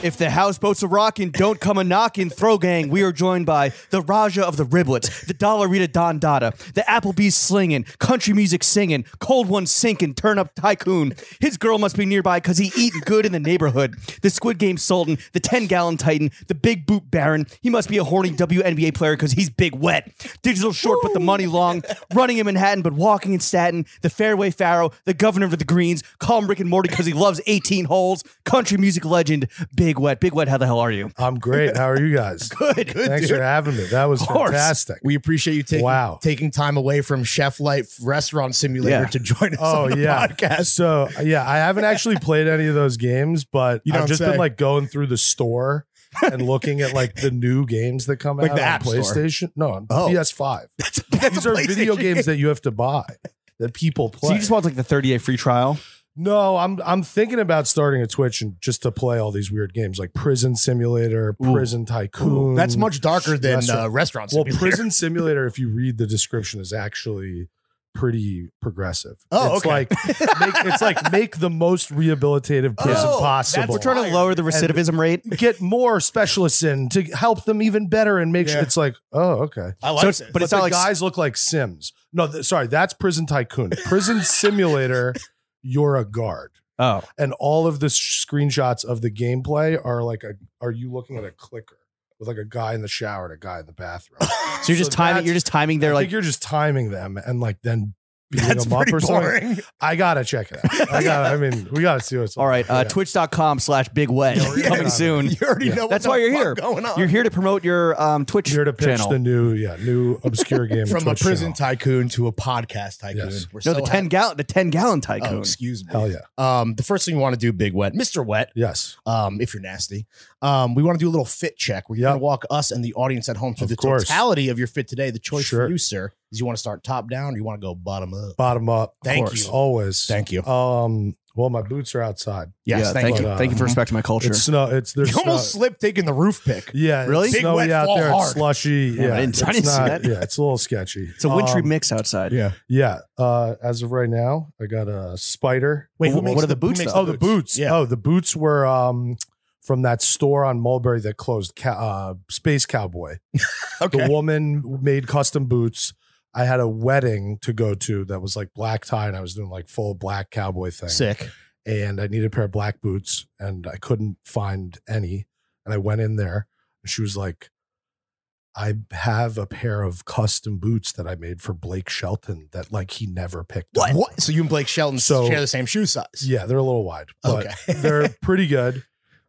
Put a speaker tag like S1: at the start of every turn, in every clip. S1: If the houseboats are rocking, don't come a knocking. Throw gang, we are joined by the Raja of the Riblets, the Dollarita Don Dada, the Applebee's slinging, country music singing, cold one sinking, turn up tycoon. His girl must be nearby because he eating good in the neighborhood. The Squid Game Sultan, the 10 gallon Titan, the Big Boot Baron. He must be a horny WNBA player because he's big wet. Digital short, but the money long. Running in Manhattan, but walking in Staten. The Fairway Pharaoh, the governor of the Greens. Call him Rick and Morty because he loves 18 holes. Country music legend, Big Wet. Big Wet, how the hell are you?
S2: I'm great. How are you guys?
S1: Good.
S2: Thanks for having me. That was
S1: course.
S2: fantastic.
S3: We appreciate you taking
S2: Wow.
S3: taking time away from Chef Life Restaurant Simulator
S1: Yeah.
S3: to join us
S2: oh
S3: on the
S2: yeah.
S3: podcast.
S2: So yeah, I haven't actually played any of those games, but
S3: You
S2: I've
S3: don't
S2: just
S3: say.
S2: been like going through the store and looking at like the new games that come
S3: Like
S2: out
S3: the
S2: on
S3: App Store.
S2: PlayStation. No, on
S3: Oh.
S2: PS5.
S1: That's, that's
S2: These
S1: a
S2: are video
S1: PlayStation.
S2: games that you have to buy that people play.
S1: So you just want like the 30 day free trial?
S2: no, I'm I'm thinking about starting a Twitch and just to play all these weird games like Prison Simulator, Prison Tycoon.
S3: That's much darker than
S2: Restaurant.
S3: uh, Restaurant
S2: Well,
S3: Simulator.
S2: Prison Simulator, if you read the description, is actually pretty progressive.
S3: Oh,
S2: it's
S3: okay.
S2: like make, it's like make the most rehabilitative prison
S3: Oh, that's
S2: possible.
S1: We're trying to lower the recidivism rate.
S2: get more specialists in to help them even better and make sure
S3: Yeah.
S2: it's like, oh, okay.
S3: I like
S1: So
S3: it.
S1: it's- but
S2: But
S1: it's
S2: the
S1: not like
S2: guys look like Sims. No, th- sorry, that's Prison Tycoon. Prison Simulator, you're a guard.
S1: Oh,
S2: And all of the sh- screenshots of the gameplay are like a are you looking at a clicker with like a guy in the shower and a guy in the bathroom.
S1: so you're just timing.
S2: that's-
S1: You're just timing. They're
S2: I
S1: like
S2: think you're just timing them and like then beating
S3: That's
S2: them up
S3: pretty
S2: or something.
S3: boring.
S2: I gotta check it out. I got. to I mean, we gotta see what's
S1: All right, uh,
S2: Yeah.
S1: twitch.com slash big wet
S2: yeah.
S1: coming soon.
S3: You already
S2: Yeah.
S3: know what
S1: That's
S3: the
S1: why you're
S3: fuck
S1: here.
S3: Going on.
S1: You're here to promote your um, Twitch
S2: Here to pitch
S1: channel.
S2: the new, yeah, new obscure game
S3: from a
S2: Twitch
S3: prison
S2: channel.
S3: tycoon to a podcast tycoon.
S2: Yes.
S3: We're
S1: no,
S3: so
S1: the ten
S3: happy.
S1: gallon, the ten gallon
S3: Oh,
S1: tycoon.
S3: excuse me.
S2: Hell yeah!
S3: Um, the first thing you want to do, Big Wet, Mister Wet,
S2: Yes,
S3: um, if you're nasty. Um, we want to do a little fit check. We're
S2: Yep.
S3: going to walk us and the audience at home through
S2: Of
S3: the
S2: course.
S3: totality of your fit today. The choice
S2: Sure.
S3: for you, sir, is you want to start top down or you want to go bottom up.
S2: bottom up. of
S3: Thank
S2: course,
S3: you.
S2: always.
S3: Thank you.
S2: Um. Well, my boots are outside.
S3: Yes,
S1: yeah,
S3: thank, you.
S2: you. Uh-huh.
S1: Thank you for
S3: Mhm.
S1: respecting my culture.
S2: It's snow. It's there's
S3: You almost
S2: snow-
S3: slipped taking the roof pick.
S2: yeah, it's
S1: Really?
S3: Big
S2: snowy
S3: wet
S2: out
S3: fall
S2: there.
S3: hard.
S2: It's slushy.
S1: Yeah,
S2: Yeah,
S1: I didn't- I
S2: it's
S1: didn't see
S2: not-
S1: that.
S2: Yeah, it's a little sketchy.
S1: It's a wintry
S2: Um,
S1: mix outside.
S3: Yeah.
S2: Yeah. Uh, as of right now, I got a spider.
S3: Wait, who
S1: What-
S3: makes
S1: what are the
S3: who
S1: boots,
S3: makes
S1: though?
S2: Oh, the boots.
S3: Yeah.
S2: Oh, the boots were um from that store on Mulberry that closed, Cow- uh, Space Cowboy. The
S3: Okay.
S2: woman made custom boots. I had a wedding to go to that was like black tie, and I was doing like full black cowboy thing.
S3: Sick.
S2: And I needed a pair of black boots, and I couldn't find any. And I went in there, and she was like, "I have a pair of custom boots that I made for Blake Shelton that like he never picked up."
S3: What? So you and Blake Shelton
S2: So-
S3: share the same shoe size?
S2: Yeah, they're a little wide, but
S3: Okay.
S2: they're pretty good.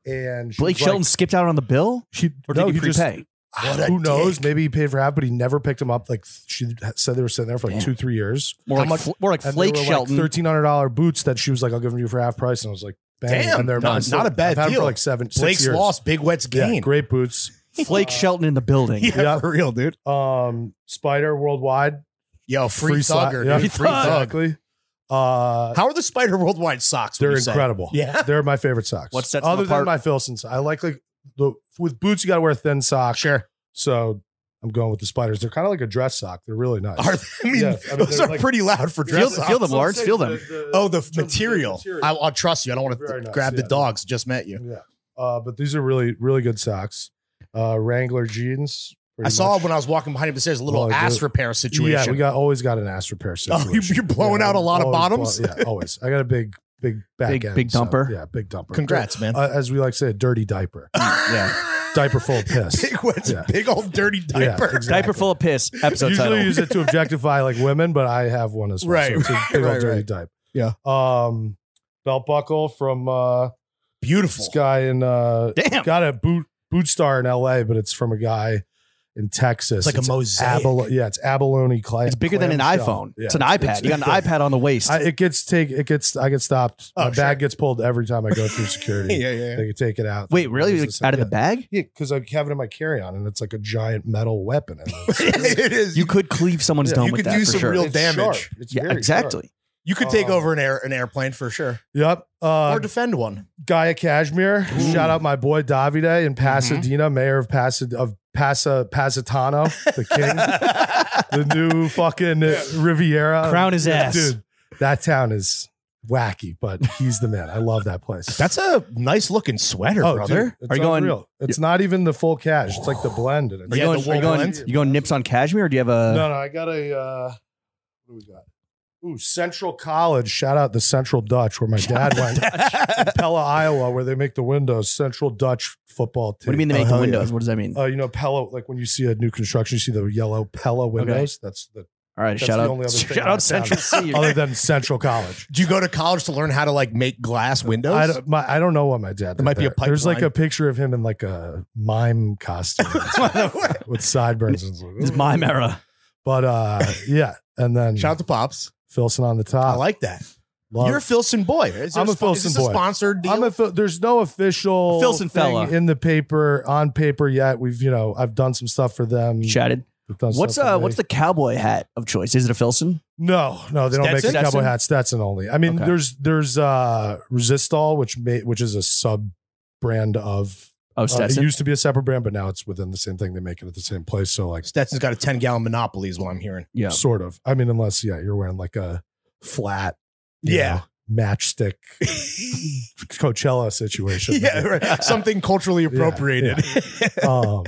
S2: And she
S1: Blake
S2: was like-
S1: Shelton skipped out on the bill,
S2: she
S1: or did
S2: no,
S1: he
S2: he just-
S1: prepay?
S3: What a
S2: who knows?
S3: dick.
S2: Maybe he paid for half, but he never picked them up. Like she said, they were sitting there for like
S1: Damn.
S2: two, three years.
S1: more,
S3: how
S1: like,
S3: much-
S1: fl- more like
S2: And
S1: Flake
S2: they were
S1: Shelton.
S2: like thirteen hundred dollar boots that she was like, "I'll give them to you for half price," and I was like, "Bang!"
S3: Damn,
S2: and they're
S3: not-
S2: I've
S3: not
S2: still-
S3: a bad
S2: I've had 'em
S3: deal.
S2: For like seven, six
S3: Blake's
S2: years.
S3: lost, Big Wet's
S2: Yeah,
S3: gain.
S2: great boots.
S1: Flake Shelton in the building.
S3: Yeah,
S2: Yeah.
S3: for real, dude.
S2: Um, Spider worldwide,
S3: Yo, free,
S2: sock-
S3: thugger,
S2: yeah,
S3: dude. Free thug.
S2: exactly. Uh,
S3: How are the Spider Worldwide socks? would
S2: they're
S3: you say?
S2: incredible.
S3: Yeah.
S2: they're my favorite socks.
S1: What sets them
S2: other
S1: apart?
S2: than my Filsons? I like like the with boots you got to wear a thin sock.
S3: Sure.
S2: So I'm going with the spiders. They're kind of like a dress sock. They're really nice.
S3: Are they, I mean,
S2: Yeah, I mean,
S3: those
S2: they're
S3: are
S2: like-
S3: pretty loud for
S1: Feel-
S3: dress
S1: feel
S3: socks.
S1: them, Lawrence, feel them.
S3: Oh, the f- material. I, I'll trust you. I don't want to
S2: Very nice,
S3: grab the
S2: yeah.
S3: dogs. Just met you.
S2: yeah. Uh, but these are really, really good socks. Uh, Wrangler jeans. pretty
S3: I saw
S2: much.
S3: when I was walking behind him upstairs a little
S2: Oh, dude.
S3: ass repair situation.
S2: Yeah, we got always got an ass repair
S3: Oh,
S2: situation.
S3: you- you're blowing out a lot of
S2: always
S3: bottoms?
S2: blow- yeah, always. I got a big, big back
S1: Big-
S2: end,
S1: big
S2: so,
S1: dumper?
S2: yeah, big dumper.
S3: Congrats, man.
S2: Uh, as we like to say, a dirty diaper.
S3: yeah.
S2: diaper full of piss.
S3: Big wet's
S2: Yeah.
S3: big old dirty
S2: Yeah,
S3: diaper.
S2: exactly.
S1: Diaper full of piss. Episode
S2: Usually
S1: title.
S2: use it to objectify like women, but I have one as well.
S3: Right,
S2: so it's a big old
S3: right,
S2: dirty
S3: right.
S2: diaper.
S3: Yeah.
S2: Um, belt buckle from uh,
S3: Beautiful.
S2: this guy in uh,
S1: Damn.
S2: got a boot boot star in L.A., but it's from a guy in Texas.
S3: It's like a mosaic.
S2: abalo- yeah, it's abalone clay.
S1: It's bigger than an
S2: clamshell.
S1: iPhone.
S2: Yeah,
S1: it's an iPad. you got an iPad on the waist.
S2: I, it gets take. It gets. I get stopped.
S3: Oh,
S2: My bag gets pulled every time I go through security.
S3: yeah, yeah.
S2: They can take it out.
S1: Wait, really?
S2: It's
S1: Like,
S2: just
S1: Out of the
S2: yeah.
S1: bag?
S2: Yeah, because I have it in my carry on, and it's like a giant metal weapon. in it.
S3: it is.
S1: You could cleave someone's
S2: Yeah,
S1: dome
S3: you
S1: with
S3: could
S1: that
S3: do
S1: for
S3: some
S1: sure.
S3: real
S2: It's
S3: damage.
S2: sharp. It's
S1: yeah,
S2: very
S1: exactly.
S2: sharp.
S3: You could take
S2: Oh.
S3: over an air an airplane for sure,
S2: Yep. Uh,
S3: or defend one.
S2: Gaia Kashmir.
S1: Ooh. Mm-hmm.
S2: Shout out my boy Davide in Pasadena, mayor of Pasad of Pasa Pasitano, the king, the new fucking Riviera.
S1: Crown his ass.
S2: Um, Dude, that town is wacky, but he's the man. I love that place.
S3: That's a nice looking sweater,
S2: Oh,
S3: brother.
S2: dude, it's
S1: Are you going-
S2: unreal. It's not even the full cash. It's like the blend. And
S1: Are
S2: it's
S1: you
S3: Yeah,
S1: going,
S3: the
S1: are you
S3: wool
S1: going,
S3: blend.
S1: you going nips on cashmere or do you have a.
S2: no, no. I got a. Uh, what do we got? Ooh, Central College. Shout out the Central Dutch, where my dad went. Pella, Iowa, where they make the windows. Central Dutch football team.
S1: What do you mean they make
S3: Oh,
S1: the
S3: hell yeah.
S1: windows? What does that mean?
S2: Uh, you know, Pella, like when you see a new construction, you see the yellow Pella windows. That's the
S1: All right,
S2: that's
S1: shout
S2: the
S1: out,
S2: only other thing
S1: shout
S2: I
S1: out
S2: found.
S1: Central C.
S2: other than Central College.
S3: Do you go to college to learn how to like make glass windows?
S2: I don't, my, I don't know what my dad. did
S3: might be a
S2: there. There's like
S3: pipeline.
S2: a picture of him in like a mime costume with sideburns. and-
S1: This is my era.
S2: But uh, yeah, and then
S3: Shout out to Pops.
S2: Filson on the top.
S3: I like that.
S2: Love-
S3: You're a Filson boy. Is
S2: I'm
S3: there
S2: a
S3: spo-
S2: Filson
S3: is this
S2: boy.
S3: A sponsored deal.
S2: I'm a Phil- there's no official
S1: Filson
S2: thing
S1: fella.
S2: in the paper on paper yet. We've you know I've done some stuff for them.
S1: Chatted.
S2: We've done
S1: What's
S2: stuff for
S1: uh,
S2: me.
S1: what's the cowboy hat of choice? Is it a Filson?
S2: No, no, they don't
S1: Stetson?
S2: make a cowboy
S1: Stetson?
S2: hat. Stetson only. I mean,
S1: Okay.
S2: there's there's uh Resistol, which may, which is a sub brand of.
S1: Oh,
S2: Uh, it
S1: Stetson.
S2: used to be a separate brand, but now it's within the same thing. They make it at the same place. So like,
S3: Stetson's got a 10 gallon monopoly, is what I'm hearing.
S1: yeah.
S2: sort of. I mean, unless yeah, you're wearing like a flat, you
S3: Yeah.
S2: know, matchstick Coachella situation.
S3: yeah, right. something culturally appropriated.
S2: Um,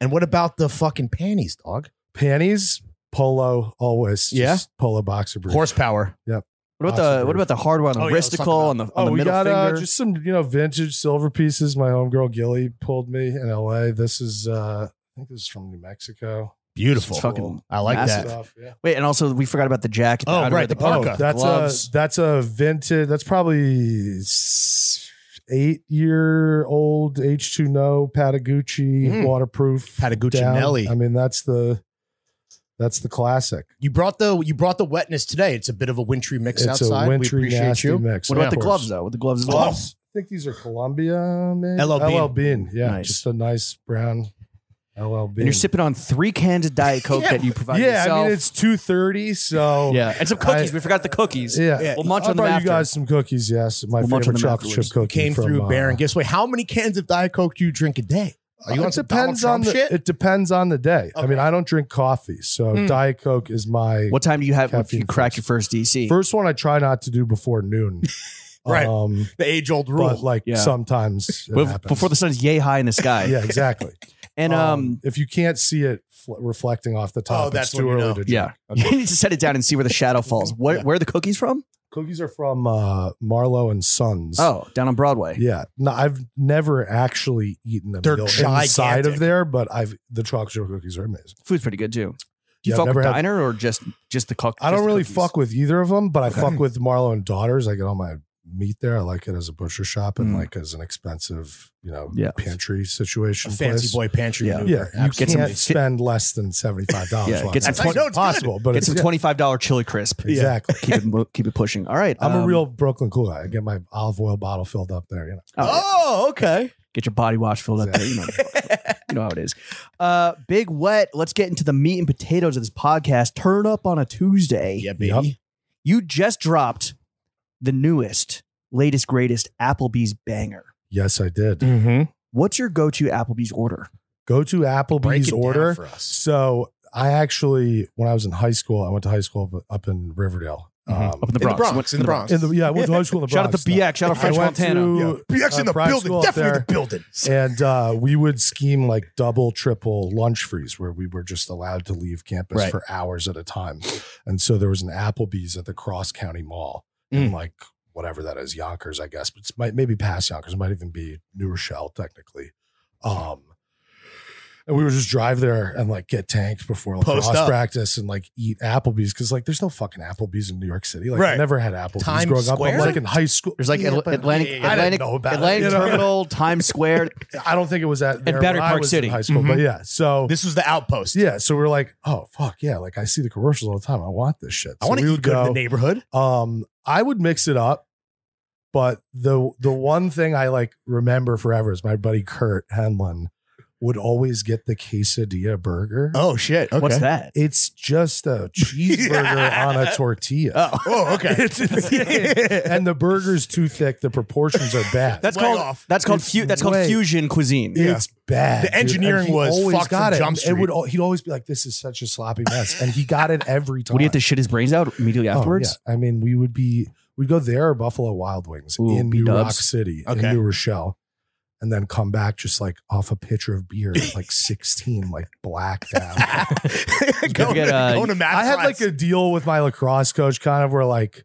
S3: and what about the fucking panties, dog?
S2: panties, polo, always.
S3: Yeah?
S2: just polo boxer brief.
S3: Horsepower.
S1: What about the
S2: Awesome.
S1: what about the hardware on the
S3: Oh, yeah, let's talk
S1: wristicle
S3: about-
S1: on the on
S2: Oh,
S1: the
S2: we
S1: middle
S2: got uh,
S1: finger?
S2: just some, you know, vintage silver pieces. My homegirl Gilly pulled me in LA. This is, uh, I think this is from New Mexico.
S3: Beautiful.
S1: It's fucking
S3: I like
S1: massive.
S3: that.
S2: Stuff, yeah.
S1: Wait, and also we forgot about the jacket.
S3: Oh,
S1: outerwear,
S3: right, the
S1: parka.
S3: parka.
S2: That's
S1: Uh,
S2: uh,
S1: gloves.
S2: a that's a vintage. That's probably s- eight year old H two no Patagucci
S3: Mm.
S2: waterproof down.
S3: Patagucci
S2: I
S3: Nelly.
S2: mean, that's the that's the classic.
S3: You brought the you brought the wetness today. It's a bit of a wintry mix
S2: it's
S3: outside.
S2: a wintry
S3: we appreciate
S2: nasty
S3: you.
S2: mix.
S1: What
S2: of
S1: about the
S2: course.
S1: gloves though? With the gloves as well.
S3: Gloves.
S2: I think these are Columbia, man.
S3: LL Bean.
S2: LL Bean. Yeah,
S1: Nice.
S2: just a nice brown LL Bean.
S1: And you're sipping on three cans of Diet Coke
S3: Yeah.
S1: that you provide
S2: Yeah,
S1: yourself.
S2: I mean it's two thirty, so
S1: yeah, and some cookies.
S2: I-
S1: we forgot the cookies.
S2: yeah.
S3: Yeah.
S1: We'll munch
S2: I
S1: on them
S2: brought
S1: after.
S2: you guys some cookies. Yes, my
S1: We'll munch on
S2: favorite
S1: them
S2: chocolate
S1: afterwards.
S2: chip cookie
S3: Came
S2: from,
S3: through
S2: uh, Uh,
S3: Baron. Guess what? How many cans of Diet Coke do you drink a day? Are you
S2: it
S3: on some Donald
S2: depends on
S3: Trump
S2: the
S3: shit?
S2: it depends on the day. I mean,
S3: Okay.
S2: I don't drink coffee, so
S3: Mm.
S2: Diet Coke is my
S1: Hmm. What time do you have? If
S2: Caffeine
S1: you crack
S2: first.
S1: your first DC,
S2: first one. I try not to do before noon,
S3: Right.
S2: Um,
S3: the age old rule.
S2: but like
S1: Yeah.
S2: sometimes it
S1: Bef-
S2: happens.
S1: before the sun's yay high in the sky.
S2: yeah, exactly.
S1: And um,
S2: if you can't see it fl- reflecting off the top,
S3: Oh, that's
S2: it's too
S3: when you
S2: early
S3: know.
S2: to drink.
S1: yeah, you need to set it down and see where the shadow falls. Where
S3: Yeah.
S1: where are the cookies from?
S2: Cookies are from uh, Marlowe and Sons.
S1: Oh, down on Broadway.
S2: Yeah, no, I've never actually eaten them.
S3: They're
S2: inside
S3: gigantic.
S2: of there, but I've the chocolate chip cookies are amazing.
S1: Food's pretty good too. Do you
S2: Yeah, I've
S1: fuck
S2: never
S1: with
S2: had-
S1: diner or just just the cook?
S2: I don't
S1: just the
S2: really
S1: cookies?
S2: fuck with either of them, but I
S1: Okay.
S2: fuck with Marlowe and Daughters. I get all my meat there. I like it as a butcher shop and
S1: Mm.
S2: like as an expensive, you know,
S1: Yeah.
S2: pantry
S3: a
S2: situation.
S3: fancy
S2: place.
S3: boy pantry.
S1: Yeah.
S2: Yeah,
S3: maneuver.
S2: you
S3: Absolutely.
S1: Get some-
S2: can't spend less than seventy five dollars.
S1: Yeah, get some
S3: That's how you know it's good.
S2: possible, but
S1: Get
S2: it's
S1: some
S2: yeah,
S1: twenty five dollar chili crisp.
S2: exactly.
S1: keep it mo- keep it pushing. All right,
S2: I'm a
S1: um,
S2: real Brooklyn cool guy. I get my olive oil bottle filled up there. You know,
S1: all right.
S3: Oh, okay.
S1: Get your body wash filled up. There. You, know, you know how it is. Uh, big wet. Let's get into the meat and potatoes of this podcast. Turn up on a Tuesday.
S3: yeah, baby.
S2: Yup.
S1: You just dropped the newest, latest, greatest Applebee's banger.
S2: yes, I did.
S1: What's your go to Applebee's order?
S2: Go to
S3: Break
S2: Applebee's
S3: it down
S2: order.
S3: for us.
S2: So I actually, when I was in high school, I went to high school up- up in Riverdale. Um,
S1: Mhm. Up in the
S3: in the
S1: Bronx.
S3: Bronx. In the Bronx.
S2: in the, yeah, I went to high school in the
S1: Shout out to
S2: Bronx.
S1: BX. Shout out
S2: I
S1: French
S2: went
S1: Montana.
S2: to-
S3: BX in
S2: uh,
S3: the
S2: private
S3: building.
S2: school up
S3: Definitely
S2: there.
S3: the building.
S2: and uh, we would scheme like double, triple lunch freeze where we were just allowed to leave campus
S3: Right.
S2: for hours at a time. And so there was an Applebee's at the Cross County Mall in like whatever that is, Yonkers, I guess, but it's might, maybe past Yonkers, it might even be New Rochelle technically. Um, and we would just drive there and like get tanked before like,
S3: Post
S2: cross
S3: up.
S2: practice and like eat Applebee's because like there's no fucking Applebee's in New York City. Like I
S3: Right.
S2: never had Applebee's
S3: Times
S2: growing up.
S3: Square?
S2: But, like in high school,
S1: There's like
S2: Yeah,
S1: Atl-
S2: but
S1: Atlantic,
S3: I didn't
S1: Atlantic,
S2: know about it,
S1: Atlantic
S2: you know?
S1: Terminal, Times Square.
S2: I don't think it was at there
S1: Battery
S2: when I
S1: Park
S2: was
S1: City. Mm-hmm.
S2: in high school, but yeah. So
S3: This was the outpost.
S2: yeah, so we are like, oh fuck yeah! Like I see the commercials all the time. I want this shit.
S3: I
S2: So
S3: want
S2: we
S3: to
S2: would
S3: eat good in the neighborhood.
S2: Um, I would mix it up, but the the one thing I like remember forever is my buddy Kurt Henlon would always get the quesadilla burger.
S3: Oh shit. Okay.
S1: What's that?
S2: It's just a cheeseburger on a tortilla.
S3: Oh, oh okay.
S2: It's insane. and the burger's too thick. The proportions are bad.
S1: That's
S3: Way
S1: called
S3: off.
S1: that's called
S2: It's
S1: fu- that's called
S2: way-
S1: fusion cuisine.
S3: Yeah.
S2: It's bad.
S3: The
S2: dude. And
S3: engineering
S2: he
S3: was
S2: always
S3: fucked from
S2: it.
S3: Jump
S2: It would.
S3: Street.
S2: al- He'd always be like, "This is such a sloppy mess," and he got it every time.
S1: Would he have to shit his brains out immediately
S2: Oh,
S1: afterwards?
S2: yeah. I mean, we would be. We'd go there or Buffalo Wild Wings
S1: Ooh,
S2: in New
S1: B-dubs.
S2: Rock City,
S3: Okay.
S2: in New Rochelle, and then come back just like off a pitcher of beer, at, like sixteen, like blacked out.
S3: going,
S1: forget,
S3: to,
S1: uh,
S3: going to math
S2: I had
S3: class.
S2: like a deal with my lacrosse coach, kind of where like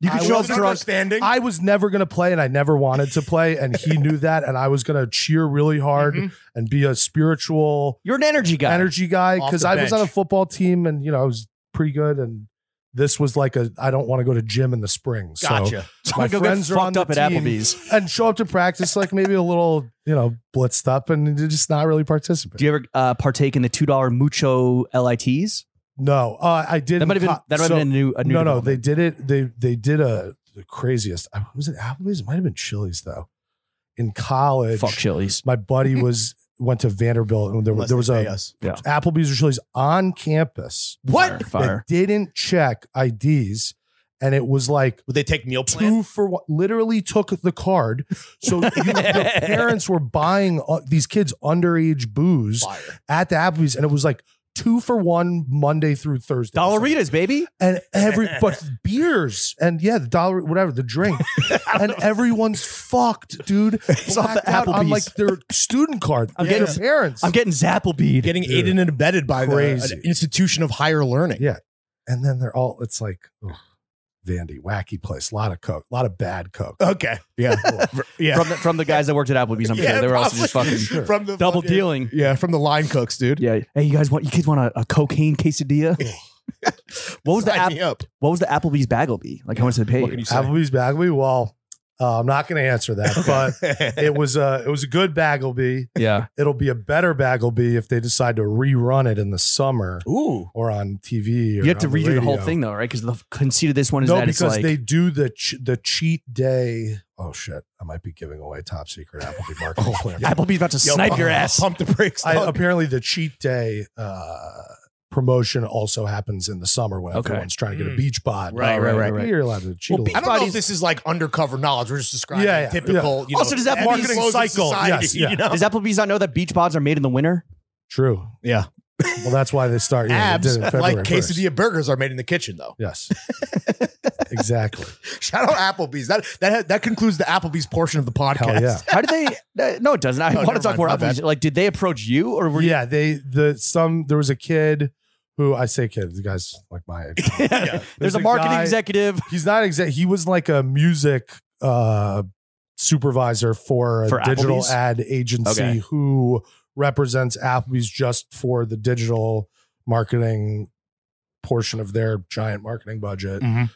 S1: You
S2: I
S1: could
S3: I
S1: show up
S3: wasn't
S1: drunk.
S3: understanding.
S2: I was never going to play and I never wanted to play. And he knew that. And I was going to cheer really hard
S3: Mhm.
S2: and be a spiritual
S1: You're an energy guy.
S2: energy guy
S3: Off
S2: because
S3: the
S2: I was on a
S3: bench.
S2: football team and, you know, I was pretty good. And this was like a, I don't want to go to gym in the spring. So,
S3: gotcha.
S1: So
S2: my
S1: I go get
S2: friends are
S1: fucked
S2: on the
S1: up at
S2: team.
S1: Applebee's.
S2: and show up to practice like maybe a little, you know, blitzed up and just not really participate.
S1: Do you ever uh, partake in the two dollar mucho lits?
S2: no, uh, I didn't.
S1: That might have been
S2: co-
S1: that might have
S2: so-
S1: been a new a new
S2: no, no, they
S1: development.
S2: did it. They they did a the craziest. I Was it Applebee's? It might have been Chili's though. In college,
S1: fuck Chili's.
S2: my buddy was went to Vanderbilt and there, was
S3: Unless
S2: there was
S3: they
S2: a
S3: pay us.
S2: Applebee's or Chili's on campus.
S1: Fire,
S3: What?
S1: fire.
S2: They didn't check IDs and it was like
S3: Would they take meal plan?
S2: two for one. Literally took the card. So you, the parents were buying uh, these kids underage booze
S3: Fire.
S2: at the Applebee's and it was like two for one Monday through Thursday.
S1: Dollaritas, baby.
S2: And every, but beers and yeah, the dollar, whatever, the drink. and everyone's fucked, dude.
S1: off the
S2: Blacked out on
S1: Applebee's.
S2: like their student card.
S1: I'm
S2: their
S1: getting-
S2: parents.
S1: I'm getting Zapplebeed.
S3: Getting
S2: Dude.
S3: aided and abetted by the,
S2: Crazy.
S3: an institution of higher learning.
S2: Yeah. and then they're all it's like ugh, Vandy, wacky place, a lot of coke, a lot of bad coke.
S3: Okay.
S2: yeah,
S3: Yeah.
S1: from the, from the guys that worked at Applebee's. I'm sure they were also just
S3: probably.
S1: fucking
S2: Sure.
S3: from the
S1: double
S3: fucking-
S1: dealing.
S3: Yeah, from the line cooks, dude.
S1: Yeah. Hey, you guys want you kids want a, a cocaine quesadilla? what was the
S3: Sign
S1: app,
S3: me up.
S1: what was the Applebee's bagel be? Like how much did it pay?
S3: What can you say?
S2: Applebee's Bagley. Well, uh, I'm not going to answer that, but it was a it was a good Bagleby.
S1: Yeah.
S2: It'll be a better Bagleby if they decide to rerun it in the summer
S3: Ooh.
S2: or on TV. Or
S1: You have to
S2: on the
S1: redo the whole
S2: radio.
S1: thing though, right? Because the conceit of this one is
S2: No,
S1: that it's
S2: because
S1: like
S2: they do the ch- the cheat day. Oh shit! I might be giving away top secret Applebee
S3: Oh,
S2: marketing plan.
S1: Applebee's about to
S3: Yo,
S1: snipe
S3: pump-
S1: your ass.
S3: Pump the brakes.
S2: I,
S3: dog.
S2: apparently, the cheat day uh, promotion also happens in the summer when
S1: Okay.
S2: everyone's trying to get a
S3: Mm.
S2: beach bod.
S3: Right,
S1: right, right, right.
S2: You're allowed to cheat.
S1: Well,
S2: a
S1: beach
S3: I
S2: little.
S3: don't know
S1: Everybody's-
S3: if this is like undercover knowledge. We're just describing
S2: Yeah, yeah, yeah.
S3: typical. You know,
S1: Also, does that
S3: Applebee's
S1: marketing
S3: closed
S2: cycle?
S3: society,
S2: Yes, yeah.
S3: You know?
S1: Does Applebee's not know that beach pods are made in the winter?
S2: True.
S3: Yeah.
S2: Well, that's why they start yeah, they
S3: Abs,
S2: did it February
S3: like
S2: 1st.
S3: quesadilla burgers, are made in the kitchen, though.
S2: Yes. exactly.
S3: Shout out Applebee's. That that that concludes the Applebee's portion of the podcast.
S2: Hell yeah.
S1: How did they? uh, No, it doesn't. I
S3: No,
S1: want to
S3: never
S1: talk
S3: mind.
S1: more
S3: My
S1: about these. Like, did they approach you or were
S2: Yeah, they the some there was a kid who I say kid, the guy's like my age.
S1: you?
S3: Yeah.
S1: There's
S2: There's
S1: a
S2: a
S1: marketing
S2: guy-
S1: executive
S2: He's not exact he was like a music uh supervisor for a
S1: For
S2: digital
S1: Applebee's?
S2: ad agency
S1: Okay.
S2: who represents Applebee's just for the digital marketing portion of their giant marketing budget.
S1: Mm-hmm.
S3: Mhm.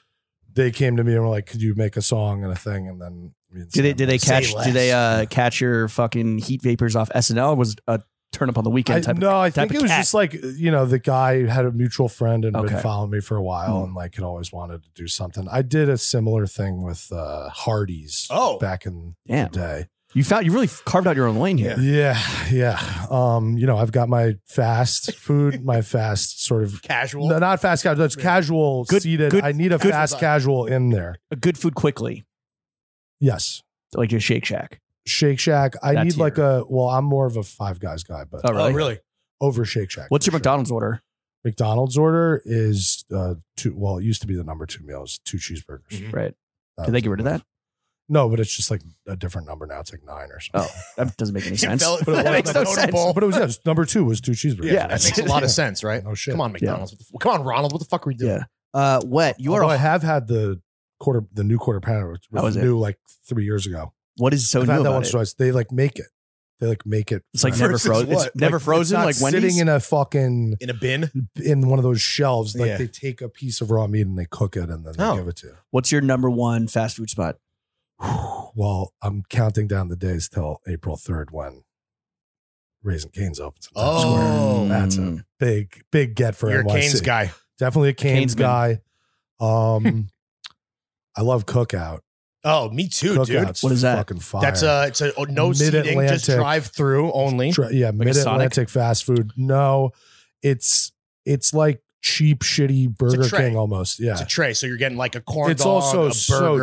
S2: They came to me and were like, "Could you make a song and a thing?" And then me and
S1: Did they
S2: Sam
S1: did they
S2: like,
S1: catch
S3: Say
S1: did they uh
S2: less.
S1: catch your fucking heat vapors off SNL? Or was it a turn up on the
S2: I,
S1: weekend type?
S2: no, I
S1: type
S2: think
S1: of
S2: it was
S1: cat?
S2: just like you know the guy had a mutual friend and
S1: Okay.
S2: been following me for a while
S1: Hmm.
S2: and like had always wanted to do something. I did a similar thing with uh Hardee's
S3: Oh.
S2: back in
S1: Damn.
S2: the day.
S1: you found you really carved out your own lane here.
S2: Yeah, yeah. Um, you know, I've got my fast food, my fast sort of
S3: Casual.
S2: no, not fast casual, that's
S3: Yeah.
S2: casual
S1: Good-
S2: seated.
S1: good-
S2: I need a
S3: good-
S2: fast casual in there.
S1: A good food quickly,
S2: Yes.
S1: like your Shake Shack.
S2: Shake Shack. I
S1: That's
S2: need like
S1: here.
S2: a well, I'm more of a five guys guy, but
S1: Oh,
S3: Oh,
S1: really?
S3: really?
S2: over Shake Shack.
S1: What's
S2: for
S1: your
S2: sure.
S1: McDonald's order?
S2: McDonald's order is uh two well, it used to be the number two meals, two cheeseburgers.
S3: Mhm.
S1: Right?
S2: That
S1: Mm. Did they
S2: was
S1: get rid of
S2: the
S1: that?
S2: No, but it's just like a different number now. It's like nine or something.
S1: Oh, that doesn't make any
S3: It
S1: sense.
S3: fell- it
S1: That
S3: fell
S1: makes
S3: in the
S1: no
S3: totem
S1: sense.
S3: pole.
S2: But it was yeah, just number two was two cheeseburgers.
S3: Oh. Yeah,
S1: Yeah.
S3: that makes a lot of sense, right?
S2: No shit.
S3: Come on, McDonald's. Come on, Ronald. What the fuck are we doing?
S1: Yeah. Uh, what you are?
S2: Although I
S1: A,
S2: have had the quarter, the new quarter pounder, which
S1: How
S2: was
S1: is it?
S2: new like three years ago.
S1: what is so
S2: I've
S1: new
S2: had that
S1: about
S2: once
S1: it?
S2: or twice. They like make it. They like make it.
S1: It's like
S2: fresh.
S1: never
S3: Versus
S1: frozen. It's
S3: what?
S1: never
S2: Like,
S1: frozen.
S2: it's not
S1: Like Wendy's.
S2: sitting in a fucking
S3: In a bin?
S2: in one of those shelves. Like
S3: Yeah.
S2: they take a piece of raw meat and they cook it and then they
S3: Oh.
S2: give it to. you.
S1: What's your number one fast food spot?
S2: Well, I'm counting down the days till April 3rd when Raisin Canes opens. in Times Square.
S3: Oh.
S2: that's
S1: Mm.
S2: a big big get for
S3: You're a
S2: NYC.
S3: Canes guy.
S2: Definitely a Canes
S1: Canesman.
S2: guy. Um, I love Cookout.
S3: Oh, me too, dude.
S2: Cookout's
S1: What is that?
S2: Fucking fire.
S3: That's a it's a oh, no seating, just
S2: Mid-Atlantic.
S3: drive through only.
S2: Dr- yeah,
S1: a
S2: mid Atlantic fast food. No, it's it's like cheap, shitty Burger
S3: tray.
S2: King almost. Yeah,
S3: It's a
S2: it's,
S3: tray, so you're getting like a corn dog,
S2: also
S3: a burger.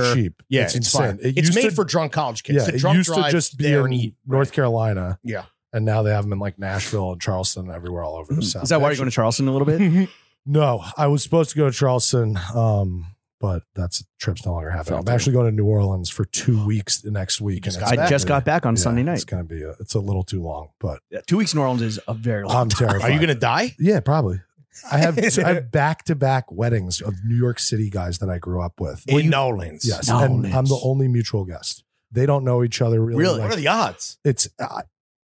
S2: so cheap.
S3: Yeah,
S2: it's,
S3: it's,
S2: insane.
S3: fire. it's
S2: used
S3: made
S2: to-
S3: for drunk college kids.
S2: Yeah,
S3: the
S2: it
S3: drunk
S2: used to
S3: drive
S2: just be
S3: there
S2: in
S3: and eat.
S2: North Carolina.
S3: Yeah. Mm.
S2: and now they have them in like Nashville and Charleston and everywhere all over the south.
S1: Is that why you're going to Charleston in a little bit?
S2: No, I was supposed to go to Charleston, um, but that's trip's no longer happening.
S1: Fell
S2: I'm
S1: through.
S2: actually going to New Orleans for two weeks the next week.
S3: just
S2: and
S3: got
S1: I
S2: it's-
S3: back.
S1: just got back on
S2: yeah,
S1: Sunday
S2: It's
S1: night.
S2: gonna be a, it's a little too long, but
S1: Yeah, Two weeks in New Orleans is a very long.
S2: I'm terrified.
S3: Are you gonna die?
S2: Yeah, probably. I have I have back to back weddings of New York City guys that I grew up with.
S3: In New Orleans.
S2: Yes,
S1: No,
S2: and
S1: man.
S2: I'm the only mutual guest. They don't know each other really.
S1: Really?
S2: like-
S3: What are the odds?
S2: it's uh,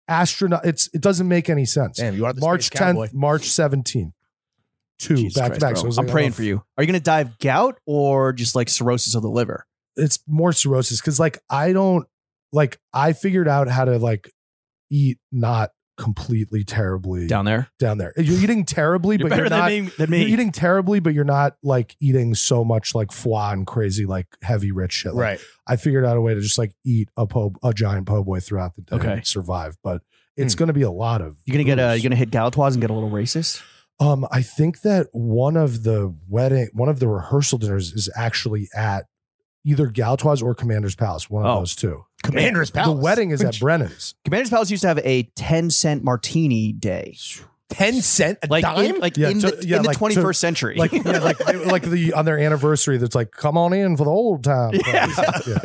S2: astronaut. It's it doesn't make any sense.
S3: Damn, you are the
S2: March
S3: space cowboy.
S2: 10th, March 17th, two
S1: Jesus
S2: back to
S1: Christ,
S2: back.
S1: bro.
S2: So it's
S1: I'm
S2: like,
S1: praying
S2: oh,
S1: for you. Are you going to die of gout or just like cirrhosis of the liver?
S2: It's more cirrhosis because like I don't like I figured out how to like eat not completely terribly down,
S1: Down there,
S2: there. You're eating terribly, but you're not
S1: me. Than
S2: You're eating terribly, but you're not like eating so much like foie and crazy like heavy rich shit. Like,
S3: Right.
S2: I figured out a way to just like eat a po a giant po boy throughout the day
S1: Okay.
S2: and survive, but it's going to be a lot of.
S1: You're gonna get uh,
S2: booze.
S1: you're gonna hit Galatoire's and get a little racist.
S2: um, I think that one of the wedding, one of the rehearsal dinners is actually at either Galtois or Commander's Palace. One of
S1: Oh.
S2: those two.
S3: Commander's Palace.
S2: The wedding is at
S3: Which-
S2: Brennan's.
S1: Commander's Palace used to have a 10 cent martini day,
S3: ten cent a
S1: like
S3: dime.
S1: in, like
S2: Yeah,
S1: in
S2: to-
S1: the,
S2: yeah,
S1: in the
S2: like to-
S1: 21st century.
S2: Like, yeah, like, like the on their anniversary, that's like, come on in for the old time.
S1: Yeah.
S2: Yeah.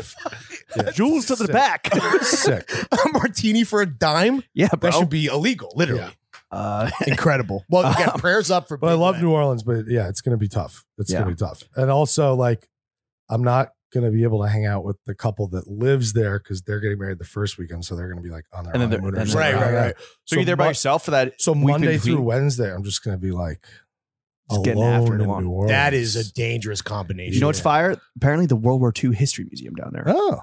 S2: Yeah.
S1: jewels to the
S2: Sick.
S1: back.
S2: Sick.
S3: a martini for a dime?
S1: yeah, bro.
S3: That should be illegal, literally.
S2: Yeah.
S1: uh,
S3: Incredible. Well, again, prayers up for.
S2: But I
S3: Big
S2: love
S3: Red.
S2: New Orleans, but yeah, it's going to be tough. It's
S1: Yeah.
S2: going to be tough. And also, like, I'm not going to be able to hang out with the couple that lives there because they're getting married the first weekend. So they're going to be like on their
S1: And then they're-
S2: honeymoon or
S1: then they're-
S2: something.
S3: Right, right,
S2: Yeah.
S3: right.
S1: so you're there by
S2: Mon-
S1: yourself for that.
S2: So
S1: week in
S2: Monday
S1: between?
S2: through Wednesday, I'm just going to be like
S1: Just getting
S2: alone
S1: after it
S2: in
S1: alone.
S2: New Orleans.
S3: That is a dangerous combination.
S1: You know what's fire? Apparently, the World War II History Museum down there.
S2: oh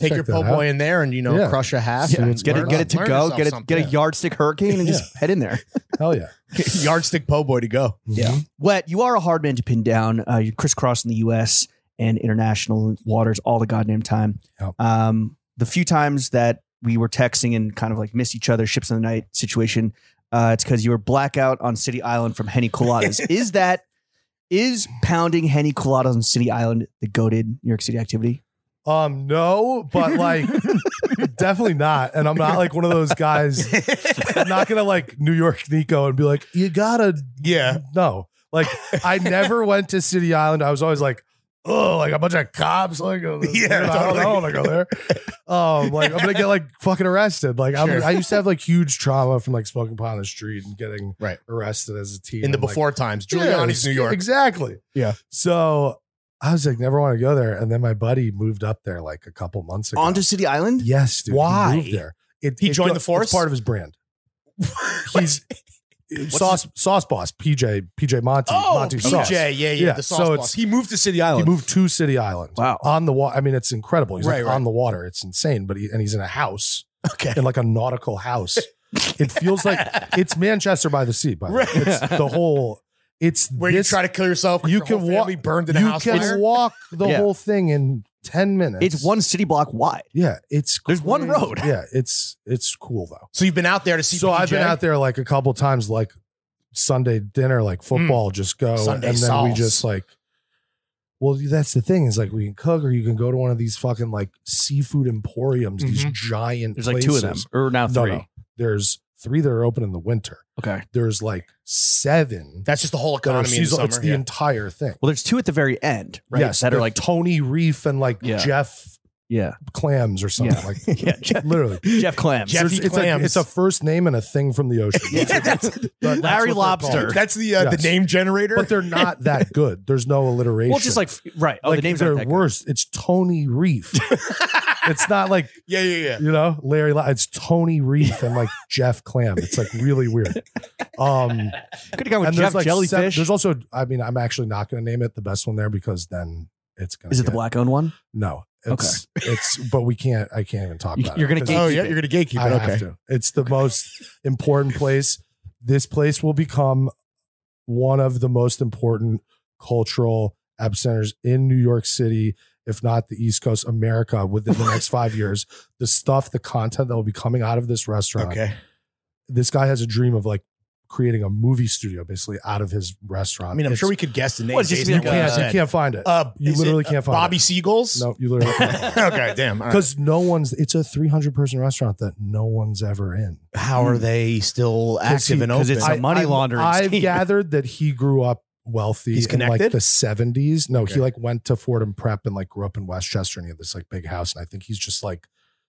S3: Take
S2: Check
S3: your
S2: that
S3: po'
S2: out.
S3: boy in there and you know
S2: Yeah.
S3: crush a half.
S2: Yeah,
S3: and
S2: it's
S1: Get
S3: learn
S1: it, get it
S3: up-
S1: to
S3: learn
S1: go.
S3: yourself
S1: Get it,
S3: something.
S1: get a yardstick hurricane and just head in there.
S2: hell yeah,
S3: yardstick po' boy to go.
S1: Yeah.
S2: Mhm.
S1: Wet, you are a hard man to pin down. Uh, you're crisscrossing the U.S. and international waters all the goddamn time.
S2: Yep.
S1: Um, the few times that we were texting and kind of like missed each other, ships in the night situation, uh, it's because you were blackout on City Island from Henny Coladas. is that is pounding Henny Coladas on City Island the goaded New York City activity?
S2: Um, no, but like definitely not. And I'm not like one of those guys. I'm not gonna like New York Nico and be like, you gotta
S3: yeah.
S2: No. Like I never went to City Island. I was always like, oh, like a bunch of cops. Like, yeah,
S3: Yeah,
S2: I
S3: totally.
S2: don't know when I go there. Um, like I'm gonna get like fucking arrested. Like I'm,
S3: Sure.
S2: I used to have like huge trauma from like smoking pot on the street and getting
S3: Right.
S2: arrested as a teen.
S3: In the
S2: I'm like,
S3: before times,
S2: yeah,
S3: Giuliani's
S2: it's-
S3: New York.
S2: Exactly.
S3: Yeah.
S2: So I was like, never want to go there. And then my buddy moved up there like a couple months ago.
S1: Onto City Island?
S2: yes, dude.
S3: Why?
S2: He moved there. It,
S3: He
S2: it
S3: joined
S2: go-
S3: the force?
S2: It's part of his brand. He's
S3: What's
S2: sauce sauce boss PJ PJ Monty
S3: Oh,
S2: Monty
S3: PJ,
S2: Sauce.
S3: yeah, yeah,
S2: Yeah,
S3: The
S2: so
S3: sauce boss.
S2: it's-
S3: He moved to City
S2: He
S3: Island.
S2: moved to City Island.
S1: Wow.
S2: On the water. I mean, it's incredible. He's
S3: Right,
S2: like
S3: right.
S2: on the water. It's insane. But he and he's in a house,
S3: okay.
S2: in like a nautical house. it feels like it's Manchester by the sea, by the way.
S3: Right.
S2: It's the whole it's
S3: Where
S2: this,
S3: you try to kill yourself. 'cause
S2: you
S3: your whole
S2: can walk-
S3: family burned in a
S2: you
S3: house
S2: can
S3: fire.
S2: walk the
S1: Yeah.
S2: whole thing in ten minutes.
S1: It's one city block wide.
S2: Yeah, it's
S1: There's one
S2: crazy.
S1: road.
S2: Yeah, it's it's cool though.
S3: So you've been out there to see.
S2: so I've been
S3: PJ?
S2: out there like a couple times, like Sunday dinner,
S1: Hmm.
S2: like football, just go,
S3: Sunday
S2: and then we
S3: sauce.
S2: just like. Well, that's the thing is like we can cook, or you can go to one of these fucking like seafood emporiums, these
S3: Mhm.
S2: giant.
S1: Mm-hmm. There's like two of them,
S2: places.
S1: or now
S2: No,
S1: three.
S2: no, there's three that are open in the winter.
S1: Okay.
S2: There's like seven
S3: That's just the whole
S2: that are
S3: economy. in the
S2: seasonal.
S3: summer,
S2: it's the
S3: yeah.
S2: entire thing.
S1: Well, there's two at the very end, right?
S2: Yes,
S1: that are
S2: the
S1: like,
S2: Tony Reef and like
S1: Yeah.
S2: Jeff
S1: yeah,
S2: Clams or something
S1: Yeah.
S2: like.
S1: yeah, Jeff,
S2: Literally,
S1: Jeff Clam.
S3: Jeff- Jeffy
S2: There's- it's, like,
S3: Clams.
S2: it's a first name and a thing from the ocean.
S3: Yeah, that's,
S2: But that's
S1: Larry
S2: what they're
S1: Lobster.
S2: called.
S3: that's the uh, the
S2: Yes.
S3: name generator.
S2: but they're not that good. There's no alliteration.
S1: Well, just like right. Oh,
S2: Like,
S1: the names
S2: they're
S1: aren't that good.
S2: worse. It's Tony Reef. it's not like
S3: yeah, yeah, yeah.
S2: you know Larry. La- it's Tony Reef and like Jeff Clam. It's like really weird. Um,
S1: Could have gone with
S2: and
S1: Oh, Jeff
S2: there's like sev-
S1: Jellyfish.
S2: there's also. I mean, I'm actually not going to name it the best one there because then it's going.
S1: Is it the black owned one?
S2: No. It's it's. But we can't. I can't even talk
S1: You-
S2: about
S1: you're
S2: it.
S1: gonna
S2: 'cause
S1: gatekeep
S3: Oh yeah,
S1: it.
S3: you're gonna gatekeep
S2: I
S3: it.
S2: have
S3: Okay.
S2: to. It's the most important place. This place will become one of the most important cultural epicenters in New York City. if not the East Coast, America within the next five years. The stuff, the content that will be coming out of this restaurant.
S3: Okay.
S2: This guy has a dream of like creating a movie studio basically out of his restaurant.
S3: I mean, I'm
S2: It's-
S3: sure we could guess the name.
S1: What, just
S3: based
S1: be
S3: on
S1: like
S2: you
S1: a-
S3: what I
S2: can't, you
S3: said.
S2: can't find it.
S3: Uh,
S2: You
S3: is
S2: literally
S3: it,
S2: can't
S3: uh,
S2: find
S3: Bobby
S2: it.
S3: Seagulls.
S2: No, you literally can't.
S3: okay, damn. all right.
S2: Because no one's, it's a 300 person restaurant that no one's ever in.
S3: how are they still
S2: 'Cause
S3: active
S2: he-
S3: and
S1: 'cause
S3: open?
S1: it's a money
S2: I've-
S1: laundering
S2: I've
S1: scheme.
S2: gathered that he grew up wealthy
S3: He's
S2: in like
S3: connected?
S2: the 70s. No, he
S3: Okay.
S2: like went to Fordham Prep and like grew up in Westchester and he had this like big house. And I think he's just like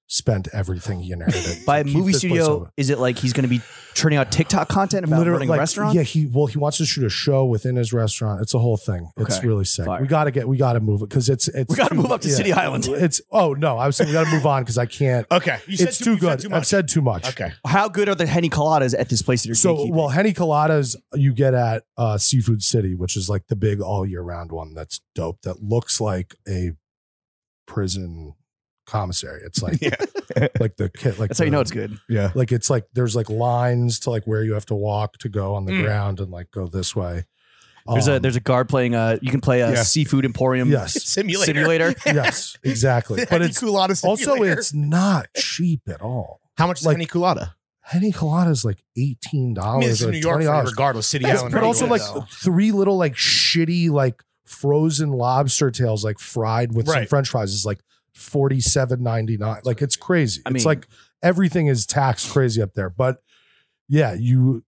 S2: spent everything he inherited.
S1: By
S2: to keep
S1: movie
S2: this place
S1: studio,
S2: open.
S1: is it like he's going to be churning out TikTok content about running
S2: like,
S1: a restaurant?
S2: Yeah, he well, he wants to shoot a show within his restaurant. It's a whole thing. It's
S1: Okay.
S2: really sick.
S1: Fire.
S2: We gotta get we gotta move it because it's it's
S1: We got to
S2: too-
S1: move up to
S2: yeah.
S1: City Island.
S2: It's oh no, I was saying we gotta move on because I can't
S3: okay, Oh, you said
S2: it's
S3: too-
S2: too
S3: you said
S2: good.
S3: too
S2: I've
S3: much.
S2: said too much.
S3: okay.
S1: How good are the henny coladas at this place that you're
S2: So,
S1: gatekeeping?
S2: well, Henny Coladas you get at uh, Seafood City, which is like the big all year round one that's dope, that looks like a prison commissary. It's like,
S3: Yeah.
S2: like the kit, like,
S1: that's how you
S2: the-
S1: know it's good.
S3: Yeah.
S2: Like, it's like there's like lines to like where you have to walk to go on the
S3: Mm.
S2: ground and like go this way.
S1: There's a
S2: Um,
S1: there's a guard playing. Uh, you can play a
S3: Yeah.
S1: seafood emporium
S2: yes,
S3: Simulator.
S1: simulator.
S2: yes, exactly. But it's
S3: culata
S2: also,
S3: simulator.
S2: it's not cheap at all.
S3: how much is
S2: like-
S3: any culata?
S2: Henny Colada is like $18
S3: I mean, it's
S2: or
S3: in New York, for you,
S2: $20.
S3: regardless, City
S2: Yes,
S3: Island.
S2: but
S3: or
S2: also like
S3: anyways.
S2: three little like shitty like frozen lobster tails like fried with some
S3: Right.
S2: French fries is like forty seven ninety nine. Like it's crazy.
S1: I
S2: it's
S1: mean-
S2: like everything is taxed crazy up there. But yeah, you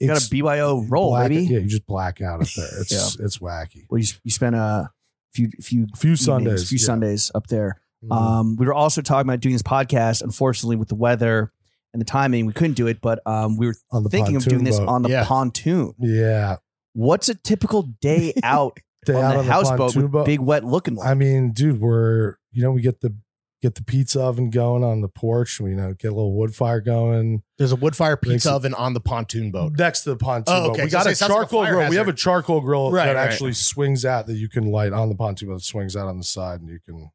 S1: You got a BYO roll,
S2: black,
S1: baby.
S2: Yeah, you just black out up there. It's it's wacky.
S1: Well, you, you spent a few few
S2: A few
S1: evenings,
S2: Sundays,
S1: few
S2: yeah.
S1: Sundays up there.
S2: Mhm.
S1: Um, we were also talking about doing this podcast. Unfortunately, with the weather and the timing, we couldn't do it. But um, we were
S2: on the
S1: thinking of doing
S2: pontoon
S1: this
S2: boat.
S1: on the
S3: Yeah.
S1: pontoon.
S2: yeah
S1: What's a typical day out
S2: Day
S1: on
S2: out
S1: the
S2: on the
S1: houseboat
S2: pontoon
S1: with
S2: boat.
S1: big wet looking
S2: I
S1: like?
S2: mean, dude, we're you know we get the get the pizza oven going on the porch. We you know get a little wood fire going.
S3: there's a wood fire
S2: Makes it-
S3: pizza oven on the pontoon boat.
S2: Next to the pontoon
S3: Oh,
S2: boat.
S3: okay.
S2: We
S3: So
S2: got
S3: say
S2: a
S3: it sounds like a
S2: charcoal
S3: fire
S2: grill. We
S3: hazard.
S2: have a charcoal grill
S3: Right,
S2: that
S3: right.
S2: actually swings out that you can light on the pontoon boat. It swings out on the side and you can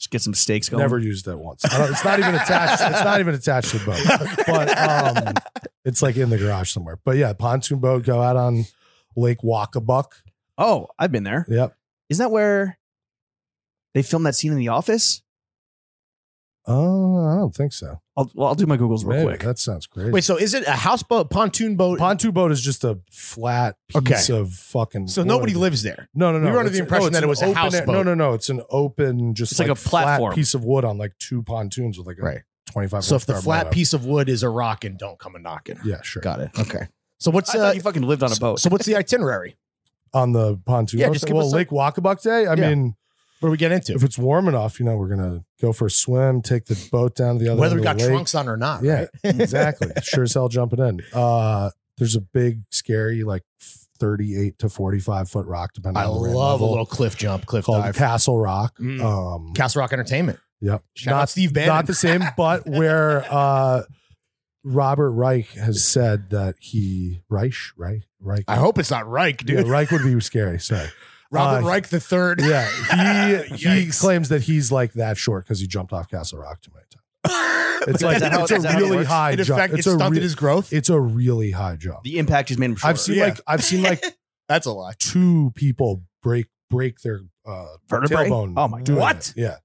S1: Just get some steaks going.
S2: never use that once. I don't- it's not even attached. It's not even attached to the boat. But
S3: uh,
S2: um, it's like in the garage somewhere. But yeah, pontoon boat, go out on Lake Wakabuck.
S1: Oh, I've been there.
S2: Yep.
S1: Isn't that where they filmed that scene in The Office?
S2: Oh, I don't think so.
S1: I'll, well, I'll do my Googles real
S2: Maybe.
S1: quick.
S2: That sounds crazy.
S3: Wait, so is it a houseboat, pontoon boat?
S2: pontoon boat is just a flat piece of fucking.
S3: so nobody
S2: wood.
S3: lives there.
S2: No, no, no.
S3: We were under
S2: It's-
S3: the impression
S2: it's
S3: that it
S2: an
S3: was a
S2: open
S3: houseboat.
S2: No, no, no. It's an open, just
S1: It's like a
S2: flat
S1: platform.
S2: piece of wood on like two pontoons with like a
S3: Right.
S2: 25.
S3: So if the
S2: horsepower
S3: flat
S2: motor.
S3: piece of wood is a rockin', don't come a knocking.
S2: yeah, sure,
S3: Got it. Okay. So what's
S1: I thought
S3: uh,
S1: you fucking lived on a boat.
S3: so what's the itinerary?
S2: on the pontoon.
S3: Yeah,
S2: boat
S3: just
S2: thing.
S3: give
S2: well,
S3: us a-
S2: Lake Walkabuck Day. I
S3: Yeah.
S2: mean,
S3: What do we get into?
S2: if it's warm enough, you know, we're gonna go for a swim, take the boat down to the other.
S3: Whether we
S2: end of
S3: got
S2: the lake.
S3: trunks on or not.
S2: Yeah,
S3: right?
S2: exactly. sure as hell jumping in. Uh, there's a big, scary, like 38 to 45 foot rock, depending.
S3: I
S2: on the rain
S3: love a
S2: level,
S3: little cliff jump, cliff
S2: called
S3: dive.
S2: Castle Rock.
S3: Mm.
S2: Um,
S3: Castle Rock Entertainment.
S2: yep.
S3: Shout
S2: Not
S3: out Steve Bannon.
S2: not the same, but where uh, Robert Reich has said that he Reich Reich Reich.
S3: I hope it's not Reich,
S2: Yeah,
S3: dude.
S2: Reich would be scary. Sorry.
S3: Robert
S2: Uh,
S3: Reich the third.
S2: Yeah, he he
S3: Yikes.
S2: claims that he's like that short because he jumped off Castle Rock too many times. It's like
S1: Is that how-
S2: it's
S1: is that
S2: a
S1: how it
S2: really
S1: works?
S2: high
S3: In
S2: jump.
S3: effect, it
S2: it's, a
S3: stunted
S2: re-
S3: his growth.
S2: it's a really high jump.
S1: the impact is made him short.
S2: I've seen
S3: Yeah.
S2: like I've seen like
S3: That's a lie.
S2: two people break break their uh,
S1: vertebrae.
S2: tailbone.
S1: Oh my
S2: doing
S1: god!
S2: it. Yeah,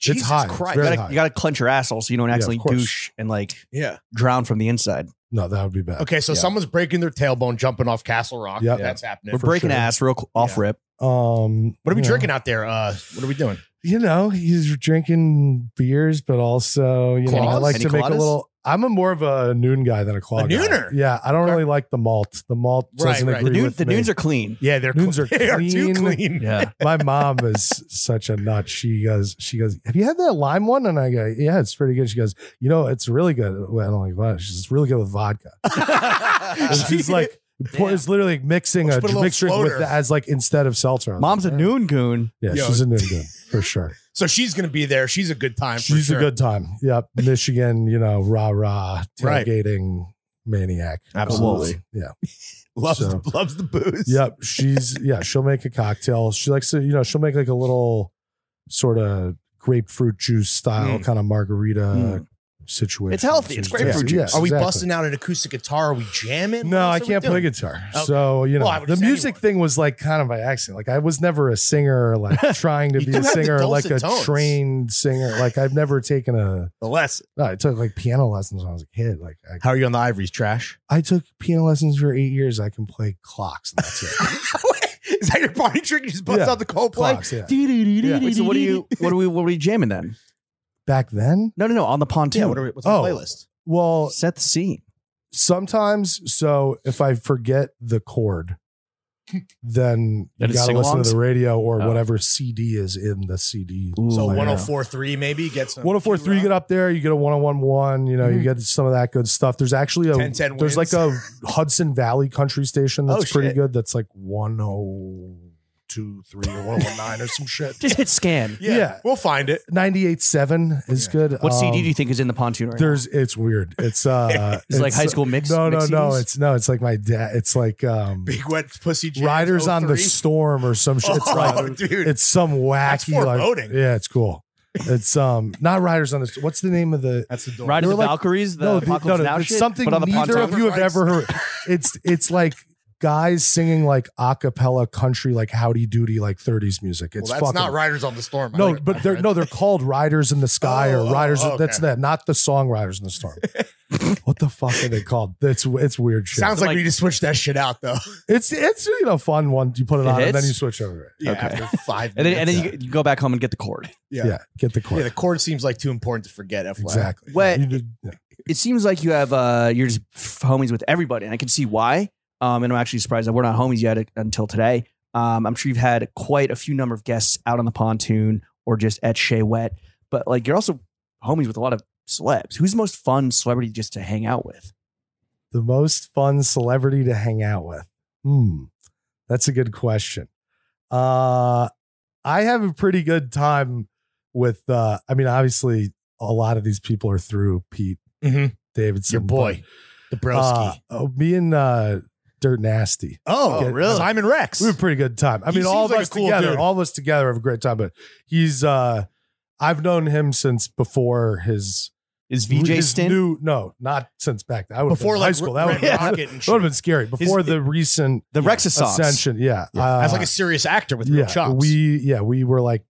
S3: Jesus
S2: it's high. It's
S3: Christ.
S1: You
S2: very
S1: gotta,
S2: high.
S1: you gotta clench your asshole so you don't
S2: of
S1: accidentally
S2: course.
S1: douche and like
S3: Yeah.
S1: drown from the inside.
S2: no, that would be bad.
S3: Okay, so
S2: Yeah.
S3: someone's breaking their tailbone jumping off Castle Rock.
S2: Yep.
S3: That's happening.
S1: We're breaking
S2: sure.
S1: ass real qu- off
S3: Yeah.
S1: rip.
S2: Um,
S3: What are we
S2: you know.
S3: drinking out there? Uh, what are we doing?
S2: you know, he's drinking beers, but also, you know, I
S1: Claws?
S2: like
S1: Any
S2: to make a
S1: claws?
S2: little. I'm a more of a noon guy than a claw
S3: A
S2: guy.
S3: nooner?
S2: Yeah, I don't
S3: Okay.
S2: really like the malt. The malt
S3: Right,
S2: doesn't
S3: right.
S1: The,
S2: agree
S1: dude,
S2: with
S1: the
S2: me.
S1: dunes are clean.
S3: Yeah, they're
S2: Noons
S3: cl-
S2: are
S3: they are too
S2: clean.
S3: clean.
S1: Yeah.
S2: My mom is such a nut. She goes, she goes, have you had that lime one? And I go, yeah, it's pretty good. She goes, you know, it's really good. Well, I'm like, what? She says, it's really good with vodka. And she's like, pour,
S1: Damn.
S2: it's literally like mixing
S3: Let's
S2: a
S3: put a little
S2: mixture with
S3: floater.
S2: the, as like instead of seltzer. I was
S1: Mom's a
S2: like,
S1: noon goon.
S2: Yeah,
S3: Yo.
S2: she's a noon dude, for sure.
S3: So she's gonna be there. She's a good time. for
S2: She's
S3: sure.
S2: a good time. Yep. Michigan, you know, rah rah,
S3: Right.
S2: tailgating maniac.
S3: Absolutely.
S2: Yeah.
S3: loves
S2: so-
S3: the, loves the booze.
S2: Yep. She's, yeah, she'll make a cocktail. She likes to, you know, she'll make like a little sort of grapefruit juice style
S3: Mm.
S2: kind of margarita situation.
S1: healthy. It's grapefruit
S2: Yeah,
S1: juice.
S2: yes,
S3: Are we
S2: exactly.
S3: busting out an acoustic guitar? Are we jamming?
S2: No,
S3: What
S2: I
S3: else are we
S2: can't play
S3: doing?
S2: guitar.
S3: Okay.
S2: So, you know,
S3: Well, I would
S2: the
S3: just say
S2: music
S3: anyone.
S2: thing was like kind of by accident. Like I was never a singer, or, like trying to
S3: You
S2: be
S3: do
S2: a
S3: have the
S2: singer, or, like
S3: dulcet
S2: a
S3: tones.
S2: trained singer. Like I've never taken a,
S3: The lesson.
S2: no, I took like piano lessons when I was a kid. Like I,
S3: How are you on the ivories? Trash.
S2: I took piano lessons for eight years. I can play clocks. And that's it.
S3: Is that your party trick? You just bust
S2: Yeah.
S3: out the Coldplay.
S2: clocks. Yeah.
S1: Wait, so what are you? What are we? What are we jamming then?
S2: Back then,
S1: No, no, no. On the pontoon.
S3: Yeah, what are we, what's on the
S2: Oh.
S3: playlist?
S2: well,
S1: Set the scene.
S2: sometimes so if I forget the chord, then
S1: Then it's
S2: you gotta listen to
S1: sing-alongs?
S2: the radio or
S1: Oh.
S2: whatever CD is in the CD.
S3: So
S2: player.
S3: 1043 maybe gets some
S2: 1043 you get up there you get a 1011 you know you
S1: Mhm.
S2: get some of that good stuff there's actually a
S3: 1010
S2: there's like
S3: wins.
S2: a hudson valley country station
S3: Oh,
S2: that's pretty
S3: shit.
S2: good that's like 1023 or 109 or some shit
S1: Just hit scan.
S3: Yeah,
S2: Yeah.
S3: We'll find it.
S2: 987 is
S3: Yeah.
S2: good
S1: What CD do you
S2: Um,
S1: think is in the pontoon right
S2: there's it's weird it's uh
S1: now? Is it like high school mix?
S2: no no
S1: mix
S2: no
S1: CDs?
S2: it's no it's like my dad it's like um
S3: Big wet pussy. Jams,
S2: riders on the
S3: 03.
S2: storm or some shit it's
S3: oh,
S2: like
S3: dude.
S2: it's some wacky like
S3: foreboding.
S2: yeah it's cool it's um not riders on the what's the name of the
S3: that's the door.
S1: Riders
S2: They
S1: of
S2: were like-
S1: Valkyries. The
S2: th-
S1: Apocalypse Now
S2: it's
S1: shit,
S2: something
S1: but on the
S2: neither
S1: pontoon.
S2: of you have
S3: Rights.
S2: ever heard. It's it's like guys singing like a cappella country like howdy doody like 30s music.
S3: Well,
S2: It's
S3: that's
S2: fucking,
S3: not Riders on the Storm.
S2: No, but they're no, they're called Riders in the Sky
S3: Oh,
S2: or Riders.
S3: oh,
S2: That's
S3: okay.
S2: that, not the song Riders in the Storm. what the fuck are they called? It's it's weird shit.
S3: Sounds
S1: So,
S3: like,
S1: like-
S3: we need to switch that shit out though.
S2: it's it's you know fun one. You put it,
S1: It
S2: on and then
S1: hits?
S2: you switch over. it.
S3: Yeah,
S1: Okay.
S3: after five.
S1: And then, and
S3: minutes.
S1: then you, you go back home and get the cord.
S2: Yeah, get the chord.
S3: Yeah, the chord seems like too important to forget. FYI.
S2: exactly.
S1: Wait.
S2: You did- yeah.
S1: It seems like you have uh, you're just homies with everybody, and I can see why. Um, and I'm actually surprised that we're not homies yet uh, until today. Um, I'm sure you've had quite a few number of guests out on the pontoon or just at Shea Wet, but like you're also homies with a lot of celebs. Who's the most fun celebrity just to hang out with?
S2: the most fun celebrity to hang out with? Hmm. That's a good question. Uh I have a pretty good time with uh I mean obviously a lot of these people are through Pete
S3: Mhm.
S2: Davidson.
S3: Your boy, the
S2: but,
S3: broski.
S2: uh, oh, me and uh Dirt Nasty.
S3: oh,
S2: okay.
S3: really? Simon Rex.
S2: We have a pretty good time. I
S3: He
S2: mean all of
S3: seems like a
S2: us
S3: cool
S2: together,
S3: dude.
S2: all of us together have a great time, but he's uh I've known him since before his
S1: Is VJ
S2: his
S1: Stin?
S2: new no, not since back then. I would
S3: Before
S2: before high
S3: like
S2: school.
S3: Red
S2: That would
S3: Rocket
S2: have
S3: and shit.
S2: been scary. Before the recent
S1: the Rexus songs.
S2: Ascension, yeah. Uh,
S3: As like a serious actor with real
S2: yeah,
S3: chops.
S2: We yeah, we were like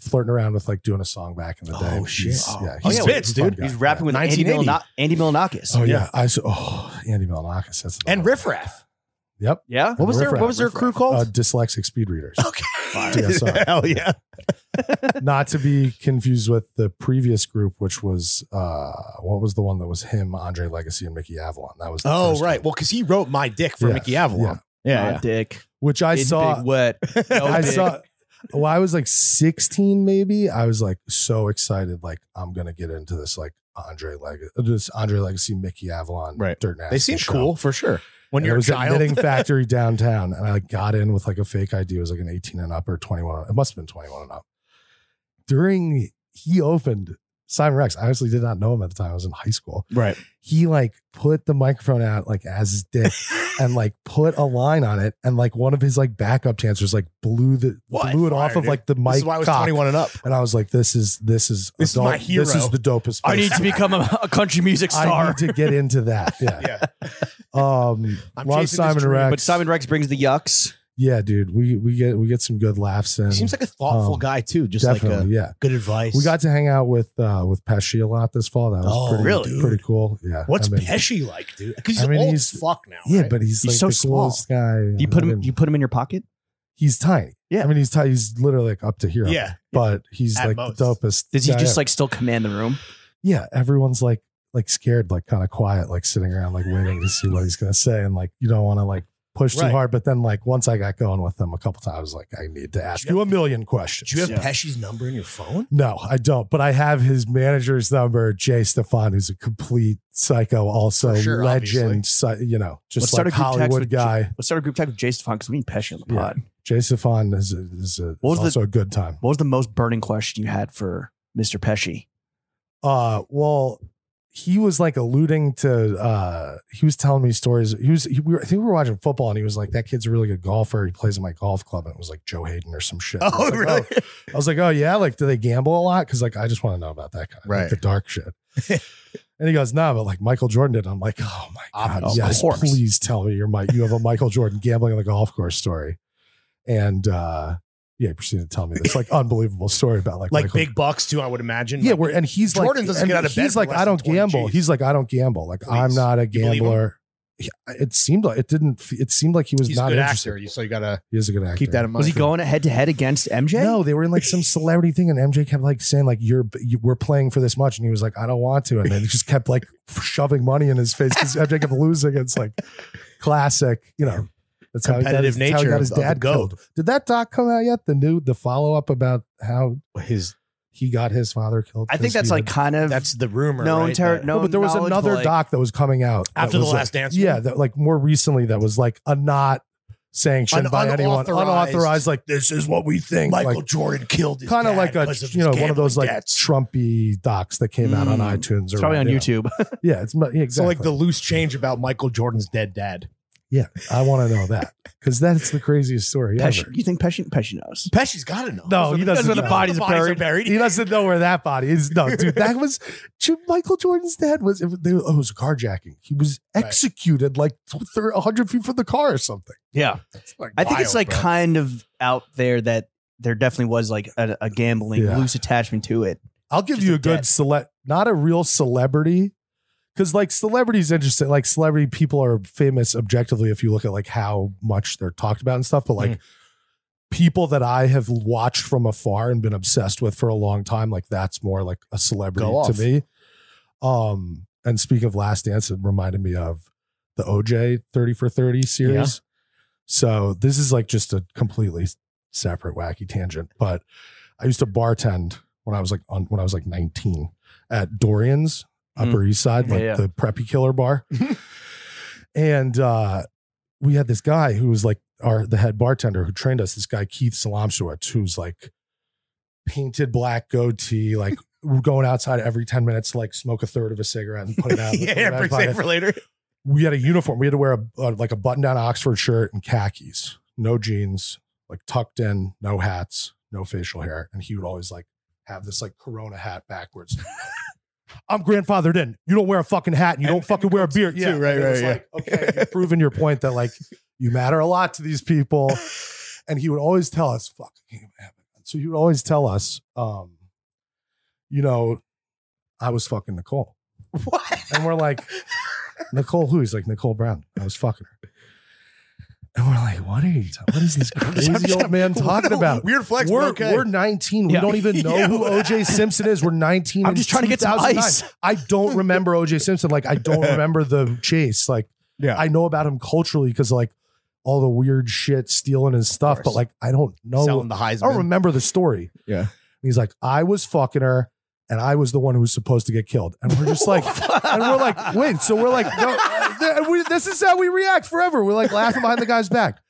S2: flirting around with like doing a song back in the day.
S3: Oh, shit.
S2: He's-
S3: Oh.
S2: yeah,
S3: Oh,
S1: yeah,
S2: a
S1: Fitz,
S2: fun
S3: dude.
S2: guy.
S1: He's rapping with Andy,
S3: 1980.
S1: Milina- Andy Milanakis.
S2: Oh yeah, I saw. Oh, Andy Malakis. That's
S3: and
S2: another-
S3: Riff Raff.
S2: Yep.
S1: yeah.
S2: What was their- what
S3: was their crew
S2: Uh,
S3: called?
S2: dyslexic speed readers,
S3: Okay.
S2: DSR.
S3: Hell yeah.
S2: not to be confused with the previous group, which was uh, what was the one that was him, Andre Legacy, and Mickey Avalon. That was the
S3: Oh,
S2: first
S3: right.
S2: one.
S3: Well, because he wrote My Dick for
S2: Yeah,
S3: Mickey Avalon.
S1: Yeah, Dick.
S2: Which I
S1: It's
S2: saw.
S1: Big wet. No
S2: I
S1: big.
S2: saw. Well, I was like 16, maybe. I was like so excited, like I'm gonna get into this, like Andre Legacy, this Andre Legacy, Mickey Avalon,
S3: Right.
S2: Dirt Nasty
S3: They seem
S2: show.
S3: cool for sure. When
S2: And
S3: you're
S2: it was
S3: a
S2: at Knitting
S3: child.
S2: Factory downtown, and I got in with like a fake ID. It was like an 18 and up or 21. It must have been 21 and up. During he opened Simon Rex. I honestly did not know him at the time. I was in high school
S3: Right.
S2: he like put the microphone out like as his dick and like put a line on it and like one of his like backup dancers like blew the
S3: What?
S2: blew it off
S3: Fired
S2: of
S3: it.
S2: like the mic
S3: This is why I was
S2: cock.
S3: 21 and up.
S2: and I was like this is this is
S3: This is my hero.
S2: this is the dopest
S1: I
S2: place.
S1: need to become a, a country music
S2: I
S1: star.
S2: need to get into that yeah,
S3: Yeah.
S2: um
S3: I'm
S2: love
S3: chasing this
S2: Simon
S3: dream,
S2: Rex
S1: But Simon Rex brings the yucks.
S2: yeah dude we we get we get some good laughs in
S3: He seems like a thoughtful
S2: Um,
S3: guy too. Just like
S2: definitely
S3: a
S2: yeah
S3: good advice.
S2: we got to hang out with uh with Pesci a lot this fall that was
S3: Oh,
S2: pretty
S3: really?
S2: pretty cool yeah
S3: What's
S2: I mean-
S3: Pesci like, dude? Because he's
S2: I mean,
S3: old
S2: he's-
S3: as fuck now.
S2: yeah
S3: right?
S2: but he's,
S1: He's
S2: like
S1: so
S2: the
S1: small.
S2: coolest guy
S1: You put
S2: I
S1: him.
S2: didn't-
S1: You put him in your pocket.
S2: he's tiny.
S1: Yeah.
S2: I mean, he's tiny. He's literally like up to here.
S3: yeah.
S2: But he's
S3: At
S2: like
S3: most.
S2: the dopest.
S1: Does he
S2: guy
S1: just
S2: ever.
S1: like still command the room?
S2: yeah, everyone's like, like scared, like kind of quiet, like sitting around, like waiting to see what he's going to say. And like, you don't want to like push
S3: Right.
S2: too hard. But then like, once I got going with him a couple times, I was like, I need to ask
S3: you
S2: you a million questions.
S3: Do you have
S1: Yeah.
S3: Pesci's number in your phone?
S2: no, I don't, but I have his manager's number, Jay Stefan, who's a complete psycho, also
S3: For sure, obviously.
S2: legend, psy- you know,
S1: Let's
S2: just
S1: start
S2: like
S1: a group text
S2: Hollywood
S1: with
S2: guy.
S1: Let's start a group chat with Jay Stefan because we need Pesci on the
S2: Yeah.
S1: pod.
S2: Jay Stefan is, a, is, a, is
S1: What was the-
S2: also a good time.
S1: What was the most burning question you had for Mr. Pesci?
S2: Uh, well, he was like alluding to uh he was telling me stories he was he, we were, i think we were watching football and he was like that kid's a really good golfer he plays in my golf club and it was like joe hayden or some
S1: Oh,
S2: shit And
S3: Oh,
S2: I was like, I was like, oh yeah, like do they gamble a lot? Because like I just want to know about that kind of
S3: Right.
S2: the dark shit. and he goes, no, but like Michael Jordan did. And I'm like, oh my god,
S3: Of
S2: yes,
S3: course.
S2: please tell me you're my you have a Michael Jordan gambling on the golf course story. And uh yeah, he proceeded to tell me this like unbelievable story about like
S3: like
S2: Michael-
S3: big bucks too. I would imagine.
S2: yeah,
S3: Like,
S2: where and he's
S3: Jordan
S2: like
S3: doesn't
S2: and
S3: get out of bed
S2: He's
S3: for
S2: like
S3: less
S2: I
S3: than
S2: don't
S3: 20
S2: gamble.
S3: Gs.
S2: He's like I don't gamble. Like I'm
S3: Please.
S2: not a
S3: You believe him?
S2: gambler. Yeah, It seemed like it didn't. It seemed like he was
S3: he's
S2: not
S3: a good
S2: interested.
S3: actor, so you gotta
S2: He is a good actor.
S3: keep that in mind.
S1: Was he going head to head against MJ?
S2: No, they were in like some celebrity thing, and MJ kept like saying like you're you, we're playing for this much, and he was like I don't want to, and then he just kept like shoving money in his face because MJ kept losing. It's like classic, you know. That's how he got
S3: Competitive
S2: his- how he
S3: nature
S2: got his
S3: of- of the
S2: dad
S3: goat.
S2: killed. Did that doc come out yet? The new the follow up about how
S3: His
S2: he got his father killed.
S1: I think
S2: 'cause
S1: that's
S2: he
S1: like
S2: would-
S1: kind of
S3: that's the rumor.
S1: known
S3: right?
S1: terror.
S3: That-
S1: No,
S2: but there was
S1: knowledge,
S2: another
S1: like,
S2: doc that was coming out that
S3: after the
S2: was, like-
S3: last dance.
S2: Yeah, that like more recently that was like a not sanctioned
S3: An
S2: by anyone,
S3: unauthorized-
S2: unauthorized. Like this is what we think.
S3: Michael
S2: like,
S3: Jordan killed his
S2: kind of
S3: dad
S2: like a
S3: 'cause of
S2: you know
S3: his
S2: one of those like
S3: gambling debts.
S2: Trumpy docs that came out on
S1: Mm.
S2: iTunes or
S1: It's probably on
S2: yeah.
S1: YouTube.
S2: Yeah, it's mu- yeah, exactly.
S3: So like the loose change about Michael Jordan's dead dad.
S2: I want to know that because that's the craziest story ever.
S1: Pesci, you think Pesci, Pesci knows?
S3: Pesci's got to know.
S2: No, he doesn't
S3: That's where the
S2: know.
S3: bodies,
S1: The
S3: are
S1: bodies are
S3: buried.
S2: He doesn't know where that body is. No, dude, that was Ju- Michael Jordan's dad was it, was- they, oh, it was a carjacking. He was
S3: Right.
S2: executed like th- thir- 100 feet from the car or something.
S1: Yeah, I think it's like kind of out there that there definitely was like a, a gambling
S2: Yeah.
S1: loose attachment to it.
S2: I'll give
S1: Just
S2: you
S1: a
S2: a good
S1: dead.
S2: select, not a real celebrity, because like celebrities interesting. Like celebrity people are famous objectively if you look at like how much they're talked about and stuff. But
S1: Mm.
S2: like people that I have watched from afar and been obsessed with for a long time, like that's more like a celebrity
S3: Go
S2: to
S3: off.
S2: me. Um, and speaking of Last Dance, it reminded me of the OJ Thirty for Thirty series. So this is like just a completely separate wacky tangent, but I used to bartend when I was like on when I was like 19 at Dorian's
S1: Mm.
S2: Upper East Side,
S1: Yeah,
S2: like
S1: yeah.
S2: the preppy killer bar. and uh we had this guy who was like our the head bartender who trained us, this guy Keith Salamsewicz, who's like painted black goatee, like going outside every 10 minutes to like smoke a third of a cigarette and put it out. and put it
S3: yeah,
S2: out
S3: yeah,
S2: his
S3: for
S2: pocket
S3: save for later.
S2: we had a uniform. We had to wear a, a like a button down Oxford shirt and khakis, no jeans, like tucked in, no hats, no facial hair. And he would always like have this like Corona hat backwards. I'm grandfathered in. You don't wear a fucking hat and you
S3: And-
S2: don't fucking wear a beard.
S3: too,
S2: yeah,
S3: right,
S2: And it was
S3: right,
S2: like,
S3: yeah.
S2: okay, you've proven your point that like you matter a lot to these people. And he would always tell us, fuck, I can't even have it. So he would always tell us, um, you know, I was fucking Nicole.
S3: What?
S2: And we're like, Nicole who? He's like, Nicole Brown. I was fucking her. And we're like, what are you ta- What is this crazy old man talking about?
S3: Weird flex.
S2: We're,
S3: We're, okay.
S2: we're 19.
S1: Yeah.
S2: We don't even know
S3: Yeah.
S2: who OJ Simpson is. We're 19.
S1: I'm
S2: in
S1: just trying to get some
S2: 2009.
S1: ice.
S2: I don't remember OJ Simpson. Like, I don't remember the chase. Like,
S3: yeah.
S2: I know about him culturally because, like, all the weird shit, stealing his stuff, but,
S3: course.
S2: like, I don't know.
S3: selling the
S2: I don't
S3: Heisman.
S2: remember the story.
S3: Yeah.
S2: And he's like, I was fucking her and I was the one who was supposed to get killed. And we're just like, and we're like, wait. So we're like, no, th- we, this is how we react forever. We're like laughing behind the guy's back.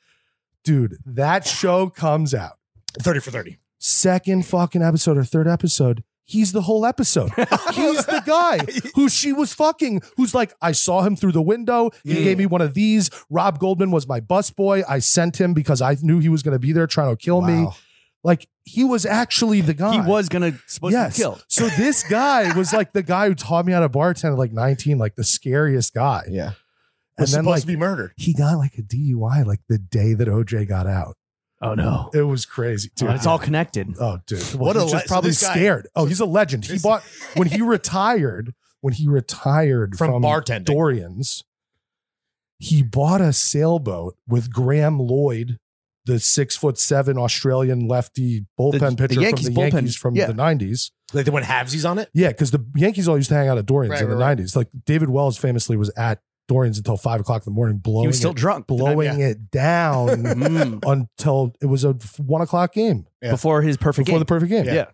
S2: Dude, that show comes out.
S3: Thirty for thirty.
S2: Second fucking episode or third episode. He's the whole episode. He's the guy who she was fucking, who's like, I saw him through the window. He
S1: Mm.
S2: gave me one of these. Rob Goldman was my busboy. I sent him because I knew he was going to be there trying to kill me. Like, he was actually the guy.
S1: He was gonna supposed
S2: Oh, Yes.
S1: to be killed.
S2: So this guy was like the guy who taught me how to bartend at like 19, like the scariest guy.
S3: Yeah.
S2: And
S3: Was
S2: then
S3: supposed
S2: like
S3: to be murdered.
S2: he got like a DUI like the day that OJ got out.
S1: Oh no,
S2: It was crazy. Dude,
S1: Dude, it's all connected.
S2: Oh, dude.
S3: What
S2: what a
S3: a le-
S2: just
S3: so
S2: probably
S3: this guy-
S2: scared. Oh, he's a legend. He
S3: This-
S2: bought when he retired, when he retired
S3: From
S2: from,
S3: bartending.
S2: Dorian's, he bought a sailboat with Graham Lloyd, the six foot seven Australian lefty bullpen
S1: the
S2: pitcher
S1: Yankees
S2: from the
S1: bullpen,
S2: Yankees from
S1: yeah.
S2: the 90s.
S3: Like they went halvesies on it.
S2: Yeah, because the Yankees all used to hang out at Dorian's
S3: Right,
S2: in the
S3: right, right.
S2: 90s. Like David Wells famously was at Dorian's until five o'clock in the morning, blowing,
S1: He was still
S2: it,
S1: drunk.
S2: blowing it down
S1: Mm.
S2: until it was a f- one o'clock game
S3: Yeah.
S1: Before his perfect
S2: before
S1: game.
S2: the perfect game.
S1: yeah.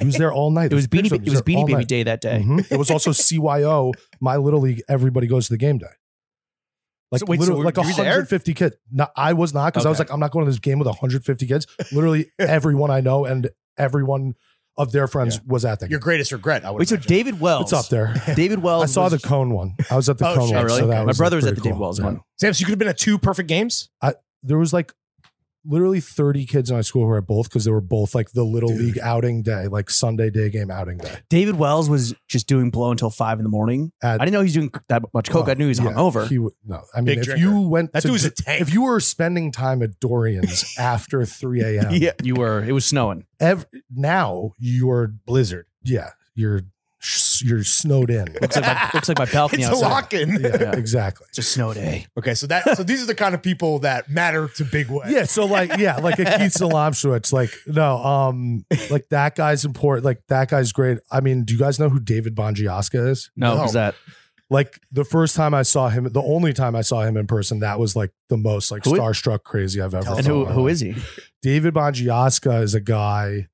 S2: He was there all night.
S1: it was
S2: There's
S1: Beanie.
S2: pictures of
S1: Ba-
S2: him.
S1: It was Beanie Baby
S2: He there all night.
S1: Day that day.
S2: Mhm. It was also CYO, My Little League, everybody goes to the game day. Like
S1: So wait, so
S2: literally, like
S1: were you there?
S2: 150 kids. No, I was not because I was
S1: Okay.
S2: like, I'm not going to this game with 150 kids. Literally everyone I know and everyone of their friends was at that.
S3: Your
S2: Game.
S3: greatest regret, I would
S1: Wait, so
S3: imagine.
S1: David Wells.
S2: It's up there.
S1: David Wells.
S2: I saw
S1: was-
S2: the cone one. I was at the
S3: Oh,
S2: cone
S3: shit.
S2: one.
S3: Oh, really?
S2: So that
S1: My
S2: was,
S1: brother was at
S2: pretty
S1: the Dave
S2: cool.
S1: Wells
S2: Yeah.
S1: one.
S3: Sam, so you could have been at two perfect games.
S2: There was like literally 30 kids in my school who were at both because they were both like the little
S3: Dude.
S2: league outing day, like Sunday day game outing day.
S1: David Wells was just doing blow until five in the morning.
S2: At-
S1: I didn't know he was doing that much coke. I knew he was
S2: Yeah,
S1: hungover.
S2: He w- no, I mean,
S3: Big
S2: if
S3: drinker.
S2: you went
S3: That
S2: to,
S3: dude was a
S2: d-
S3: tank.
S2: if you were spending time at Dorian's after 3 a.m.,
S1: yeah, you were. It was snowing.
S2: ev- now you're blizzard. Yeah, you're sh- you're snowed in.
S1: Looks like my, looks like my balcony
S3: it's a
S1: outside.
S3: lock in.
S2: yeah,
S1: Yeah.
S2: exactly.
S1: It's a snow day.
S3: Okay, so that so these are the kind of people that matter to Big Way.
S2: Yeah, so like yeah, like a Keith Salamswitz, like no, um, like that guy's important. Like that guy's great. I mean, do you guys know who David Bongiaska is?
S1: No,
S3: No.
S1: was that
S2: Like the first time I saw him, the only time I saw him in person, that was like the most like
S1: Who i-
S2: starstruck crazy I've ever.
S1: and who
S2: felt.
S1: who is he?
S2: David Bongiaska is a guy.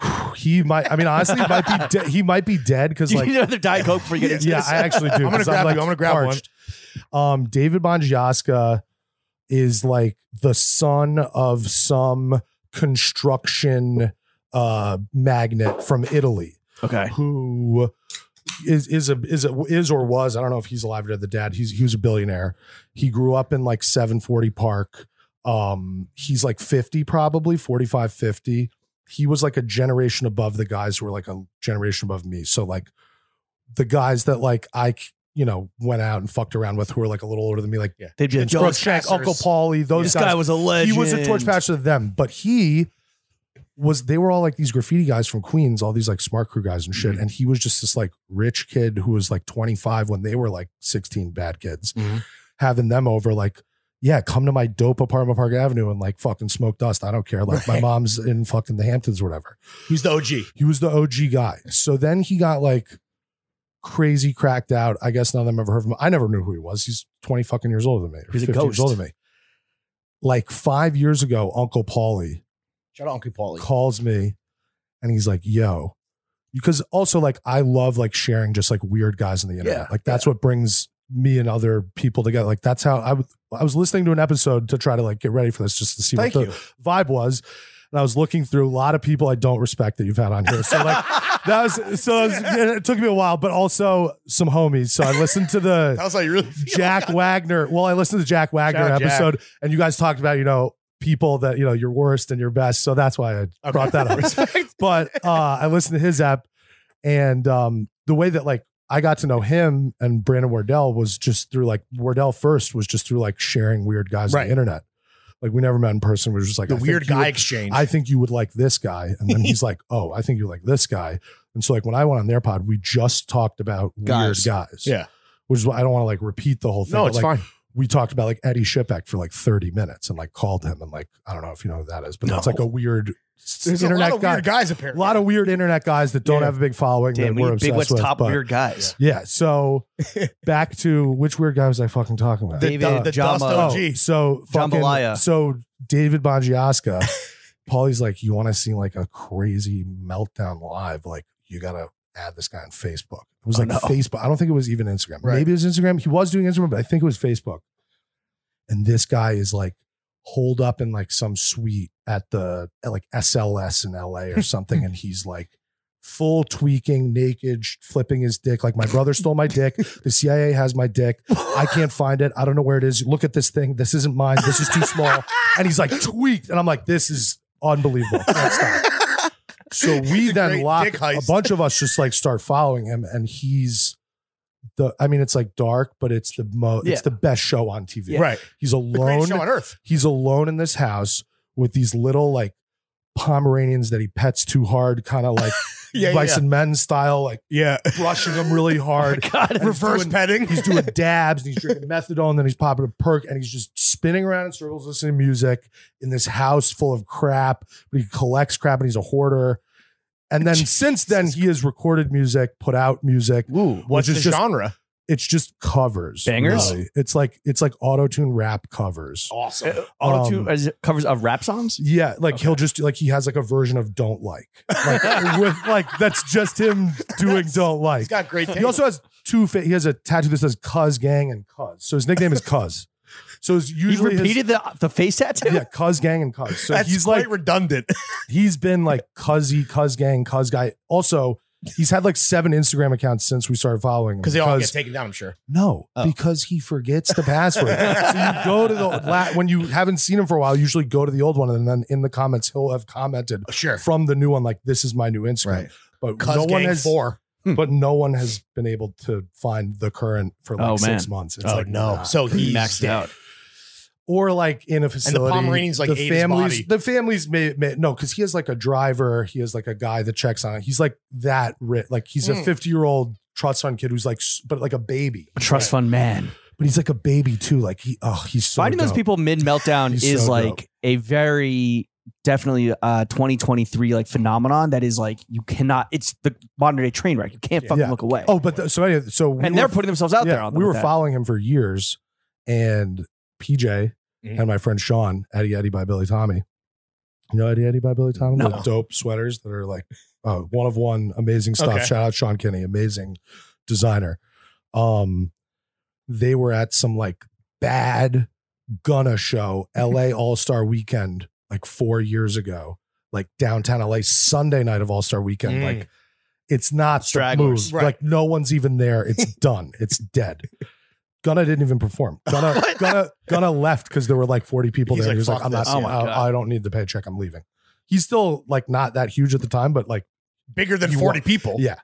S2: He might. I mean, honestly, he might be. De- he might be dead because
S1: you
S2: like
S1: need another diet coke before you get into
S2: yeah,
S1: this?
S2: I actually do.
S3: I'm gonna
S2: 'cause
S3: grab you. I'm gonna grab one.
S2: one. Um, David Bongiaska is like the son of some construction uh magnet from Italy
S1: okay.
S2: who is is a is a, is or was I don't know if he's alive or dead. The dad he's he was a billionaire. He grew up in like 740 Park. Um, he's like 50 probably 45 50. He was like a generation above the guys who were like a generation above me. So like the guys that like I you know went out and fucked around with who were like a little older than me like
S1: They'd be like,
S2: Vince
S1: Joe, this
S2: Crookshank, Uncle Paulie, those guys
S1: guy was a legend.
S2: he was a torch passer to them, but he was they were all like these graffiti guys from Queens, all these like smart crew guys and shit. And he was just this like rich kid who was like 25 when they were like 16 bad kids,
S3: Mhm.
S2: having them over like, yeah, come to my dope apartment Park Avenue and like fucking smoke dust. I don't care. Like my
S3: Right.
S2: mom's in fucking the Hamptons or whatever.
S3: He's the OG.
S2: He was the OG guy. So then he got like crazy cracked out. I guess none of them ever heard of him. I never knew who he was. He's 20 fucking years older than me. or
S1: He's a
S2: 15
S1: ghost.
S2: years older than me. Like five years ago, Uncle Paulie
S3: Shout out Uncle Paulie.
S2: calls me and he's like, yo, because also like I love like sharing just like weird guys on the internet.
S3: Yeah,
S2: like that's what brings me and other people together. Like that's how I w- I was listening to an episode to try to like get ready for this just to see
S3: Thank
S2: what
S3: you.
S2: the vibe was. And I was looking through a lot of people I don't respect that you've had on here. So like that was so that was- it took me a while, but also some homies. So I listened to the
S3: That was how you really feel.
S2: Jack Wagner. Well, I listened to Jack Wagner
S3: out Jack.
S2: episode, and you guys talked about you know people that you know your worst and your best. So that's why I brought that up.
S3: Respect.
S2: but uh, I listened to his app, and um, the way that like I got to know him and Brandon Wardell was just through like Wardell first was just through like sharing weird guys on
S3: Right.
S2: the internet. Like we never met in person. We were just like
S3: the
S2: I think
S3: weird
S2: you
S3: guy
S2: would-
S3: exchange.
S2: I think you would like this guy. And then he's like, oh, I think you like this guy. And so like when I went on their pod, we just talked about
S3: Guys.
S2: weird guys.
S3: Yeah.
S2: Which is why I don't want to like repeat the whole thing.
S3: no,
S2: but,
S3: it's
S2: like,
S3: fine.
S2: We talked about like Eddie Shipek for like 30 minutes and like called him and like, I don't know if you know who that is, but that's
S1: No.
S2: like a weird s-
S3: There's
S2: internet
S3: a lot of
S2: guy.
S3: weird guys
S2: a
S3: apparently.
S2: lot of weird internet guys that don't
S3: Yeah.
S2: have a big following
S1: Damn,
S2: that
S1: we
S2: we're
S1: need Big
S2: obsessed
S1: West
S2: with.
S1: top
S2: but-
S1: weird guys.
S2: Yeah. So back to which weird guy was I fucking talking about?
S1: The- David
S3: the, the
S1: Jama.
S3: Dust
S2: Oh,
S3: OG.
S2: so fucking,
S1: Jambalaya.
S2: So David Bongiaska, Paulie's like, you want to see like a crazy meltdown live? Like you gotta add this guy on Facebook. It was
S1: Oh,
S2: like
S1: no.
S2: Facebook. I don't think it was even Instagram.
S3: Right.
S2: Maybe it was Instagram. He was doing Instagram, but I think it was Facebook. And this guy is like holed up in like some suite at the at like SLS in LA or something, and he's like full tweaking, naked, sh- flipping his dick. Like my brother stole my dick. The CIA has my dick. I can't find it. I don't know where it is. Look at this thing. This isn't mine. This is too small. And he's like tweaked, and I'm like, this is unbelievable. Can't stop. So we
S3: The
S2: then
S3: great
S2: lock
S3: dick
S2: a
S3: heist.
S2: bunch of us just like start following him, and he's the. I mean, it's like dark, but it's the mo.
S1: Yeah.
S2: It's the best show on TV.
S3: Right.
S2: He's
S3: The greatest
S2: alone.
S3: show on earth.
S2: He's alone in this house with these little like Pomeranians that he pets too hard, kind of like
S3: Yeah, yeah,
S2: Vice
S3: yeah.
S2: and Men style, like
S3: Yeah.
S2: brushing them really hard.
S1: God,
S3: Reverse
S2: doing-
S3: petting.
S2: He's doing dabs and he's drinking methadone, and then he's popping a perk and he's just spinning around in circles listening to music in this house full of crap. But he collects crap and he's a hoarder. And then since then, he has recorded music, put out music.
S1: Ooh,
S3: What's
S2: which
S3: the
S2: is just-
S3: genre?
S2: It's just covers.
S1: Bangers?
S2: really. It's like it's like auto-tune rap covers.
S3: Awesome.
S1: auto tune
S2: Um,
S1: is it covers of rap songs.
S2: Yeah, like
S1: Okay.
S2: he'll just do- like he has like a version of "Don't Like," like with like that's just him doing "Don't
S3: He's
S2: Like."
S3: got great taste.
S2: He also has two. Fa- he has a tattoo that says "Cuz Gang" and "Cuz," so his nickname is Cuz. So it's
S1: He
S2: usually his-
S1: repeated the the face tattoo.
S2: yeah, Cuz Gang and Cuz. So
S3: That's
S2: he's
S3: quite
S2: like
S3: redundant.
S2: he's been like Cuzzy, Cuz Gang, Cuz guy. Also, he's had like seven Instagram accounts since we started following him.
S3: Because they all get taken down, I'm sure.
S2: no,
S1: Oh.
S2: because he forgets the password. so you go to the la- when you haven't seen him for a while, usually go to the old one, and then in the comments he'll have commented
S3: Sure.
S2: from the new one like this is my new Instagram.
S3: Right. Hmm.
S2: But
S3: Cuz
S2: no
S3: Gang
S2: one has
S3: four.
S2: but no one has been able to find the current for like
S1: Oh,
S2: six
S1: man.
S2: months. It's
S3: Oh
S2: like
S3: no.
S2: nah.
S3: So
S1: He
S3: he's
S1: maxed
S3: dead.
S1: out.
S2: or like in a facility.
S3: Pomeranian's, like,
S2: the
S3: ate his
S2: families.
S3: body.
S2: The families may, may no, because he has like a driver. He has like a guy that checks on it. He's like that rich. Like he's a
S3: Mm.
S2: fifty year old trust fund kid who's like, s- but like a baby.
S1: Hmm. A trust fund man.
S2: But he's like a baby too. Like he, oh, he's so.
S1: Finding those
S2: dope.
S1: people mid meltdown
S2: He's
S1: is
S2: so
S1: like
S2: dope.
S1: a very definitely uh 2023 like phenomenon that is like you cannot. It's the modern day train wreck. You can't fucking
S2: Yeah.
S1: look away.
S2: Oh, but the, so anyway, so we
S1: and they're
S2: were-
S1: putting themselves out
S2: yeah,
S1: there. On
S2: we were
S1: following.
S2: following him for years, and PJ
S3: Mhm.
S2: and my friend Sean, Eddie Eddie by Billy Tommy. You know Eddie Eddie by Billy Tommy?
S1: No.
S2: The dope sweaters that are like uh, one of one, amazing stuff.
S3: Okay.
S2: Shout out Sean Kinney, amazing designer. Um, they were at some like bad Gunna show, LA All Star Weekend, like four years ago, like downtown LA, Sunday night of All Star Weekend,
S3: Mm.
S2: like it's not
S1: Stragglers.
S2: stragglers.
S3: Right.
S2: Like no one's even there. It's done. It's dead. Gunna didn't even perform. Gunna Gunna Gunna left because there were like 40 people
S3: He's
S2: there.
S3: like,
S2: he was like,
S3: "Fuck
S2: I'm not
S3: this."
S1: Oh
S2: seeing-
S1: my God.
S2: I, I don't need the paycheck. I'm leaving. He's still like not that huge at the time, but like
S3: bigger than
S2: You
S3: 40 people.
S2: yeah.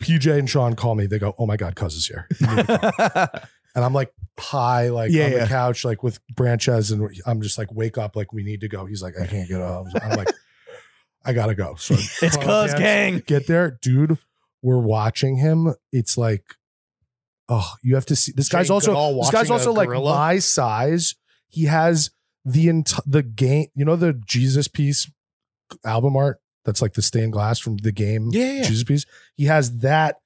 S2: PJ and Sean call me. They go, Oh my God, cuz is here. And I'm like high, like
S3: Yeah,
S2: on
S3: yeah.
S2: the couch, like with branches, and I'm just like, wake up, like we need to go. He's like, I can't get up. I'm like, I gotta go. So I
S1: it's
S2: put on
S1: Cuz
S2: pants,
S1: Gang.
S2: get there, dude. We're watching him. It's like, oh, you have to see. This guy's
S3: Jane
S2: also
S3: Goodall
S2: this guy's
S3: watching a
S2: also like
S3: gorilla.
S2: my size. He has the ent- the game. You know the Jesus piece album art that's like the stained glass from the game
S3: Yeah, yeah.
S2: Jesus piece. He has that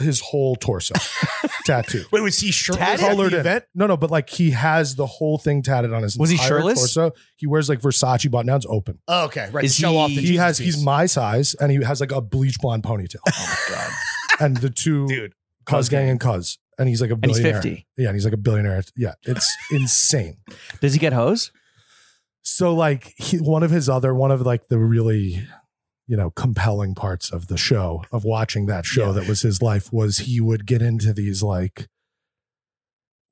S2: his whole torso tattoo.
S3: Wait, was he shirtless at
S1: Tatted?
S3: the
S2: Colored in.
S3: event?
S2: No, no, but like he has the whole thing tatted on his.
S1: Was he
S2: entire
S1: shirtless?
S2: Torso. He wears like Versace button downs open.
S3: Oh, okay, right.
S1: Is
S3: to show
S1: he-
S3: off the
S1: He
S2: He
S3: Jesus
S2: has.
S3: piece.
S2: He's my size, and he has like a bleach blonde ponytail.
S3: oh my god,
S2: and the two
S3: dude.
S2: Cuz Gang and Cuz. And he's like a
S1: And he's
S2: billionaire.
S1: 50.
S2: Yeah, and he's like a billionaire. Yeah, it's insane.
S1: Does he get hose?
S2: So like he, one of his other one of like the really you know compelling parts of the show of watching that show
S3: Yeah.
S2: that was his life was he would get into these like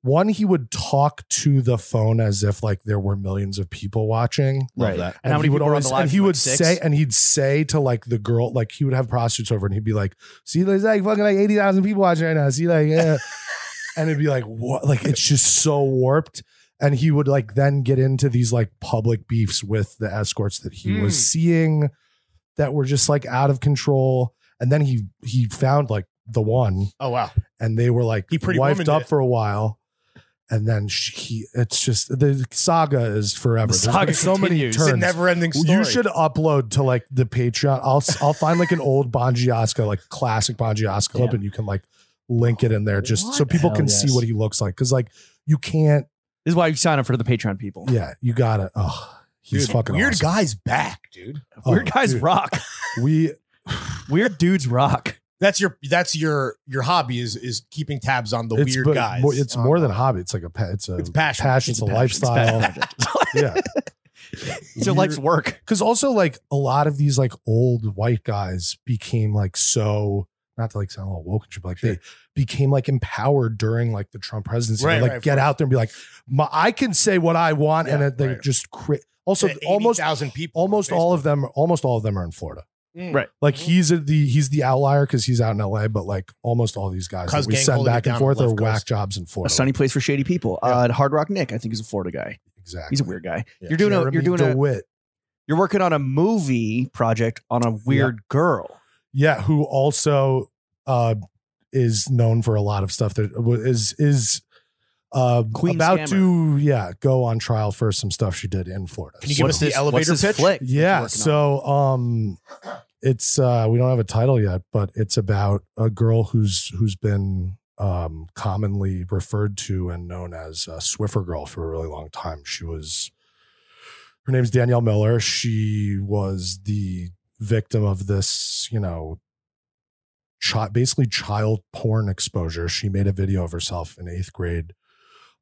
S2: one he would talk to the phone as if like there were millions of people watching
S1: Right.
S3: that.
S1: And, how many
S2: he would
S1: people are on
S2: always
S1: the live?
S2: and he
S1: Like
S2: would
S1: six?
S2: say and he'd say to like the girl like he would have prostitutes over and he'd be like see there's like fucking like 80,000 people watching right now see like yeah and it'd be like what like it's just so warped and he would like then get into these like public beefs with the escorts that he was
S3: Mm.
S2: seeing that were just like out of control and then he he found like the one
S3: Oh wow,
S2: and they were like
S3: He pretty
S2: wiped
S3: womaned
S2: up
S3: it.
S2: for a while and then she, he it's just the saga is forever
S1: The
S2: There's been
S1: saga
S2: so many
S1: continues.
S2: turns
S3: it's a never-ending
S2: well,
S3: story.
S2: You should upload to like the Patreon. I'll I'll find like an old Bongiasca, like classic Bongiasca clip,
S1: Yeah.
S2: and you can like link it in there just so
S1: What?
S2: people
S1: Hell
S2: can see
S1: yes.
S2: what he looks like. Because like you can't,
S1: This is why you sign up for the Patreon people.
S2: yeah, you gotta. Oh, he's
S3: Dude,
S2: fucking
S3: weird
S2: awesome.
S3: guy's back, dude.
S2: Oh,
S1: Weird guys
S2: dude,
S1: rock.
S2: We
S1: Weird dudes rock.
S3: That's your that's your your hobby is is keeping tabs on the
S2: it's
S3: weird
S2: but-
S3: guys.
S2: more- it's
S3: Oh,
S2: more
S3: no.
S2: than a hobby. It's like a pa- it's a
S3: it's
S2: passion.
S3: passion.
S2: It's, a,
S1: passion. It's
S2: lifestyle. yeah.
S1: It's your life's work.
S2: because also like a lot of these like old white guys became like so not to like sound all woke and shit, but like
S3: Sure.
S2: they became like empowered during like the Trump presidency.
S3: Right,
S2: They'd, like
S3: right, of
S2: get
S3: course.
S2: out there and be like, My, I can say what I want, and
S3: Yeah,
S2: it, they
S3: right.
S2: just crit. Also,
S3: To
S2: almost
S3: 80,000 people.
S2: almost
S3: on
S2: all of them, almost all of them are in Florida.
S3: Facebook.
S1: Right.
S2: Like
S3: Mhm.
S2: he's a, the he's the outlier because he's out in L.A., but like almost all these guys
S3: Cuz
S2: that we
S3: gang
S2: send
S3: holding it
S2: back
S3: down
S2: and
S3: on
S2: forth
S3: the
S2: are
S3: left
S2: whack
S3: coast.
S2: jobs in
S1: A
S2: Florida.
S1: sunny place for shady people. Uh, and Hard Rock Nick, I think, is a Florida guy.
S2: exactly.
S1: He's a weird guy.
S3: Yeah.
S1: You're doing a you're
S2: Jeremy
S1: doing a
S2: DeWitt.
S1: you're working on a movie project on a weird girl.
S2: Yeah, who also uh is known for a lot of stuff that w- is is uh
S1: Queen
S2: about
S1: scammer.
S2: to yeah, go on trial for some stuff she did in Florida.
S3: Can you give
S2: So-
S3: us the elevator
S1: what's this
S3: pitch?
S1: flick that you're working
S2: Yeah,
S1: on?
S2: so um it's uh we don't have a title yet, but it's about a girl who's who's been um commonly referred to and known as a Swiffer girl for a really long time. She was her name's Danielle Miller. She was the victim of this, you know, chi- basically child porn exposure. She made a video of herself in eighth grade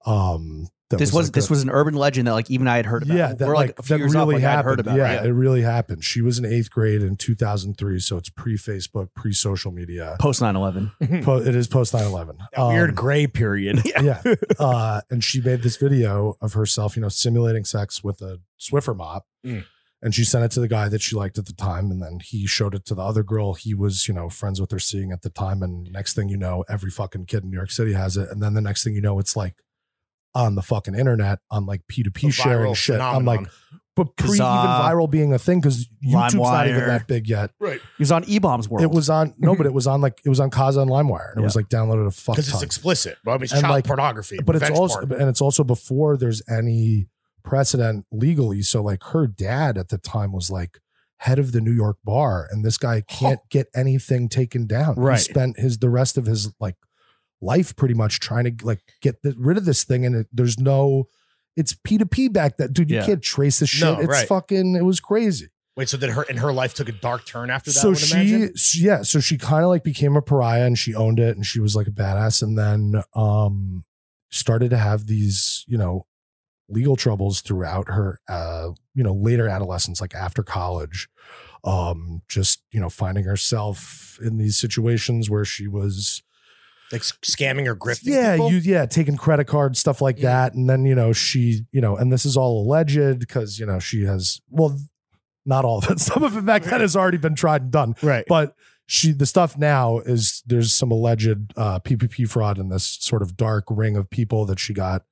S2: Um, that
S1: this was,
S2: like,
S1: this
S2: a-
S1: was an urban legend that like even I had heard about.
S2: yeah, that
S1: We're
S2: like,
S1: a few
S2: that
S1: years
S2: really
S1: off, like, I'd
S2: happened.
S1: heard about. it.
S2: yeah, it really happened. She was in eighth grade in 2003, so it's pre Facebook, pre social media.
S1: Post 9-11.
S2: Po- it is post 9 11.
S3: That weird gray period.
S2: yeah. Uh, and she made this video of herself, you know, simulating sex with a Swiffer mop.
S1: Hmm.
S3: Mm.
S2: And she sent it to the guy that she liked at the time. And then he showed it to the other girl he was, you know, friends with her seeing at the time. And next thing you know, every fucking kid in New York City has it. And then the next thing you know, it's like on the fucking internet on like P2P
S3: Viral
S2: sharing shit. I'm like,
S3: phenomenon.
S2: but pre even
S1: Kazaa,
S2: viral being a thing because YouTube's not even
S1: LimeWire.
S2: that big yet.
S1: He was on E-Bombs World.
S2: It was on, no, but it was on like, it was on Kaza and LimeWire. And it
S1: Yeah.
S2: was like downloaded a fuck ton.
S3: because it's explicit. Well, I mean, it's
S2: And,
S3: child
S2: like,
S3: pornography.
S2: but it's
S3: revenge
S2: also
S3: porn.
S2: and it's also before there's any precedent legally so like her dad at the time was like head of the new york bar and this guy can't get anything taken down
S3: Right.
S2: he spent his the rest of his like life pretty much trying to like get th- rid of this thing and it, there's no it's p2p back that dude you
S1: Yeah.
S2: can't trace this shit
S3: No,
S2: it's
S3: right.
S2: fucking it was crazy
S3: Wait, so then her and her life took a dark turn after that. I
S2: so
S3: would imagine?
S2: she, she- yeah, so she kind of like became a pariah and she owned it and she was like a badass and then um started to have these, you know, legal troubles throughout her uh, you know, later adolescence like after college. Um just, you know, finding herself in these situations where she was
S3: like s- scamming or grifting.
S2: yeah,
S3: people?
S2: you yeah, taking credit cards, stuff like
S3: Yeah.
S2: that. And then, you know, she, you know, and this is all alleged because, you know, she has well not all of it. Some of it back then has already been tried and done
S3: right.
S2: but she the stuff now is there's some alleged uh, PPP fraud in this sort of dark ring of people that she got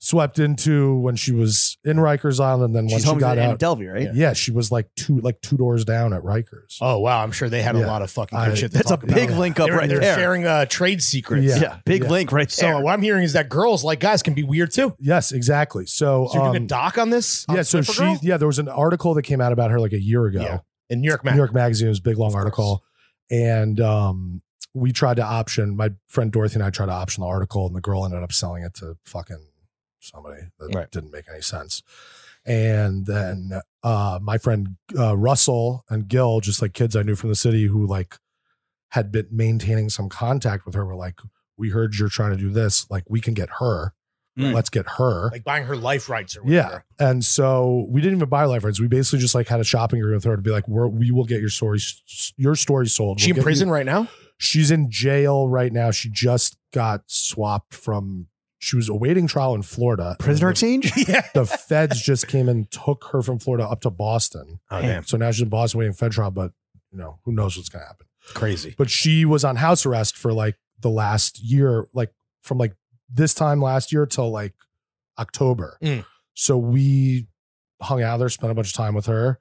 S2: swept into when she was in Rikers Island. And then
S1: She's home
S2: when she
S1: to
S2: got
S1: Anna
S2: out,
S1: Delvey, right?
S2: yeah. she was like two like two doors down at Rikers.
S3: oh wow, I'm sure they had a
S2: Yeah.
S3: lot of fucking good
S2: I-
S3: shit. to
S1: That's a
S3: talk about.
S1: big link up
S3: They're,
S1: right
S3: they're
S1: there.
S3: sharing uh, trade secrets.
S2: Yeah.
S1: yeah, uh, big
S2: Yeah.
S1: link right
S3: So
S1: there.
S3: what I'm hearing is that girls like guys can be weird too.
S2: Yes, exactly. So,
S3: So you're doing
S2: um,
S3: a doc on this? On
S2: yeah, so she
S3: Supergirl?
S2: yeah, there was an article that came out about her like a year ago.
S3: Yeah. in New York,
S2: New
S3: man.
S2: York Magazine was a big long
S3: Of course.
S2: article, and um, we tried to option. My friend Dorothy and I tried to option the article, and the girl ended up selling it to fucking somebody that
S3: Right.
S2: didn't make any sense. And then uh, my friend uh, Russell and Gil, just like kids I knew from the city who like had been maintaining some contact with her, were like, "We heard you're trying to do this. Like, we can get her.
S1: Mm.
S2: Let's get her."
S3: like buying her life rights or
S2: Yeah.
S3: whatever.
S2: And so we didn't even buy life rights. We basically just like had a shopping agreement with her to be like, We're, we will get your story, your story sold.
S3: She
S2: We'll
S3: in
S2: get
S3: prison
S2: you-
S3: right now?
S2: She's in jail right now. She just got swapped from, she was awaiting trial in Florida.
S1: Prisoner
S2: And
S1: exchange?
S3: yeah.
S2: The, the feds just came and took her from Florida up to Boston.
S3: Oh damn.
S2: So now she's in Boston waiting fed trial, but you know, who knows what's going to happen.
S3: Crazy.
S2: But she was on house arrest for like the last year, like from like this time last year till like October.
S3: Mm.
S2: So we hung out there, spent a bunch of time with her.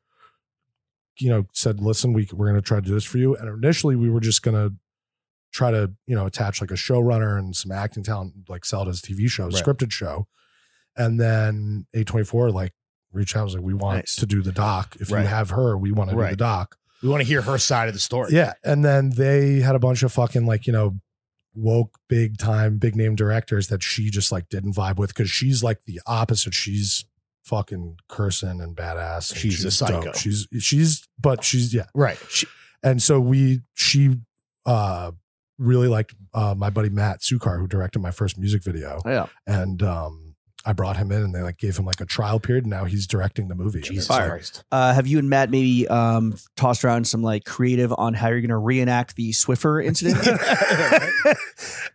S2: You know, said, "Listen, we we're going to try to do this for you." And initially, we were just going to try to you know attach like a showrunner and some acting talent, like sell it as a TV show, a
S3: Right.
S2: scripted show. And then A twenty four like reached out was like, "We want
S1: Nice.
S2: to do the doc. If
S3: Right.
S2: you have her, we want to do
S3: Right.
S2: the doc."
S3: We want to hear her side of the story.
S2: Yeah. And then they had a bunch of fucking like, you know, woke big time, big name directors that she just like didn't vibe with because she's like the opposite. She's fucking cursing and badass. and
S3: She's a psycho.
S2: dope. She's she's but she's yeah.
S3: Right.
S2: And so we she uh really liked uh my buddy Matt Sukar who directed my first music video.
S1: Yeah.
S2: And um I brought him in and they like gave him like a trial period and now he's directing the movie. And
S3: Jesus
S2: it's, like,
S3: Christ.
S1: Uh, have you and Matt maybe um, tossed around some like creative on how you're going to reenact the Swiffer incident? Uh,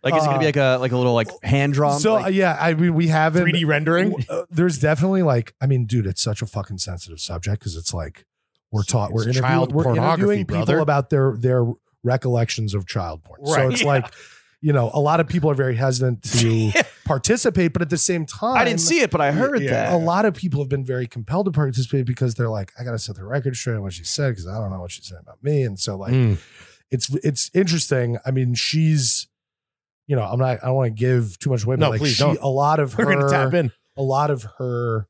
S1: like, is it going to be like a like a little like hand drawn?
S2: so
S1: like-
S2: uh, yeah, I mean we haven't
S3: 3D rendering.
S2: Uh, there's definitely like, I mean, dude, it's such a fucking sensitive subject because it's like we're taught we're
S3: It's
S2: interviewing,
S3: child
S2: we're
S3: pornography,
S2: interviewing people
S3: brother.
S2: about their their recollections of child porn. So
S3: Right.
S2: it's
S3: Yeah.
S2: like, you know, a lot of people are very hesitant to participate, but at the same time,
S1: I didn't see it, but I heard
S3: Yeah.
S1: that.
S2: A lot of people have been very compelled to participate because they're like, I gotta set the record straight on what she said because I don't know what she said about me, and so like
S3: Mm.
S2: it's it's interesting. I mean, she's. You know, I'm not. I don't want to give too much away. But
S3: No,
S2: like
S3: please
S2: she,
S3: don't.
S2: A lot of
S3: We're
S2: her,
S3: going to tap in.
S2: a lot of her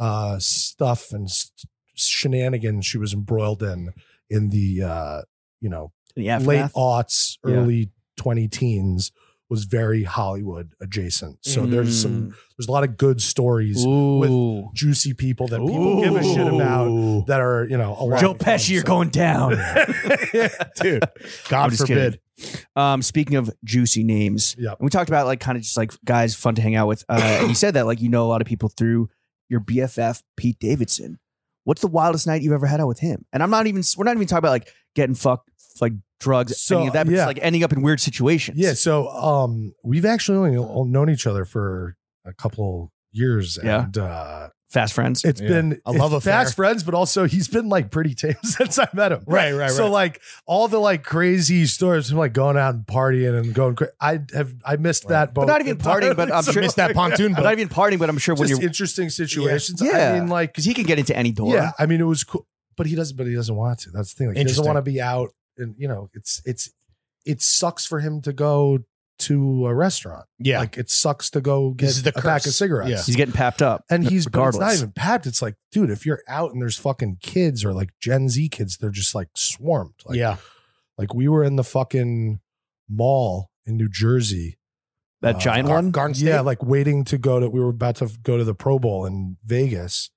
S2: uh, stuff and s shenanigans she was embroiled in in the uh, you know
S1: In the aftermath.
S2: late aughts,
S1: Yeah.
S2: early twenty teens was very Hollywood adjacent. So there's some there's a lot of good stories,
S1: Mm. Ooh.
S2: juicy people that people give a shit about
S3: Ooh.
S2: that are you know around.
S1: Joe Pesci, you're going down.
S3: dude. God
S1: I'm just kidding.
S3: forbid.
S1: Um, speaking of juicy names,
S2: Yep.
S1: and we talked about like kind of just like guys fun to hang out with. Uh, and you said that like you know a lot of people through your BFF Pete Davidson. What's the wildest night you've ever had out with him? And I'm not even we're not even talking about like getting fucked, like drugs,
S2: So,
S1: any of that, but just
S2: yeah.
S1: like ending up in weird situations.
S2: Yeah, so um, we've actually only all known each other for a couple years,
S1: Yeah.
S2: and uh,
S1: fast friends.
S2: it's
S3: Yeah.
S2: been
S3: A love
S2: it's
S3: affair.
S2: fast friends, but also he's been like pretty tame since I met him.
S3: Right, right, right.
S2: So like all the like crazy stories, from like going out and partying and going. Cra- I have I missed that,
S1: But
S2: boat
S1: not even
S2: entirely.
S1: partying, but I'm
S2: So,
S1: sure
S3: missed that pontoon
S1: I'm
S3: boat.
S1: not even partying, but I'm sure when
S2: just
S1: you're
S2: interesting situations.
S1: Yeah.
S2: I mean, like
S1: because he can get into any door.
S2: yeah, I mean, it was cool, but he doesn't. But he doesn't want to. That's the thing. Like, he doesn't
S3: Interesting.
S2: want to be out, and you know, it's it's it sucks for him to go to a restaurant.
S3: yeah.
S2: Like it sucks to go get
S3: This is the
S2: a pack of
S3: curse.
S2: cigarettes.
S3: Yeah.
S1: He's getting papped up.
S2: And he's but it's not
S1: regardless.
S2: even papped. It's like, dude, if you're out and there's fucking kids or like Gen Z kids, they're just like swarmed. Like,
S3: yeah.
S2: Like we were in the fucking mall in New Jersey.
S1: That
S2: Uh,
S1: giant
S2: Gar-
S1: one.
S3: Garden State.
S2: Yeah, like waiting to go to. We were about to go to the Pro Bowl in Vegas,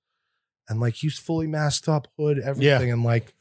S2: and like he's fully masked up, hood, everything, and like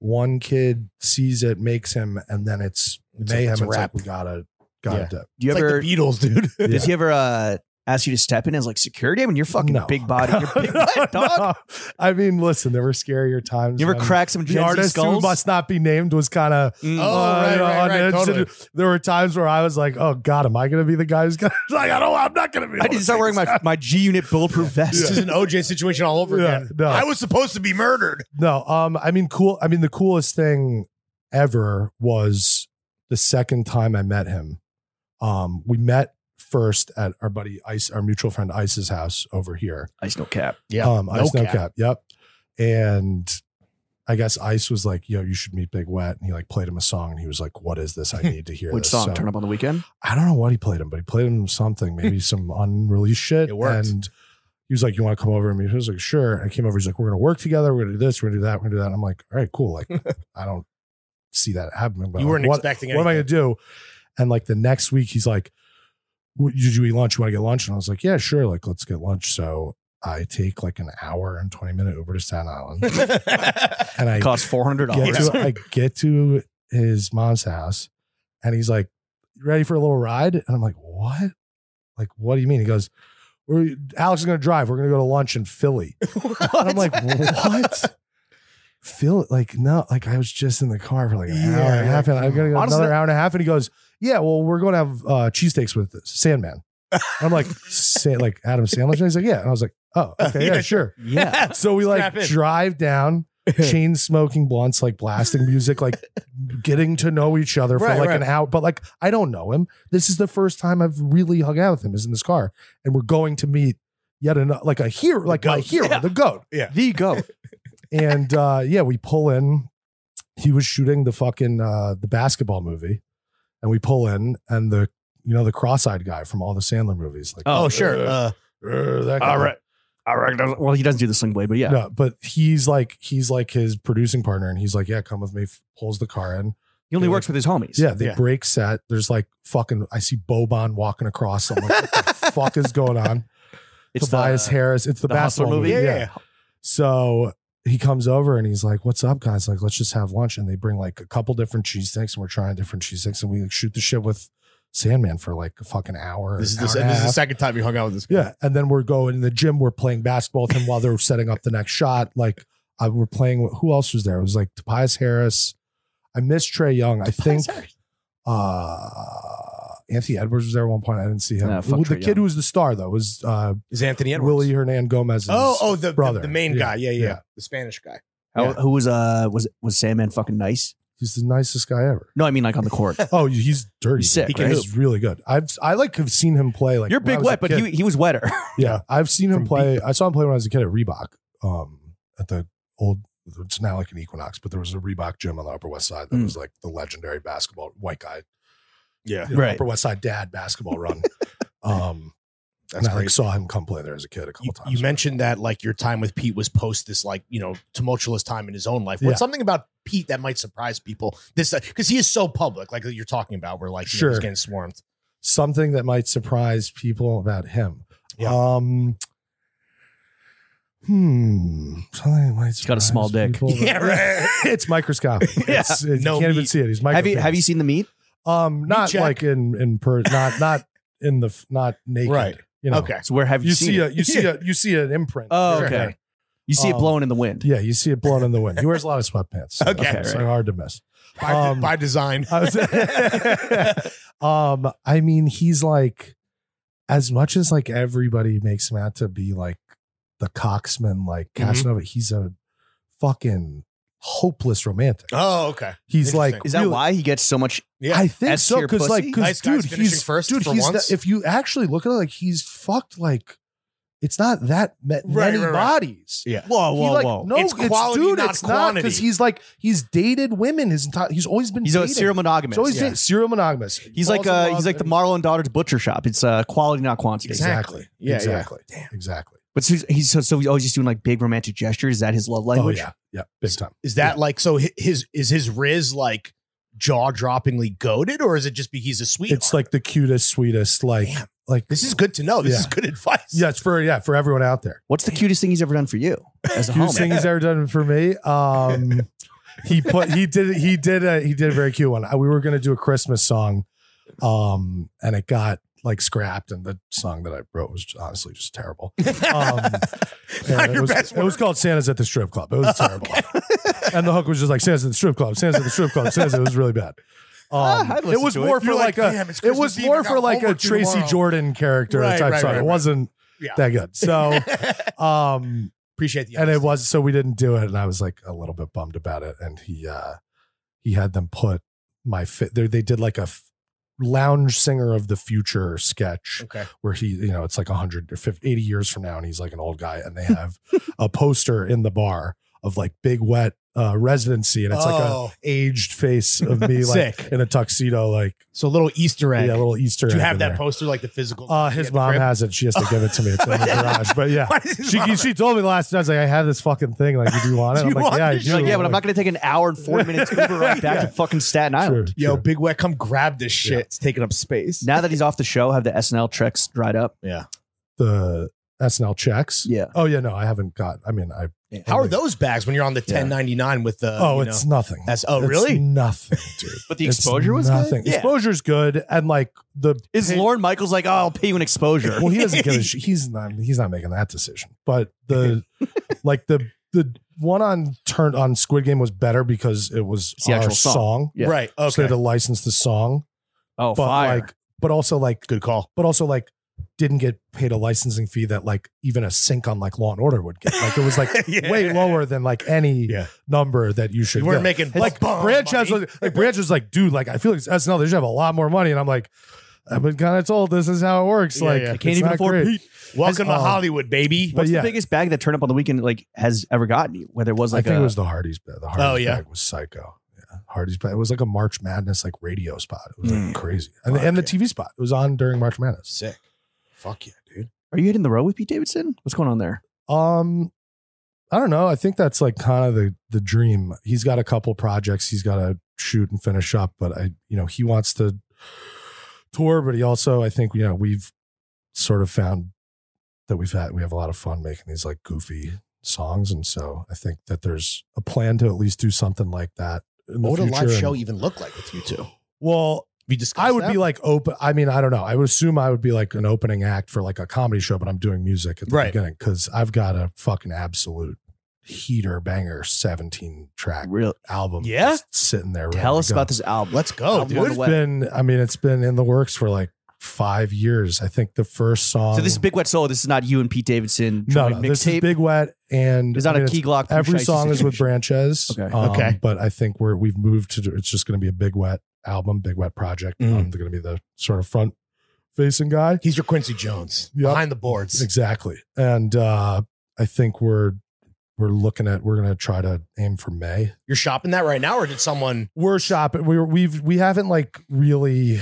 S2: one kid sees it, makes him, and then it's
S3: It's a-
S2: mayhem.
S3: it's
S2: It's,
S3: a
S2: like
S3: wrap.
S2: we gotta gotta dip.
S1: Do you
S3: It's
S1: ever
S3: like the Beatles, dude.
S1: Does he ever uh, ask you to step in as like security? I mean, you're fucking
S2: No.
S1: big body. You're big butt, dog.
S2: No. I mean, listen, there were scarier times.
S1: You ever
S2: when
S1: crack some
S2: the
S1: Gen Z
S2: artist who
S1: skulls?
S2: must not be named was uh, kind of.
S1: Mm.
S3: Oh, right, right, right, totally.
S2: There were times where I was like, "Oh God, am I going to be the guy who's going to like? I don't. I'm not going to be.
S1: I
S2: able
S1: need to
S2: to
S1: start
S2: take
S1: wearing
S2: this
S1: my, my G Unit bulletproof
S3: This
S1: vest.
S3: is an OJ situation all over
S2: Yeah,
S3: again.
S2: no.
S3: I was supposed to be murdered.
S2: No, um, I mean, cool. I mean, the coolest thing ever was the second time I met him. Um, we met first at our buddy Ice, our mutual friend Ice's house over here.
S1: Ice no cap.
S3: Yeah.
S2: um, Ice
S3: no
S2: No
S3: cap.
S2: cap. Yep. And I guess Ice was like, "Yo, you should meet Big Wet," and he like played him a song, and he was like, "What is this? I need to hear
S1: Which
S2: this."
S1: song?
S2: So-
S1: Turn up on the weekend.
S2: I don't know what he played him, but he played him something, maybe some unreleased shit.
S3: It worked.
S2: And he was like, You want to come over? And he was like, Sure. I came over. He's like, We're going to work together. We're going to do this. We're going to do that. We're going to do that. And I'm like, All right, cool. Like, I don't see that happening. But
S3: You
S2: like,
S3: weren't
S2: what,
S3: expecting
S2: What am I
S3: anything.
S2: going to do? And like the next week, he's like, "What- Did you eat lunch? You want to get lunch? And I was like, Yeah, sure. Like, let's get lunch. So I take like an hour and 20 minute Uber to Staten Island. and I
S1: Costs four hundred
S2: get
S1: dollars.
S2: to, I get to his mom's house and he's like, "You ready for a little ride? And I'm like, what? Like, what do you mean? He goes, we're, Alex is going to drive. We're going to go to lunch in Philly. And I'm like, what? Philly? Like, no, like I was just in the car for like an
S3: Yeah,
S2: hour and a half and I'm going to go
S1: Honestly,
S2: another hour and a half. And he goes, yeah, well, we're going to have uh, cheesesteaks with Sandman. And I'm like, say, like Adam Sandler. And he's like, yeah. And I was like, oh, okay,
S3: Yeah,
S2: yeah, sure.
S1: Yeah.
S2: So we like
S3: Strap in.
S2: drive down, chain smoking blunts, like blasting music, like getting to know each other for
S3: Right,
S2: like
S3: right.
S2: an hour. But like, I don't know him. This is the first time I've really hung out with him. Is in this car, and we're going to meet yet another like a hero, like my
S3: goat.
S2: hero,
S1: Yeah.
S2: the goat.
S1: The goat.
S2: And uh, yeah, we pull in. He was shooting the fucking uh, the basketball movie, and we pull in, and the you know the cross-eyed guy from all the Sandler movies, like
S1: Oh,
S3: oh, sure.
S2: uh,
S3: Uh,
S2: uh, that guy.
S1: All right. All right. Well, he doesn't do the sling blade, but yeah.
S2: No, but he's like he's like his producing partner, and he's like, "Yeah, come with me." f- Pulls the car in.
S1: He only
S2: Yeah.
S1: works with his homies.
S2: Yeah, they
S3: Yeah.
S2: break set. There's like fucking. I see Bobon walking across. I'm like, "What the fuck is going on?"
S1: It's
S2: Tobias
S1: the, uh,
S2: Harris. It's the,
S1: the Hustler
S2: basketball
S1: movie?
S2: movie.
S3: yeah, yeah,
S2: So he comes over and he's like, "What's up, guys? Like, let's just have lunch." And they bring like a couple different cheesesteaks, and we're trying different cheesesteaks, and we like, shoot the shit with Sandman for like a fucking hour.
S3: This is
S2: an
S3: the,
S2: hour and a
S3: this is the
S2: half.
S3: second time you hung out with this guy.
S2: Yeah, and then we're going in the gym. We're playing basketball with him while they're setting up the next shot. Like I, we're playing. with- Who else was there? It was like Tobias Harris. I miss Trey Young. I think uh, Anthony Edwards was there at one point. I didn't see him.
S1: Nah, fuck
S2: Well, the
S1: Trae
S2: kid
S1: Young.
S2: who was the star though was uh,
S3: Is Anthony Edwards?
S2: Willie Hernan Gomez.
S3: Oh, oh, the,
S2: brother.
S3: the, the main
S2: Yeah,
S3: guy. Yeah, yeah,
S2: yeah.
S3: The Spanish guy.
S1: How- Who was uh was was Sandman fucking nice?
S2: he's the nicest guy ever.
S1: No, I mean like on the court.
S2: Oh, he's dirty.
S1: He's sick,
S2: dude.
S1: right?
S2: He's really good. I've I like have seen him play. Like
S1: You're
S2: when I
S1: big
S2: was a
S1: wet, but
S2: kid.
S1: he he was wetter.
S2: Yeah, I've seen him
S3: From
S2: play. I saw him play when I was a kid at Reebok, um, at the old. It's now like an Equinox, but there was a Reebok gym on the Upper West Side that
S1: Mm.
S2: was like the legendary basketball white guy,
S3: Yeah.
S2: you know,
S1: Right.
S2: Upper West Side dad basketball run. um,
S3: That's
S2: and I like,
S3: great.
S2: saw him come play there as a kid a couple
S3: You,
S2: times.
S3: you mentioned that like your time with Pete was post this like, you know, tumultuous time in his own life.
S2: Yeah.
S3: What's something about Pete uh, that might surprise people? This because he is so public, like you're talking about, where like you know,
S2: Sure.
S3: he's getting swarmed.
S2: something that might surprise people about him.
S3: Yeah.
S2: Um, hmm. Something that might
S1: got a
S2: surprise
S1: small dick.
S2: people about- it's microscopic.
S1: Yeah.
S2: It's, it's-
S3: No
S2: you can't even
S3: meat.
S2: see it. He's
S1: Have you
S2: microscopic.
S1: have you seen the meat?
S2: Um, not
S3: check.
S2: like in in per, not not in the f- not naked.
S3: Right.
S2: You know.
S3: Okay.
S1: So where have you,
S2: You
S1: seen
S2: see
S1: it?
S2: a you see a you see an imprint.
S1: Oh,
S2: Sure.
S1: okay. You see it
S2: Um,
S1: blowing in the wind.
S2: Yeah, you see it blown in the wind. He wears a lot of sweatpants. so
S3: Okay,
S2: it's
S1: right.
S2: like hard to miss.
S3: By,
S2: Um,
S3: by design.
S2: I was- um, I mean, he's like, as much as like everybody makes him out to be like the coxman, like
S1: Mm-hmm.
S3: Mhm.
S2: Casanova, he's a fucking hopeless romantic.
S3: oh, okay.
S2: He's like,
S3: Interesting.
S1: Is that
S2: really-
S1: why he gets so much?
S3: Yeah.
S2: I think
S1: S
S2: so
S1: tier
S2: because like
S1: pussy?
S2: because
S3: Nice
S2: dude
S3: guys finishing
S2: he's
S3: first
S2: dude
S3: for
S2: he's
S3: once.
S2: the- if you actually look at it like he's fucked like it's not that ma-
S3: Right,
S2: many
S3: right, right.
S2: bodies
S3: Yeah.
S1: Whoa,
S2: He, like, no
S3: It's
S2: it's,
S3: quality,
S2: dude
S3: not
S2: it's not
S3: quantity.
S2: because he's like he's dated women his entire he's always been
S1: He's a
S2: dating.
S1: serial monogamous.
S2: he's always
S3: Yeah.
S2: dating- serial monogamous
S1: He's
S2: Falls
S1: like
S2: in
S1: uh,
S2: love
S1: he's like the
S2: and-
S1: Marlon Daughter's butcher shop. It's uh, quality, not quantity.
S2: exactly
S3: Yeah, yeah.
S2: exactly Damn. exactly
S1: But so he's, he's so, so he's always just doing like big romantic gestures. Is that his love language?
S2: oh yeah yeah big time
S3: Is that like so? hi- His is his Riz like jaw droppingly goaded, or is it just be he's a sweet?
S2: it's like the cutest sweetest like
S3: Damn.
S2: like
S3: this is good to know. This
S2: Yeah.
S3: is good advice.
S2: yeah it's for yeah for everyone out there
S1: What's the cutest thing he's ever done for you as a homie?
S2: cutest thing he's ever done for me. Um, he put he did he did a he did a very cute one. I- We were gonna do a Christmas song, um, and it got like scrapped, and the song that I wrote was honestly just terrible. Um,
S3: Not
S2: and it,
S3: Oh, your
S2: was,
S3: best
S2: it was
S3: work.
S2: called Santa's at the strip club. It was terrible, and the hook was just like Santa's at the strip club, Santa's at the strip club, Santa's. It was really bad. Um,
S1: Ah, I'd
S2: it
S1: listen
S2: was
S1: to it.
S2: more for
S3: You're
S2: like,
S3: like,
S2: a
S3: "Damn, it's
S2: it
S3: Christmas
S2: was
S3: Eve, I
S2: more
S3: got
S2: for like a
S3: homework due
S2: Tracy
S3: tomorrow.
S2: Jordan character
S3: Right,
S2: type
S3: right,
S2: song.
S3: right,
S2: it
S3: right.
S2: wasn't
S3: Yeah.
S2: that good. So, um,
S3: Appreciate the
S2: and it
S3: honesty.
S2: was so we didn't do it and i was like a little bit bummed about it and he uh he had them put my fit there they did like a f- lounge singer of the future sketch
S3: okay.
S2: where he you know it's like 100 or 50, 80 years from now and he's like an old guy and they have a poster in the bar of like big wet uh residency and it's like a
S3: Oh,
S2: aged face of me like
S3: sick.
S2: in a tuxedo like
S3: So a little Easter egg.
S2: yeah, a little easter
S3: Do you
S2: egg
S3: have
S2: in
S3: that
S2: there.
S3: poster like the physical?
S2: uh his mom has it she has to give it to me it's in the garage but yeah she, she told me last night, I was like, I had this fucking thing. Like, do you want it?
S3: Do
S2: I'm
S3: you
S2: like,
S3: want
S2: yeah, I
S3: this?
S2: do.
S1: You're like, yeah, but I'm not going to take an hour and 40 minutes Uber right back
S2: Yeah.
S1: to fucking Staten
S2: True,
S1: Island.
S3: Yo,
S2: true.
S3: Big Wet, come grab this shit.
S2: Yeah.
S3: It's taking up space.
S1: Now that he's off the show, have the SNL tricks dried up?
S2: the SNL checks.
S1: Yeah.
S2: Oh yeah, no, I haven't got. I mean, I
S3: How are those bags when you're on the
S1: Yeah.
S3: 1099 with the?
S2: oh,
S3: Uh, you
S2: it's
S3: know,
S2: nothing.
S3: that's oh
S2: It's
S3: really?
S2: nothing, dude.
S1: Uh, But the
S2: It's
S1: exposure was
S2: nothing.
S1: good. Yeah.
S2: Exposure's good, and like the
S1: Is Lauren Michaels like, oh, I'll pay you an exposure?
S2: well, he doesn't get. A, sh- he's not. He's not making that decision. But the like the the one on turn on Squid Game was better because it was
S1: It's the
S2: our
S1: actual song. Yeah.
S3: Right. Okay.
S2: So they had to license the song,
S1: oh,
S2: but
S1: fire.
S2: like, but also like
S3: Good call.
S2: but also like didn't get paid a licensing fee that like even a sync on like Law and Order would get. Like it was like
S3: Yeah.
S2: way lower than like any
S3: Yeah.
S2: number that you should.
S3: You weren't
S2: get.
S3: making
S2: like
S3: bum
S2: Branch
S3: money.
S2: has like, like Branch was like, dude, like I feel like it's SNL they should have a lot more money, and I'm like, I've been kind of told this is how it works.
S3: Yeah,
S2: like
S3: yeah. I
S2: it's
S1: Can't even
S2: not
S1: afford
S2: great.
S1: Pete.
S3: Welcome to
S2: um,
S3: Hollywood, baby.
S2: but
S1: What's
S2: yeah.
S1: the biggest bag that turned up on the weekend like has ever gotten you? Whether it was
S2: I
S1: like
S2: think
S1: a-
S2: it was the Hardy's. ba- The Hardy's
S3: uh, Oh, yeah.
S2: bag was psycho. Yeah, Hardy's. bag. It was like a March Madness like radio spot. It was like crazy, and, the-
S3: Hmm. Fuck
S2: and the
S3: yeah.
S2: TV spot. It was on during March Madness.
S3: Sick. Fuck yeah, dude.
S1: Are you hitting the road with Pete Davidson? What's going on there?
S2: Um, I don't know. I think that's like kind of the the dream. He's got a couple projects he's got to shoot and finish up, but I, you know, he wants to tour, but he also, I think, you know, we've sort of found that we've had we have a lot of fun making these like goofy songs, and so I think that there's a plan to at least do something like that. In the
S3: What would a
S2: future.
S3: live
S2: and-
S3: show even look like with you two?
S2: Well,
S3: We discussed.
S2: I would
S3: that?
S2: be like open. I mean, I don't know. I would assume I would be like an opening act for like a comedy show, but I'm doing music at the
S3: Right.
S2: beginning because I've got a fucking absolute heater banger 17 track
S1: Real
S2: album.
S3: Yeah?
S2: just sitting there. ready
S1: tell
S2: to
S1: us
S2: go.
S1: about this album.
S3: let's go,
S1: I'm on the
S3: dude.
S1: way.
S2: It's been. I mean, it's been in the works for like five years. I think the first song.
S1: so this is Big Wet Solo. This is not you and Pete Davidson
S2: Um, No,
S1: joint
S2: no, this is
S1: mixtape.
S2: Big Wet, and
S1: It's not
S2: I mean,
S1: a Key Glock.
S2: Every
S1: Pusha
S2: song is with
S1: situation.
S2: branches.
S1: Okay.
S2: Um,
S3: Okay.
S2: But I think we're we've moved to it's just going to be a big wet album, big wet project.
S3: Mm.
S2: Um, they're going to be the sort of front facing guy.
S3: He's your Quincy Jones
S2: Yep.
S3: behind the boards.
S2: Exactly. And uh, I think we're we're looking at we're going to try to aim for May.
S3: You're shopping that right now, or did someone?
S2: We're shopping. We we've we haven't like really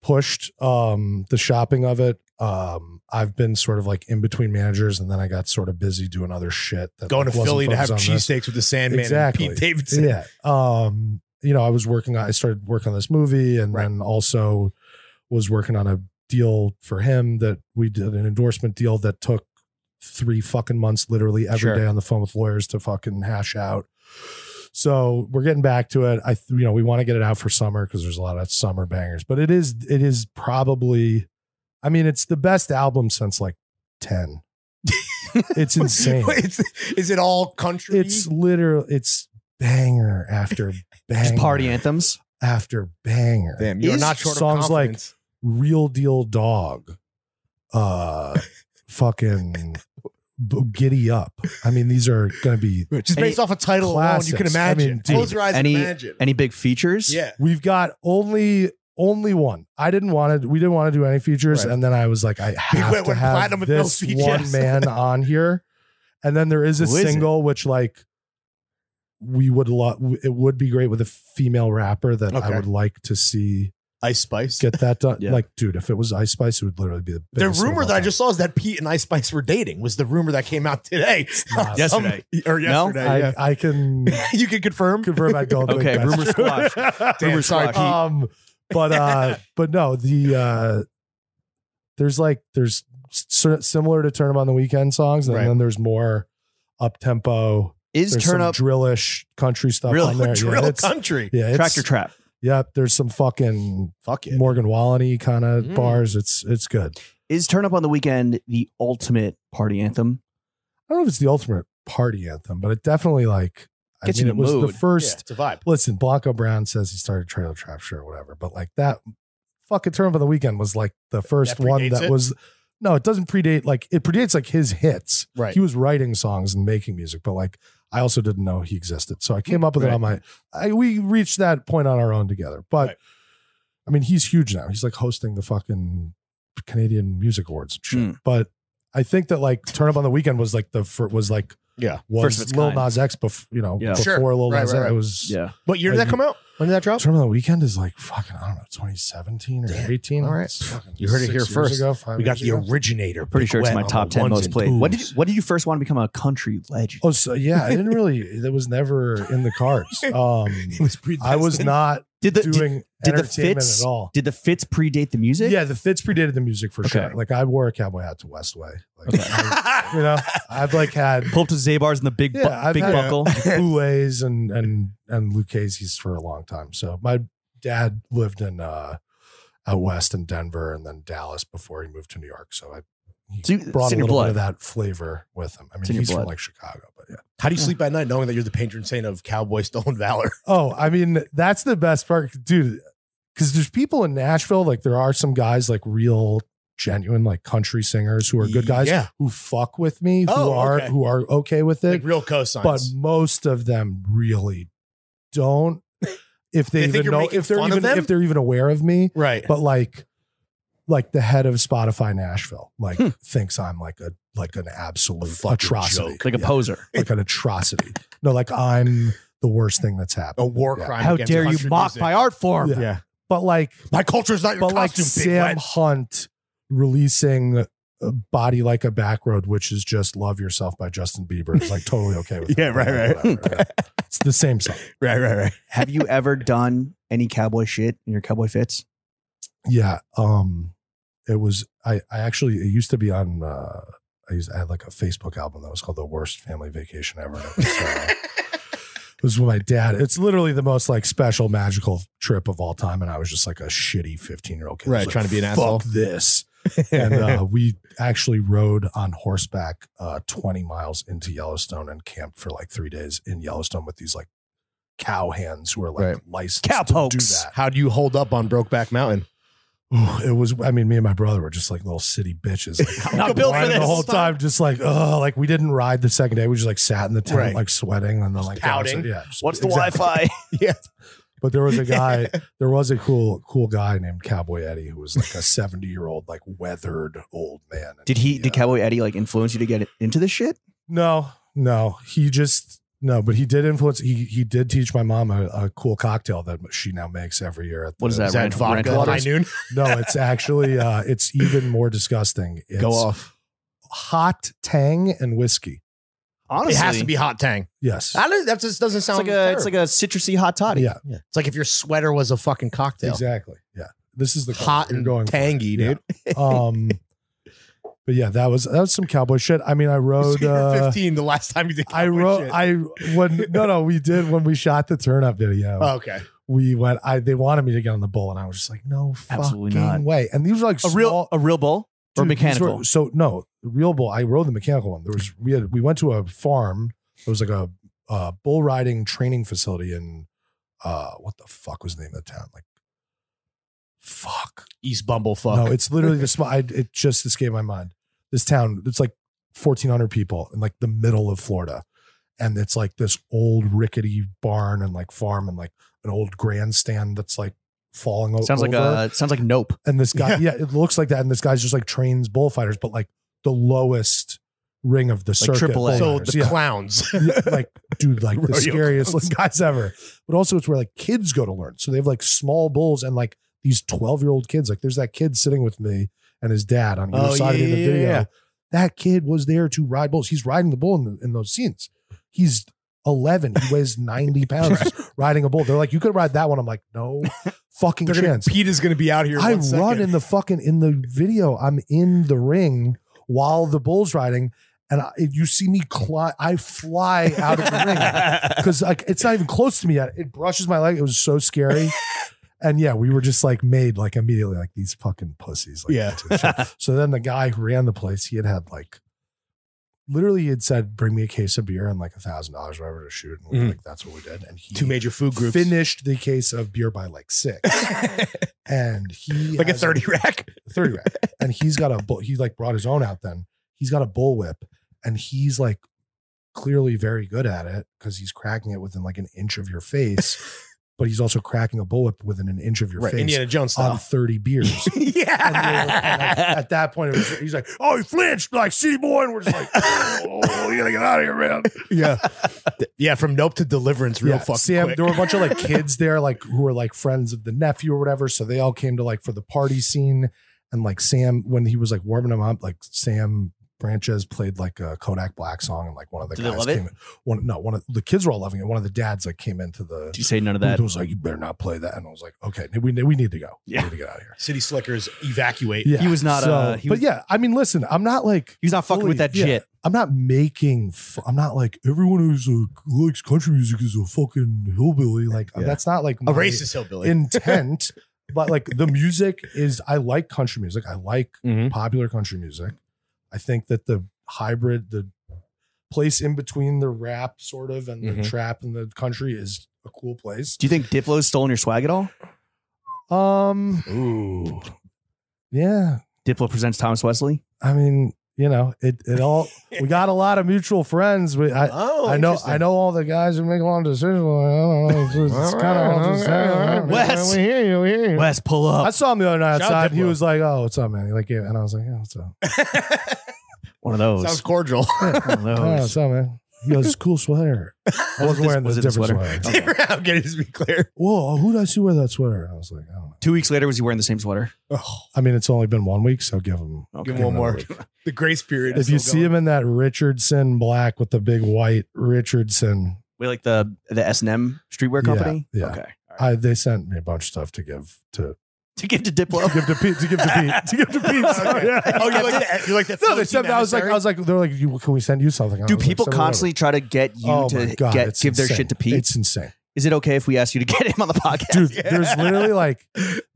S2: pushed um the shopping of it. Um, I've been sort of like in between managers, and then I got sort of busy doing other shit. That
S3: Going to
S2: like, wasn't
S3: Philly to have
S2: focused on this.
S3: cheesesteaks with the Sandman
S2: Exactly.
S3: and Pete Davidson.
S2: Yeah. Um, you know, I was working on I started working on this movie and
S3: Right.
S2: then also was working on a deal for him that we did an endorsement deal that took three fucking months literally every day
S1: Sure.
S2: on the phone with lawyers to fucking hash out. So we're getting back to it. I th- you know we want to get it out for summer because there's a lot of summer bangers, but it is it is probably, I mean it's the best album since like ten. it's insane.
S3: Is, is it all country?
S2: It's literal. It's banger after banger
S1: Just party anthems.
S2: after banger.
S3: Damn, you're
S2: Is
S3: not short
S2: songs
S3: of
S2: like
S3: confidence.
S2: real deal dog uh fucking b- giddy up i mean these are gonna be
S3: just
S1: any
S3: based off a title alone, you can
S2: classics. I mean,
S3: imagine.
S2: dude,
S3: Close your eyes
S1: any-
S3: and imagine.
S1: Any big features?
S3: yeah,
S2: we've got only only one i didn't want to we didn't want to do any features
S3: Right.
S2: and then i was like i have
S3: went
S2: to
S3: with
S2: have
S3: platinum with no
S2: this
S3: features.
S2: one man on here and then there is a
S1: Who is it?
S2: single which like we would love it would be great with a female rapper that i
S3: Okay.
S2: would like to see
S3: Ice Spice.
S2: get that done
S1: Yeah.
S2: like dude if it was ice spice it would literally be the
S3: The
S2: biggest thing of
S3: rumor
S2: all
S3: that I
S2: time.
S3: just saw is that Pete and Ice Spice were dating. Was the rumor that came out today?
S2: not.
S3: Some-
S1: Yesterday.
S3: or
S1: No?
S3: yesterday?
S2: I,
S3: yeah.
S2: I can
S3: you can confirm.
S2: confirm I don't
S1: Okay,
S2: think
S1: rumor
S2: that's true.
S3: Damn,
S1: Rumor
S3: sorry,
S1: squash.
S3: Pete.
S2: um but uh but no the uh there's like there's sort of similar to turn 'em on the weekend songs and
S3: Right.
S2: then there's more up tempo
S1: Is
S2: there's
S1: turn
S2: some
S1: up
S2: drillish country stuff
S1: Really?
S2: on there
S3: Drill
S2: yeah, it's,
S3: country.
S2: yeah, it's-
S1: tractor trap?
S2: yep there's some fucking
S3: Fuck it.
S2: morgan wallany kind of
S3: Mm.
S2: bars it's it's good
S1: Is turn up on the weekend the ultimate party anthem?
S2: i don't know if it's the ultimate party anthem but it definitely like
S1: Gets
S2: i
S1: you
S2: mean
S1: in
S2: it
S1: the
S2: was
S1: mood.
S2: the
S1: Yeah.
S2: first
S3: Yeah, it's a vibe.
S2: listen, Blanco Brown says he started Trailer Trap, sure, whatever. But like that fucking turn up on the weekend was like the first
S3: That
S2: one
S3: predates
S2: that
S3: it?
S2: was no, it doesn't predate like it predates like his hits.
S3: Right.
S2: He was writing songs and making music, but like I also didn't know he existed. So I came up with it
S3: Hmm, Right.
S2: on my I we reached that point on our own together. But
S3: Right.
S2: I mean, he's huge now. He's like hosting the fucking Canadian Music Awards and
S3: Hmm.
S2: shit. But I think that like Turn Up on the Weekend was like the fir- was like
S3: Yeah.
S1: First of
S2: was
S1: its
S2: Lil
S1: kind.
S2: Nas X before you know
S1: Yeah.
S2: before
S3: Sure.
S2: Lil
S3: Right,
S2: Nas
S3: right,
S2: X
S3: right.
S2: it was
S1: Yeah.
S3: What year did that come out? When did that drop?
S2: Term of the Weekend is like fucking, I don't know, 2017 or 18.
S3: All right.
S2: It's fucking
S3: You heard
S2: six
S3: it here
S2: years
S3: first.
S2: ago, five
S3: We got
S2: years
S3: the
S2: ago.
S3: originator.
S1: Pretty
S3: Big
S1: sure it's
S3: Wet
S1: my
S3: on the
S1: top ten
S3: ones
S1: most
S3: and
S1: played. What did you,
S3: twos.
S1: what did you first want to become a country legend?
S2: Oh, so yeah, I didn't really, that was never in the cards.
S3: It
S2: Um,
S3: was
S2: I was
S3: predestined.
S2: not
S1: did the did,
S2: doing
S1: did the
S2: entertainment
S1: fits-
S2: at all.
S1: did the fits predate the music?
S2: Yeah, the fits predated the music for
S1: Okay.
S2: sure. Like I wore a cowboy hat to Westway. Like,
S1: Okay.
S2: I- you know, I've like had
S1: Pull up to Zabar's in the big bu-
S2: Yeah, I've
S1: big
S2: had-
S1: buckle.
S2: Boulets and and and Lucchese's for a long time. So my dad lived in uh out west in Denver and then Dallas before he moved to New York. So I he
S1: So you-
S2: brought
S1: it's
S2: a
S1: in your
S2: little bit
S1: blood.
S2: of that flavor with him. I
S1: It's
S2: mean,
S1: in your
S2: he's from
S1: blood.
S2: like Chicago, but yeah.
S3: How do you sleep at night knowing that you're the patron saint of cowboy stolen valor?
S2: Oh, I mean, that's the best part, dude. Because there's people in Nashville, like there are some guys, like real, genuine, like country singers who are good guys
S3: Yeah.
S2: who fuck with me, who
S3: Oh,
S2: are
S3: okay.
S2: who are okay with it.
S3: Like real cosigns.
S2: but most of them really don't if they,
S3: They think
S2: even
S3: you're
S2: know
S3: making
S2: if they're
S3: fun of
S2: even
S3: them?
S2: if they're even aware of me
S3: right.
S2: but like like the head of spotify nashville like thinks i'm like a like an absolute
S3: Hmm. fucking
S2: atrocity
S3: joke.
S1: like a
S2: Yeah,
S1: poser.
S2: like an atrocity no like i'm the worst thing that's happened
S3: a war
S2: Yeah.
S3: crime.
S1: How
S3: against
S1: dare you
S3: country
S1: mock
S3: music.
S1: my art form?
S2: Yeah.
S3: Yeah.
S2: but like
S3: My culture is not your
S2: but like
S3: costume. Big
S2: sam
S3: Wet.
S2: hunt releasing a body like a back road which is just love yourself by justin bieber is like totally okay with
S3: Yeah,
S2: me.
S3: right,
S2: Like,
S3: right.
S2: whatever, yeah. it's the same song
S3: Right, right, right.
S1: Have you ever done any cowboy shit in your cowboy fits?
S2: yeah um it was i i actually it used to be on uh i used i had like a facebook album that was called the worst family vacation ever and it was, uh, it was with my dad it's literally the most like special magical trip of all time and i was just like a shitty 15 year old kid
S3: Right,
S2: Like,
S3: trying to be an
S2: fuck
S3: asshole."
S2: this and uh, we actually rode on horseback uh 20 miles into yellowstone and camped for like three days in yellowstone with these like cow hands who are like
S3: Right.
S2: licensed to do
S1: Cowpokes.
S2: that
S3: How do you hold up on Brokeback Mountain?
S2: Ooh, it was. I mean, me and my brother were just like little city bitches. Like,
S1: Not built for
S2: whining
S1: this.
S2: the whole time. Just like, oh, like we didn't ride the second day. We just like sat in the tent,
S3: Right.
S2: like sweating, and then like
S3: pouting.
S2: yeah. just-
S1: What's the
S2: exactly.
S1: Wi-Fi?
S2: But there was a guy. there was a cool, cool guy named Cowboy Eddie who was like a seventy-year-old, like weathered old man. And
S1: Did he?
S2: uh,
S1: Did Cowboy Eddie like influence you to get into this shit?
S2: no, no. He just no, but he did influence. He he did teach my mom a, a cool cocktail that she now makes every year. At
S1: What is
S2: the-
S1: that?
S3: Is that
S1: Ranch-
S3: vodka
S1: Ranch
S3: at high
S1: Waters?
S3: noon?
S2: No, it's actually uh, it's even more disgusting. It's,
S3: Go off.
S2: hot tang and whiskey.
S1: Honestly,
S3: it has to be hot tang.
S2: Yes.
S3: I don't, that just doesn't
S1: It's
S3: sound
S1: like a. It's
S3: terrible.
S1: like a citrusy hot toddy.
S2: yeah,
S3: It's like if your sweater was a fucking cocktail.
S2: exactly. Yeah. this is the call
S3: hot
S2: you're
S3: and
S2: going for.
S3: tangy, dude.
S2: Um, but yeah, that was that was some cowboy shit. I mean, I rode.
S3: you were
S2: Uh,
S3: 15 the last time you did.
S2: I
S3: cowboy
S2: wrote.
S3: shit.
S2: I when no no we did when we shot the turn up video.
S3: Oh, okay.
S2: we went. I they wanted me to get on the bull, and I was just like, no
S1: Absolutely
S2: fucking
S1: not.
S2: way. And these were like
S1: a real
S2: small-
S1: a real bull or
S2: Dude, these
S1: mechanical.
S2: were- so no, the real bull. I rode the mechanical one. There was we had we went to a farm. It was like a uh, bull riding training facility in uh what the fuck was the name of the town? Like fuck.
S3: East Bumblefuck.
S2: No, it's literally the small. I, it just escaped my mind. This town. It's like fourteen hundred people in like the middle of Florida, and it's like this old rickety barn and like farm and like an old grandstand that's like falling o-
S1: sounds
S2: over
S1: like a sounds like nope.
S2: and this guy yeah. it looks like that and this guy's just like trains bullfighters but like the lowest ring of the circuit
S1: triple A.
S3: so
S2: bullfighters.
S3: the
S2: yeah.
S3: clowns.
S2: like dude like the
S3: Rodeo
S2: scariest guys ever but also it's where like kids go to learn so they have like small bulls and like these 12 year old kids like there's that kid sitting with me and his dad on either
S3: Oh,
S2: side of me in the
S3: yeah, yeah,
S2: video
S3: yeah.
S2: that kid was there to ride bulls he's riding the bull in, the, in those scenes he's 11 he weighs 90 pounds riding a bull they're like you could ride that one i'm like no fucking
S3: They're gonna,
S2: chance
S3: Peter's going to be out here.
S2: I
S3: one second.
S2: run in the fucking in the video. I'm in the ring while the bull's riding, and I, you see me climb. I fly out of the ring because like it's not even close to me yet. It brushes my leg. It was so scary. And yeah, we were just like made like immediately like these fucking pussies. Like,
S3: Yeah.
S2: to the show. so then the guy who ran the place, he had had like literally he had said, "Bring me a case of beer and like a thousand dollars, whatever to shoot." And we were
S3: Mhm.
S2: like, "That's what we did." And he
S3: two major food groups.
S2: finished the case of beer by like six, and he
S3: like a
S2: has
S3: 30 rack.
S2: 30 rack. and he's got a bull, he like brought his own out then. He's got a bullwhip and he's like clearly very good at it because he's cracking it within like an inch of your face, but he's also cracking a bullwhip within an inch of your
S3: Right.
S2: face
S3: Indiana Jones
S2: on
S3: style.
S2: 30 beers. And we were- and, like, at that point, it was, he's like, "Oh, he flinched like city boy," and we're just like, "Oh, you gotta get out of here, man."
S3: yeah. Yeah. From Nope to Deliverance, real
S2: Yeah,
S3: fucking
S2: Sam,
S3: quick.
S2: there were a bunch of like kids there, like who were like friends of the nephew or whatever. So they all came to like for the party scene. And like Sam, when he was like warming them up, like Sam Branches played like a Kodak Black song, and like one of the
S1: Did they
S2: guys
S1: love it?
S2: came in. One, no, one of the kids were all loving it. One of the dads like came into the.
S1: Did you say none of
S2: That
S1: that?
S2: was like, you better not play that. And I was like, okay, we we need to go.
S1: Yeah.
S2: we need to get out of here.
S3: City Slickers evacuate.
S2: Yeah,
S1: He was not,
S2: So,
S1: uh, he was-
S2: but yeah, I mean, listen, I'm not like
S1: He's not fucking with
S2: fully-
S1: that
S2: yeah.
S1: shit.
S2: I'm not making. F- I'm not like everyone who's uh, likes country music is a fucking hillbilly. Like
S1: Yeah.
S2: that's not like
S3: A
S2: my
S3: racist hillbilly.
S2: intent. but like the music is, I like country music. I like
S3: Mhm.
S2: popular country music. I think that the hybrid, the place in between the rap sort of and the
S3: Mhm.
S2: trap and the country is a cool place.
S1: Do you think Diplo's stolen your swag at all?
S2: Um,
S3: Ooh.
S2: yeah.
S1: Diplo presents Thomas Wesley.
S2: I mean, you know, it it all. we got a lot of mutual friends. We I,
S3: Oh,
S2: I know, I know all the guys who make a lot of decisions. but I don't know. It's, kind of all just
S1: Wes.
S2: We hear you. We hear you.
S1: Wes, pull
S2: I
S1: up.
S2: saw him the other night
S3: Shout out
S2: outside. He
S3: Diplo.
S2: was like, "Oh, what's up, man?" He like, yeah. and I was like, "Yeah, what's up?"
S1: Oh, One of those.
S3: Sounds cordial.
S1: One of those.
S2: "Oh, what's up, man? He goes, "Cool sweater." I
S1: Was it
S2: wasn't
S1: this-
S2: wearing this
S1: was it the sweater?
S2: different sweater. I was like,
S3: I'm getting to be clear.
S2: Whoa, who did I see wear that sweater? And I was like, "I don't know."
S1: Two weeks later, was he wearing the same sweater?
S2: I mean, it's only been one week, so give him.
S1: Okay.
S3: Give him one
S2: another
S3: more. The grace period.
S2: If you see him in that Richardson black with the big white Richardson,
S1: We like the the S and M streetwear
S2: Yeah,
S1: company.
S2: yeah.
S1: Okay. All right.
S2: I they sent me a bunch of stuff to give to
S1: to give to Diplo.
S2: to give to Pete to give to Pete to give to Pete. So, yeah.
S3: Oh, you like that? You like that?
S2: No, they
S3: Philly
S2: said I was like, I
S3: humanitarian?
S2: was like, they're like, you, can we send you something? I
S1: Do
S2: was like,
S1: people
S2: "Send me
S1: constantly try to get you
S2: whatever."
S1: to
S2: my God,
S1: get
S2: it's
S1: give their
S2: insane.
S1: shit to Pete?
S2: It's insane,
S1: Is it okay if we ask you to get him on the podcast?
S2: dude.
S3: Yeah.
S2: There's literally like,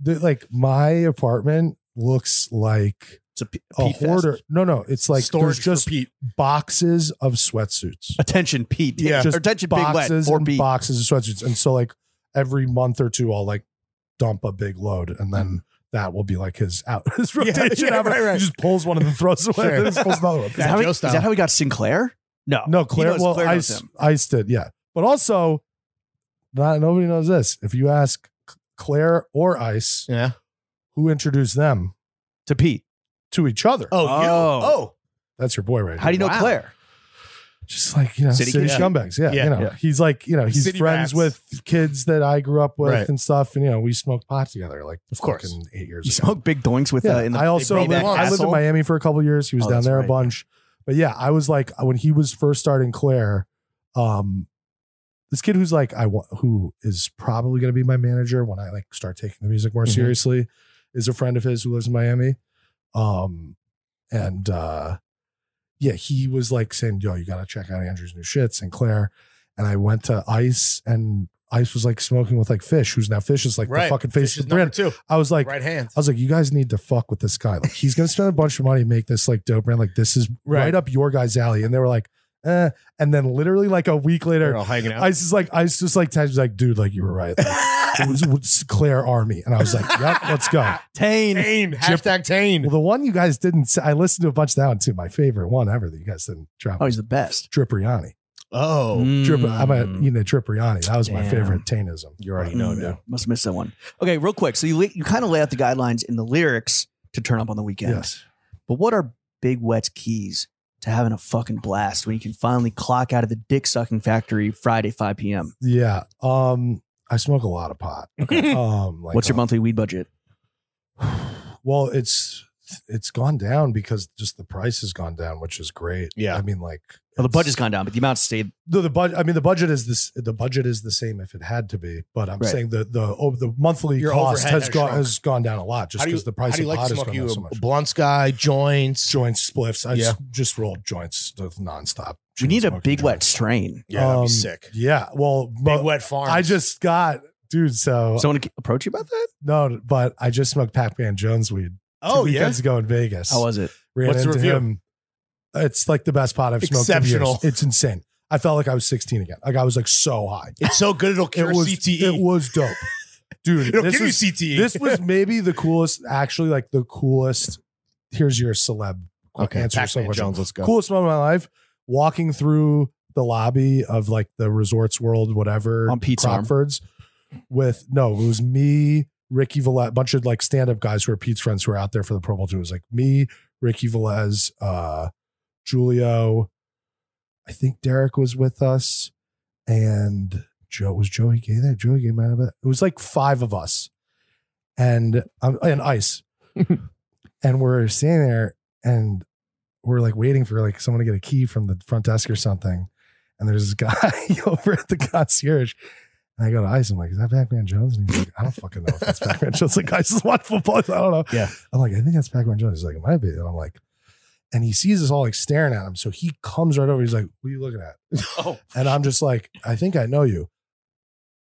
S2: the, like my apartment looks like
S1: It's a P-
S2: a
S1: Pete fest.
S2: hoarder. No, no, it's like
S3: storage
S2: there's just
S3: for Pete.
S2: boxes of sweatsuits,
S1: Attention, Pete.
S3: Yeah.
S1: Or
S2: Just
S1: attention, Big
S2: boxes
S1: Wet or
S2: and
S1: Pete.
S2: boxes of sweatsuits, and so like every month or two, I'll like dump a big load, and then. That will be like his out his
S3: Yeah,
S2: rotation.
S3: yeah,
S2: out.
S3: right, right.
S2: He just pulls one and then throws it away.
S3: Sure.
S2: Then he just pulls another one.
S1: is, that how
S3: Joe
S1: he, is
S3: style.
S1: that how he got Sinclair? No,
S2: No,
S1: He
S2: Claire.
S1: knows-
S2: well,
S1: Claire knows
S2: Ice,
S1: him.
S2: Ice did, yeah. But also, not nobody knows this. If you ask C- Claire or Ice
S3: Yeah.
S2: who introduced them
S1: to Pete.
S2: to each other,
S3: Oh,
S1: Oh.
S3: you. Oh,
S2: that's your boy right
S1: How do you know
S3: Wow.
S1: Claire?
S2: Just like you know,
S1: City
S2: city,
S3: kids.
S2: scumbags. Yeah,
S3: Yeah.
S2: you know,
S1: Yeah.
S2: he's like you know, he's
S3: City
S2: friends
S3: rats.
S2: with kids that I grew up with
S3: Right.
S2: and stuff, and you know, we smoked pot together like
S3: Of course.
S2: fucking eight years
S1: You
S2: ago.
S1: smoked big doinks with uh,
S2: Yeah,
S1: in the
S2: I also
S1: big
S2: lived,
S1: back
S2: I lived in
S1: asshole?
S2: Miami for a couple years. He was
S1: Oh,
S2: down
S1: that's
S2: there
S1: right.
S2: a bunch, but yeah, I was like when he was first starting Claire, um, this kid
S1: Mm-hmm.
S2: who's like I wa- who is probably going to be my manager when I like start taking the music more
S3: Mhm.
S2: seriously. is a friend of his who lives in Miami. Um, and uh, yeah, he was like saying, "Yo, you gotta check out Andrew's new shit, Sinclair." And I went to Ice, and Ice was like smoking with like Fish, who's now Fish is like the fucking face
S3: Fish
S2: of
S3: is
S2: the
S3: number
S2: brand.
S3: two.
S2: I was like,
S3: right hand.
S2: I was like, you guys need to fuck with this guy. Like, he's gonna spend a bunch of money, make this like dope brand. Like, this is right,
S3: Right.
S2: up your guy's alley. And they were like, eh. And then literally like a week
S3: They're
S2: later,
S3: all hanging out.
S2: Ice is like, Ice just like texted me, like, dude, like you were right. Like, it was, it was Claire Army, and I was like, yep, let's go.
S1: Tane.
S3: Tane. Hashtag Tane.
S2: Well, the one you guys didn't, s- I listened to a bunch of that one too. My favorite one ever that you guys didn't drop.
S4: Oh, he's the best.
S2: Dripriani.
S3: Oh.
S2: Drip, I'm a,
S1: Mm.
S2: you know, Dripriani. That was my
S4: Damn.
S2: favorite Tainism.
S3: You already know, dude.
S4: Mm, Must have missed that one. Okay, real quick. So you la- you kind of lay out the guidelines in the lyrics to turn up on the weekend.
S2: Yes.
S4: But what are Big Wet's keys to having a fucking blast when you can finally clock out of the dick sucking factory Friday 5 p.m.?
S2: Yeah. Um, I smoke a lot of pot. Um, like
S4: What's
S3: uh,
S4: your
S2: um,
S4: monthly weed budget?
S2: Well, it's it's gone down because just the price has gone down, which is great.
S3: Yeah.
S2: I mean, like
S4: Well, the
S2: it's-
S4: budget's gone down, but the amount stayed.
S2: No, the budget. I mean, the budget is this. The budget is the same if it had to be, but I'm
S4: Right.
S2: saying the the oh, the monthly
S3: Your
S2: cost
S3: overhead
S2: has
S3: has
S2: gone
S3: shrunk.
S2: has gone down a lot just
S3: How do you-
S2: because the price
S3: How do
S2: of
S3: you like
S2: pot
S3: to
S2: has
S3: smoke
S2: gone
S3: you?
S2: down so
S3: a
S2: much.
S3: Blunts guy, joints.
S2: Joints, spliffs. I
S3: Yeah.
S2: just just rolled joints just nonstop.
S4: We need a
S2: Chain-smoking
S4: big wet
S2: joints.
S4: strain.
S3: yeah, that'd
S2: Um,
S3: be sick.
S2: Yeah. Well,
S3: Big
S2: but
S3: wet farm.
S2: I just got dude. So
S4: Someone to approach you about that?
S2: no, but I just smoked Pac Man Jones weed. two
S3: Oh, yeah.
S2: weekends ago in Vegas.
S4: How was it?
S2: ran
S3: What's the
S2: into
S3: review?
S2: him. It's like the best pot I've smoked. in years.
S3: Exceptional.
S2: It's insane. I felt like I was 16 again. Like I was like so high.
S3: It's so good it'll cure
S2: It was
S3: CTE.
S2: it was dope, dude.
S3: It'll
S2: this,
S3: E. give
S2: was,
S3: you E. CTE.
S2: this was maybe the coolest. Actually, like the coolest. Here's your celeb answer. to some
S3: Pac-Man
S2: question.
S3: Jones, let's go.
S2: Coolest moment of my life. Walking through the lobby of like the Resorts World, whatever
S4: On Pete's arm.
S2: Crockford's, with no, it was me, Ricky Velez, a bunch of like stand up guys who are Pete's friends who are out there for the Pro Bowl too. It was like me, Ricky Velez, uh, Julio. I think Derek was with us, and Joe was Joey Gay there. Joey Gay might have been. It was like five of us, and um, and Ice, and we're standing there, and we're like waiting for like someone to get a key from the front desk or something, and there's this guy over at the concierge. And I go to Ice. I'm like, is that Pac-Man Jones? And he's like, I don't fucking know if that's Pac-Man Jones. Like, Ice is watching football. I don't know.
S3: Yeah.
S2: I'm like, I think that's Pac-Man Jones. He's like, it might be. And I'm like, and he sees us all like staring at him. So he comes right over. He's like, what are you looking at?
S3: Oh,
S2: And I'm just like, I think I know you.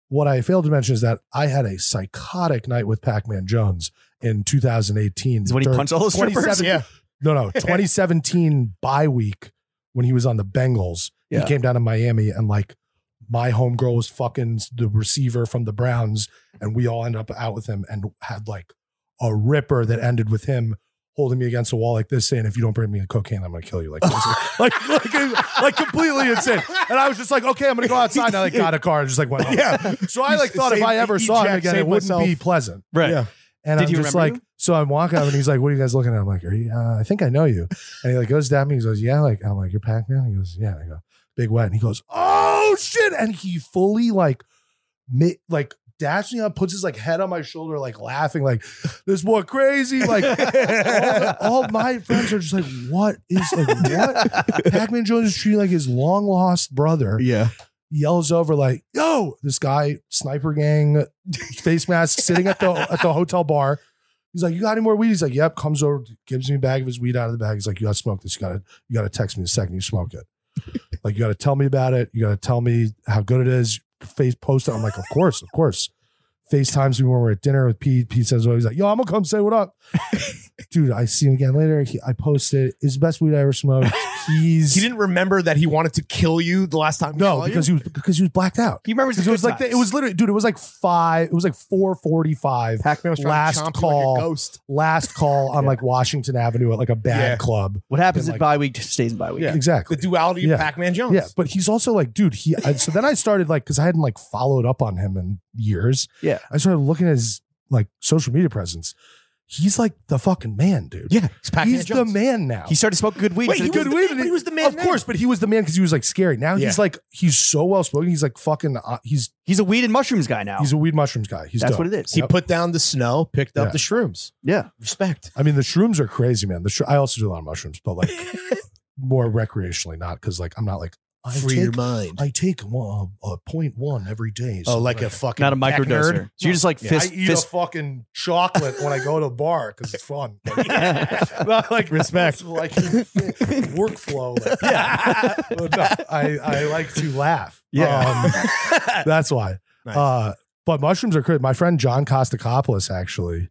S2: What I failed to mention is that I had a psychotic night with Pac-Man Jones in 2018.
S4: Is when he
S2: during-
S4: punched all those strippers?
S2: 27
S3: yeah.
S2: No, no, 2017 bye week when he was on the Bengals.
S4: Yeah.
S2: He came down to Miami and like my homegirl was fucking the receiver from the Browns, and we all ended up out with him and had like a ripper that ended with him holding me against a wall like this, saying, "If you don't bring me cocaine, I'm gonna kill you." Like, this. like, like, like completely insane. And I was just like, "Okay, I'm gonna go outside." And I like got a car and just like went. Home.
S3: Yeah.
S2: So I like thought if
S3: Saved
S2: I
S3: the
S2: ever saw him
S3: ejac,
S2: again, it
S3: saved
S2: wouldn't
S3: myself.
S2: be pleasant.
S1: Right.
S2: Yeah. And
S4: Did
S2: I'm
S4: he
S2: just
S4: remember
S2: like,
S4: you?
S2: so I'm walking up and he's like, what are you guys looking at? I'm like, are you, uh, I think I know you. And he like goes down me. He goes, yeah. Like, I'm like, you're Pac-Man. He goes, yeah. And I go, big wet. And he goes, oh shit. And he fully like, mi- like dashes me up, puts his like head on my shoulder, like laughing, like this boy crazy. Like all, the- all my friends are just like, what is like, what? Pac-Man Jones is treating like his long lost brother
S3: Yeah.
S2: yells over like, "Yo, this guy, sniper gang, face mask, sitting at the at the hotel bar." He's like, "You got any more weed?" He's like, "Yep." Comes over, gives me a bag of his weed out of the bag. He's like, "You got to smoke this. You got to you got to text me the second you smoke it. like, you got to tell me about it. You got to tell me how good it is. Face post it." I'm like, "Of course, of course." FaceTimes me when we're at dinner with Pete. Pete says, well, he's like, yo, I'm gonna come say what up. Dude, I see him again later. He, I posted it's the best weed I ever smoked. He's
S3: He didn't remember that he wanted to kill you the last time. he
S2: no,
S3: saw
S2: because he was because he was blacked out.
S4: He remembers
S2: Because it was like the- it was literally, dude. It was like five. It was like four forty-five.
S3: Pac-Man was trying
S2: last
S3: to chomp you
S2: call.
S3: like a ghost.
S2: Last call on like Washington Avenue at like a bad
S3: Yeah.
S2: club.
S4: What happens
S2: Been
S4: at bye week stays in bye week.
S3: The
S2: Exactly.
S3: duality
S2: Yeah.
S3: of Pac-Man Jones.
S2: Yeah, but he's also like, dude. He I, so then I started like because I hadn't like followed up on him in years.
S4: Yeah.
S2: I started looking at his like social media presence. He's like the fucking man, dude.
S3: Yeah. It's Pac-Man
S2: he's
S3: Jones.
S2: the man now.
S4: He started smoking good weed.
S3: Wait,
S4: so
S3: he
S4: it was-
S3: was the man, but he was the man
S2: Of
S3: now.
S2: course, but he was the man because he was like scary. Now he's
S3: Yeah.
S2: like he's so well spoken. He's like fucking. Uh, he's
S4: he's a weed and mushrooms guy now.
S2: he's a weed mushrooms guy. He's
S4: That's
S2: dope.
S4: what it is.
S3: He put down the snow, picked up
S2: Yeah.
S3: the shrooms.
S4: yeah.
S3: Respect.
S2: I mean, the shrooms are crazy, man. The shr- I also do a lot of mushrooms, but like more recreationally, not because like I'm not like I
S3: free
S2: take,
S3: your mind.
S2: I take uh, a point one every day.
S3: oh,
S2: so
S3: like
S2: that
S3: a fucking
S1: Not a
S3: tech nerd?
S1: microdoser. So you're just like
S2: Yeah,
S1: fist,
S2: I eat
S1: fist.
S2: a fucking chocolate when I go to a bar because it's fun.
S3: Well, like respect.
S2: It's like workflow. like-
S1: yeah.
S2: But no, I, I like to laugh.
S1: Yeah.
S2: Um, that's why.
S3: Nice.
S2: Uh, but mushrooms are crazy. My friend John Costacopoulos, actually,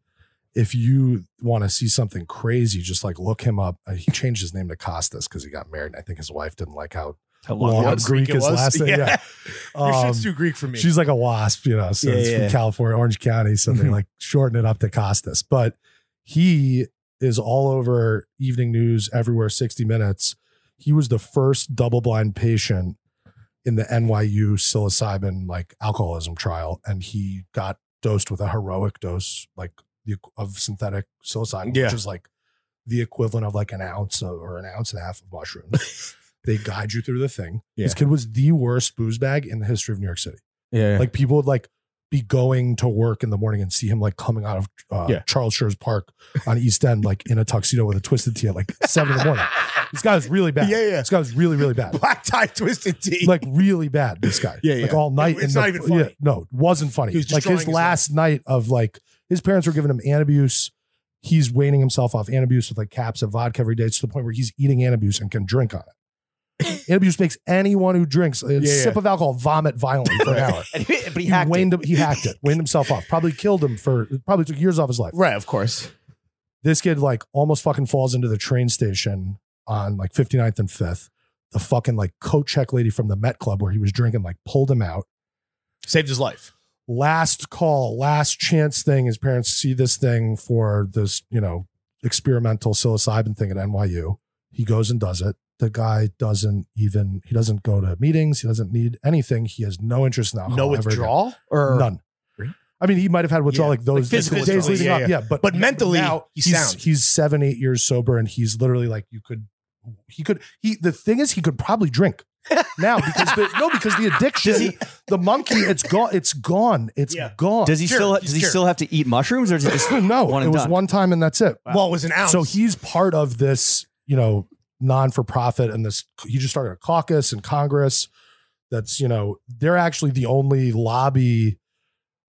S2: if you want to see something crazy, just like look him up. Uh, he changed his name to Costas because he got married. And I think his wife didn't like how
S1: How long
S2: long
S1: it
S3: how
S1: was.
S2: Greek
S3: Greek it
S2: his
S3: was?
S2: last name. Yeah.
S3: Yeah. Your
S2: Um,
S3: shit's too Greek for me.
S2: She's like a wasp, you know. So
S3: Yeah,
S2: it's
S3: yeah. Mm-hmm.
S2: from California, Orange County. So they
S1: Mhm.
S2: like shorten it up to Costas. But he is all over evening news everywhere, 60 minutes. He was the first double blind patient in the NYU psilocybin like alcoholism trial. And he got dosed with a heroic dose, like the, of synthetic psilocybin,
S3: Yeah.
S2: which is like the equivalent of like an ounce of, or an ounce and a half of mushrooms. they guide you through the thing.
S3: Yeah.
S2: This kid was the worst booze bag in the history of New York City.
S3: yeah.
S2: Like people would like be going to work in the morning and see him like coming out of uh,
S3: Yeah.
S2: Charles Schurz Park on East End, like in a tuxedo with a twisted tea at like seven in the morning. This guy was really bad.
S3: Yeah, yeah.
S2: This guy was really, really bad.
S3: black tie twisted tea.
S2: Like really bad. This guy.
S3: Yeah,
S2: Like
S3: yeah.
S2: all night.
S3: It's
S2: in
S3: not
S2: the,
S3: even funny.
S2: Yeah, no, it wasn't funny.
S3: He was
S2: like
S3: destroying
S2: his
S3: his
S2: last night of like his parents were giving him antabuse. He's weaning himself off antabuse with like caps of vodka every day to the point where he's eating antabuse and can drink on it. antabuse makes anyone who drinks a
S3: yeah.
S2: sip of alcohol vomit violently for an hour
S1: And he- but he
S2: he,
S1: hacked it.
S2: waned him- he hacked it, waned himself off, probably killed him for probably took years off his life.
S3: right, of course.
S2: This kid like almost fucking falls into the train station on like 59th and 5th. The fucking like coat check lady from the Met Club where he was drinking like pulled him out.
S3: Saved his life.
S2: Last call, last chance thing. His parents see this thing for this, you know, experimental psilocybin thing at NYU. He goes and does it. The guy doesn't even, he doesn't go to meetings. He doesn't need anything. He has no interest in alcohol.
S3: no
S2: ever again.
S3: withdrawal or
S2: None.
S3: Really?
S2: I mean, he might have had withdrawal
S3: Yeah.
S2: like those
S3: Like physical
S2: the days
S3: withdrawal.
S2: leading
S3: Yeah,
S2: up. Yeah, but
S3: But mentally, he's
S2: he's
S3: sound.
S2: he's seven, eight years sober, and he's literally like you could, he could, he. The thing is, he could probably drink now because the, no, because the addiction,
S1: Does he-
S2: the monkey, it's gone, it's gone, It's
S3: Yeah.
S2: gone.
S1: Does he
S3: Sure,
S1: still?
S3: he's
S1: Does he
S3: sure.
S1: still have to eat mushrooms, or is he just?
S2: no,
S1: One
S2: it
S1: and
S2: was
S1: done.
S2: one time, and that's it.
S3: Well, it was an ounce.
S2: So he's part of this, you know, non for profit and this he just started a caucus in Congress that's, you know, they're actually the only lobby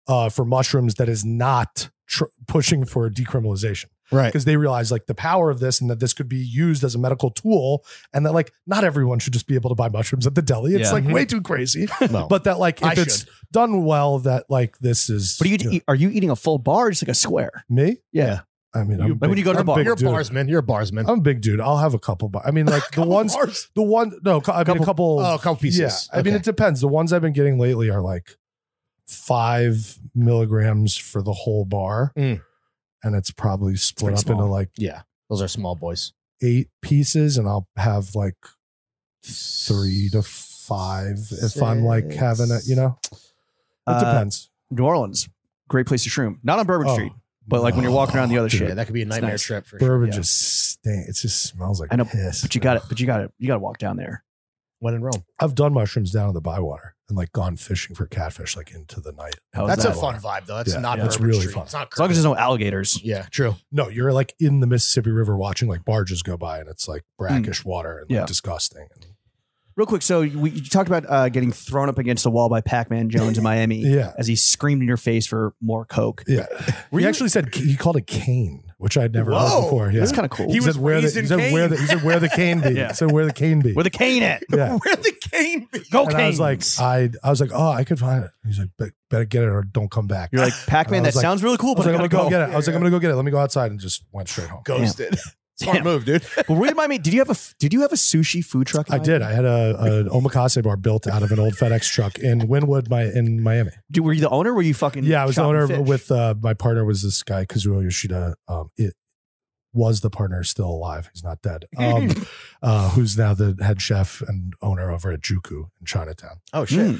S2: uh for mushrooms that is not tr- pushing for decriminalization
S3: right.
S2: because they realize like the power of this and that this could be used as a medical tool and that like not everyone should just be able to buy mushrooms at the deli. It's
S1: Yeah. Mm-hmm.
S2: like
S3: Mhm.
S2: way too crazy.
S3: No.
S2: But that like if
S3: I
S2: it's done well that like this is
S1: But are you,
S2: know,
S1: eat- are you eating a full bar, or just like a square?
S2: me?
S1: Yeah.
S2: I mean,
S3: You-
S2: I'm
S3: like
S1: when you go to the
S2: I'm
S1: bar.
S2: big
S3: you're a
S2: dude.
S3: barsman. You're a barsman.
S2: I'm a big dude. I'll have a couple, but I mean, like the ones,
S3: Bars?
S2: the one, no, co- I mean,
S1: Couple-
S2: a couple.
S3: Oh, a couple pieces.
S2: yeah, I mean,
S3: Okay.
S2: it depends. The ones I've been getting lately are like five milligrams for the whole bar,
S3: Mm.
S2: and it's probably split
S3: pretty
S2: up into
S3: small.
S2: like
S3: yeah, those are small boys.
S2: eight pieces, and I'll have like three to five if I'm like having it. You know, it
S1: Uh,
S2: depends.
S1: New Orleans, great place to shroom. Not on Bourbon
S2: Oh,
S1: Street, but like when you're walking around the other
S2: dude,
S1: shit.
S3: Yeah, that could be a nightmare
S1: nice.
S3: trip for
S2: bourbon
S3: sure. Yeah.
S2: just stink. It just smells like
S1: I know,
S2: piss.
S1: But you got it. But you got to You got to walk down there.
S3: when in Rome.
S2: I've done mushrooms down in the Bywater and like gone fishing for catfish like into the night.
S1: How is
S3: That's
S1: that?
S3: a fun vibe though. That's
S2: Yeah,
S3: not
S2: yeah, it's
S3: Bourbon
S2: really
S3: Street.
S2: fun.
S3: It's not
S1: As long as
S3: Kirkland.
S1: there's no alligators.
S3: yeah, true.
S2: No, you're like in the Mississippi River watching like barges go by and it's like brackish water and like
S1: Hmm. Yeah.
S2: disgusting. And,
S1: Real quick. So we, you talked about uh, getting thrown up against the wall by Pac-Man Jones in Miami
S2: yeah.
S1: as he screamed in your face for more coke.
S2: Yeah.
S1: Were
S2: he
S1: you-
S2: actually said he called it cane, which I'd never
S3: Whoa.
S2: heard before. Yeah.
S1: That's kind of cool.
S3: He
S2: He
S3: was
S2: said where the
S3: raised
S2: he
S3: in
S2: said where
S3: cane.
S2: the he said where the cane be.
S1: Yeah.
S2: He said where the cane be.
S1: Where the cane at?
S2: yeah.
S3: Where the cane be?
S1: Go
S2: And
S1: cane.
S2: I was like, I I was like, oh, I could find it. He's like, "Bet- better get it or don't come back.
S1: You're like Pac-Man.
S2: I was
S1: That
S2: like-
S1: sounds really cool,
S2: I was
S1: but
S2: like,
S1: I
S2: I'm
S1: gotta go.
S2: gonna go get it. I was like,
S3: Yeah,
S2: I'm gonna go get it. Let me go outside and just went straight home.
S3: Ghosted. Smart
S1: Damn.
S3: move, dude.
S1: But were you in Miami? Did you have a f- Did you have a sushi food truck? in
S2: I
S1: Miami?
S2: did. I had a an omakase bar built out of an old FedEx truck in Wynwood, my in Miami.
S1: Dude, were you the owner? Were you fucking?
S2: yeah, I was the
S1: chopping
S2: owner
S1: fish?
S2: with uh, my partner was this guy Kazuo Yoshida. Um, it was the partner still alive. He's not dead. Um, uh, who's now the head chef and owner over at Juku in Chinatown.
S3: Oh shit.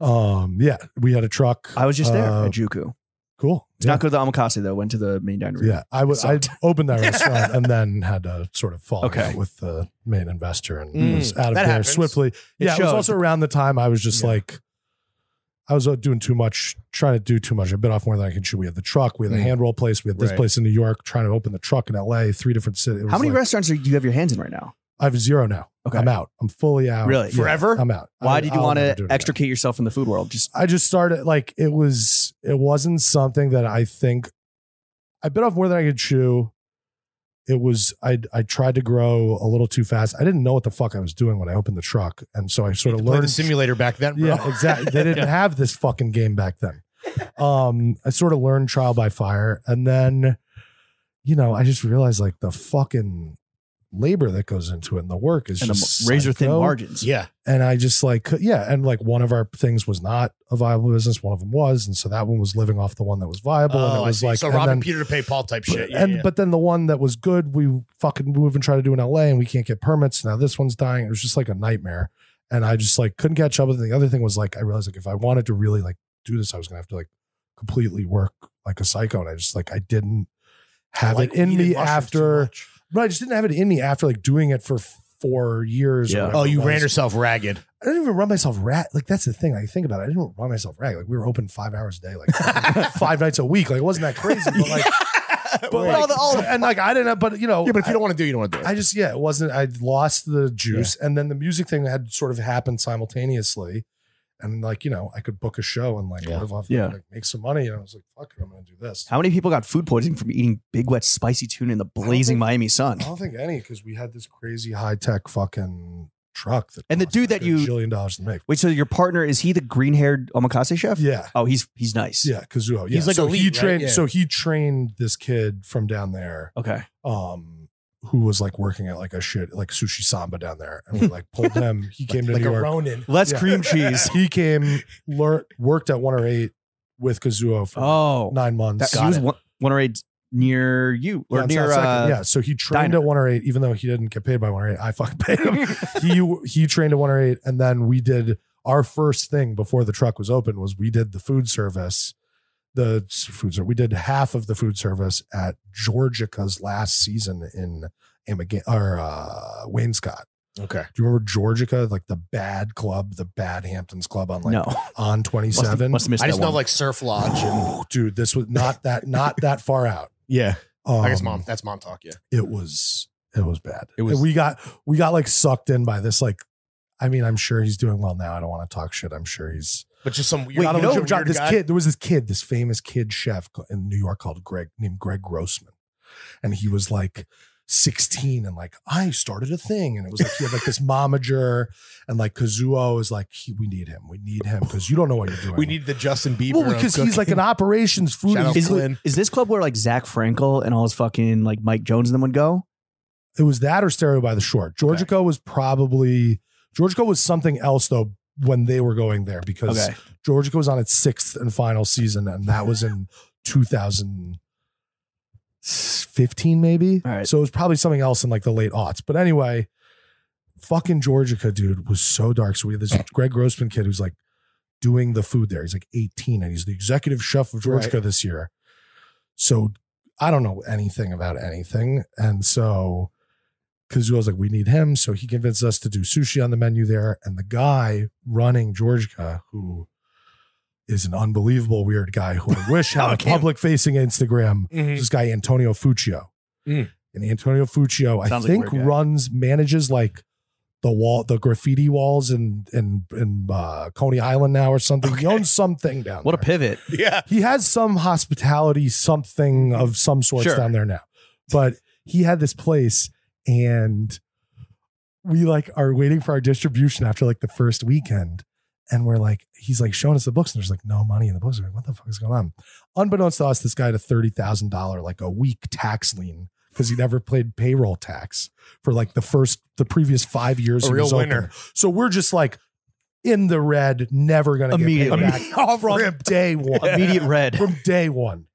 S1: Mm.
S2: Um, yeah, we had a truck.
S1: I was just there
S2: Uh,
S1: at Juku.
S2: cool.
S1: Did
S2: yeah.
S1: not go to the Amakase though. Went to the main dining room.
S2: yeah, I was. I
S1: Sucked.
S2: opened that restaurant and then had to sort of fall
S1: Okay.
S2: out with the main investor and
S3: Mm,
S2: was out of
S3: that
S2: there
S3: happens.
S2: swiftly. yeah, it was
S1: shows.
S2: also around the time I was just
S3: Yeah.
S2: like, I was uh, doing too much, trying to do too much. I bit off more than I can chew. We had the truck, we had the
S3: Mm.
S2: hand roll place, we had this
S3: Right.
S2: place in New York, trying to open the truck in L.A., three different cities. It was
S1: How many
S2: like-
S1: restaurants are, do you have your hands in right now?
S2: I have zero now.
S4: Okay.
S2: I'm out. I'm fully out.
S4: Really?
S3: Forever?
S2: I'm out.
S4: Why
S2: I-
S4: did you
S2: I'll
S4: want
S2: never
S4: to
S2: do it again.
S4: extricate yourself from the food world? Just
S2: I just started like it was it wasn't something that I think I bit off more than I could chew. It was I I tried to grow a little too fast. I didn't know what the fuck I was doing when I opened the truck, and so I sort of
S3: Play the
S2: learned.
S3: simulator back then, bro.
S2: yeah, exactly. They didn't have this fucking game back then. Um, I sort of learned trial by fire, and then you know I just realized like the fucking labor that goes into it and the work is
S4: and
S2: just "Oh,
S4: the razor thin
S2: psycho
S4: margins.
S3: yeah.
S2: and I just like could- yeah, and like one of our things was not a viable business, one of them was, and so that one was living off the one that was viable, and
S3: Oh,
S2: it
S3: I
S2: was
S3: see.
S2: like
S3: so
S2: and
S3: Robin
S2: then-
S3: Peter to pay Paul type
S2: but-
S3: shit. Yeah,
S2: and
S3: yeah.
S2: but then the one that was good, we fucking move and try to do in LA, and we can't get permits. Now this one's dying. It was just like a nightmare, and I just like couldn't catch up with. It. The other thing was like I realized like if I wanted to really like do this, I was gonna have to like completely work like a psycho, and I just like I didn't have
S3: Like,
S2: it in
S3: we
S2: me
S3: did mushrooms too
S2: after,
S3: much.
S2: but I just didn't have it in me after like doing it for four years. or
S4: Yeah.
S2: whatever
S3: Oh, you
S2: it
S3: ran
S2: was.
S3: yourself ragged.
S2: I didn't even run myself rat. Like that's the thing. I think about it. I didn't run myself rag. Like we were open five hours a day, like five nights a week. Like it wasn't that crazy. But like, but
S3: Well,
S2: like-
S3: all the- all the-
S2: and like I didn't. have- But you know,
S3: yeah, but if
S2: I-
S3: you don't want to do, it, you don't want to do. it.
S2: I just yeah, it wasn't. I lost the juice, and then the music thing had sort of happened simultaneously, and like you know, I could book a show and like
S3: Yeah.
S2: live off,
S4: Yeah.
S2: like make some money, and I was like, fuck, it, I'm gonna do this.
S4: How many people got food poisoning from eating Big Wet's spicy tuna in the blazing
S2: think-
S4: Miami sun?
S2: I don't think any because we had this crazy high tech fucking truck that
S4: And the
S2: cost
S4: dude
S2: like
S4: that
S2: a
S4: you-
S2: billion dollars to make.
S4: Wait, so your partner is he the green haired omakase chef?
S2: Yeah.
S4: Oh, he's he's nice.
S2: Yeah, Kazuo. Yeah.
S3: He's like
S2: so
S3: elite,
S2: he
S3: right?
S2: trained.
S3: Yeah.
S2: So he trained this kid from down there,
S4: Okay.
S2: um, who was like working at like a shit like sushi samba down there, and we like pulled him. He came to
S3: like
S2: New
S3: a
S2: York.
S3: Ronin.
S4: Less
S2: Yeah.
S4: cream cheese.
S2: He came, learned, worked at 108 with Kazuo for
S4: Oh,
S2: nine months.
S4: that, he was one, one or eight near you or
S2: Yeah, on
S4: near
S2: South Second.
S4: uh,
S2: yeah, so he trained
S4: Diner.
S2: at 108, even though he didn't get paid by 108. I fucking paid him. he he trained at 108, and then we did our first thing before the truck was open was we did the food service, the s- food service. We did half of the food service at Georgica's last season in Amaga- or uh, Wainscott.
S3: Okay.
S2: Do you remember Georgica, like the bad club, the bad Hamptons club on like
S4: no,
S2: on
S4: Must have-
S2: 27?
S4: Must have missed
S3: I just
S4: that
S3: know
S4: one.
S3: like Surf Lodge and
S2: Dude, this was not that not that far out.
S3: yeah.
S2: Um,
S3: I guess mom. That's mom talk. Yeah.
S2: it was it was bad.
S4: It was-
S2: And we got we got like sucked in by this. Like, I mean, I'm sure he's doing well now. I don't want to talk shit. I'm sure he's.
S3: But just some weird.
S2: Not a
S3: you know,
S2: joke, John,
S3: weird
S2: this
S3: guy.
S2: kid. There was this kid, this famous kid chef in New York called Greg named Greg Grossman, and he was like. 16 and like I started a thing and it was like he had like this momager and like Kazuo is like he, we need him we need him because you don't know what you're doing
S3: We need the Justin Bieber.
S2: well
S3: of
S2: because he's like an
S3: cooking.
S2: operations food
S3: Shout out
S2: he's-
S3: Clint.
S4: Is this club where like Zach Frankel and all his fucking like Mike Jones and them would go?
S2: It was that or Stereo by the Shore. Georgico was probably Georgico was something else though when they were going there because
S4: Okay.
S2: Georgico was on its sixth and final season, and that was in 2015 maybe.
S4: All right.
S2: So it was probably something else in like the late aughts. But anyway, fucking Georgica dude was so dark. So we had this Greg Grossman kid who's like doing the food there. He's like 18 and he's the executive chef of Georgica this year. So I don't know anything about anything. And so Kazuo was like, we need him. So he convinced us to do sushi on the menu there. And the guy running Georgica, who is an unbelievable weird guy who I wish had a
S4: Okay.
S2: public facing Instagram,
S4: Mm-hmm.
S3: Mhm.
S2: this guy, Antonio Fuccio.
S3: Mm.
S2: And Antonio Fuccio, I
S4: Sounds like a
S2: think,
S4: weird guy.
S2: runs, manages like the wall, the graffiti walls in in in uh, Coney Island now or something. He owns something down
S4: What a
S2: there.
S4: pivot.
S3: Yeah.
S2: He has some hospitality, something of some sort
S4: Sure.
S2: down there now. But he had this place and we like are waiting for our distribution after like the first weekend. And we're like, he's like showing us the books, and there's like no money in the books. We're like, what the fuck is going on? Unbeknownst to us, this guy had a thirty thousand dollar like a week tax lien because he never played payroll tax for like the first the previous five years.
S3: A
S2: he
S3: real
S2: was open.
S3: winner.
S2: So we're just like in the red, never gonna
S4: Immediately.
S2: get paid back from day one.
S4: Immediate red.
S2: From day one.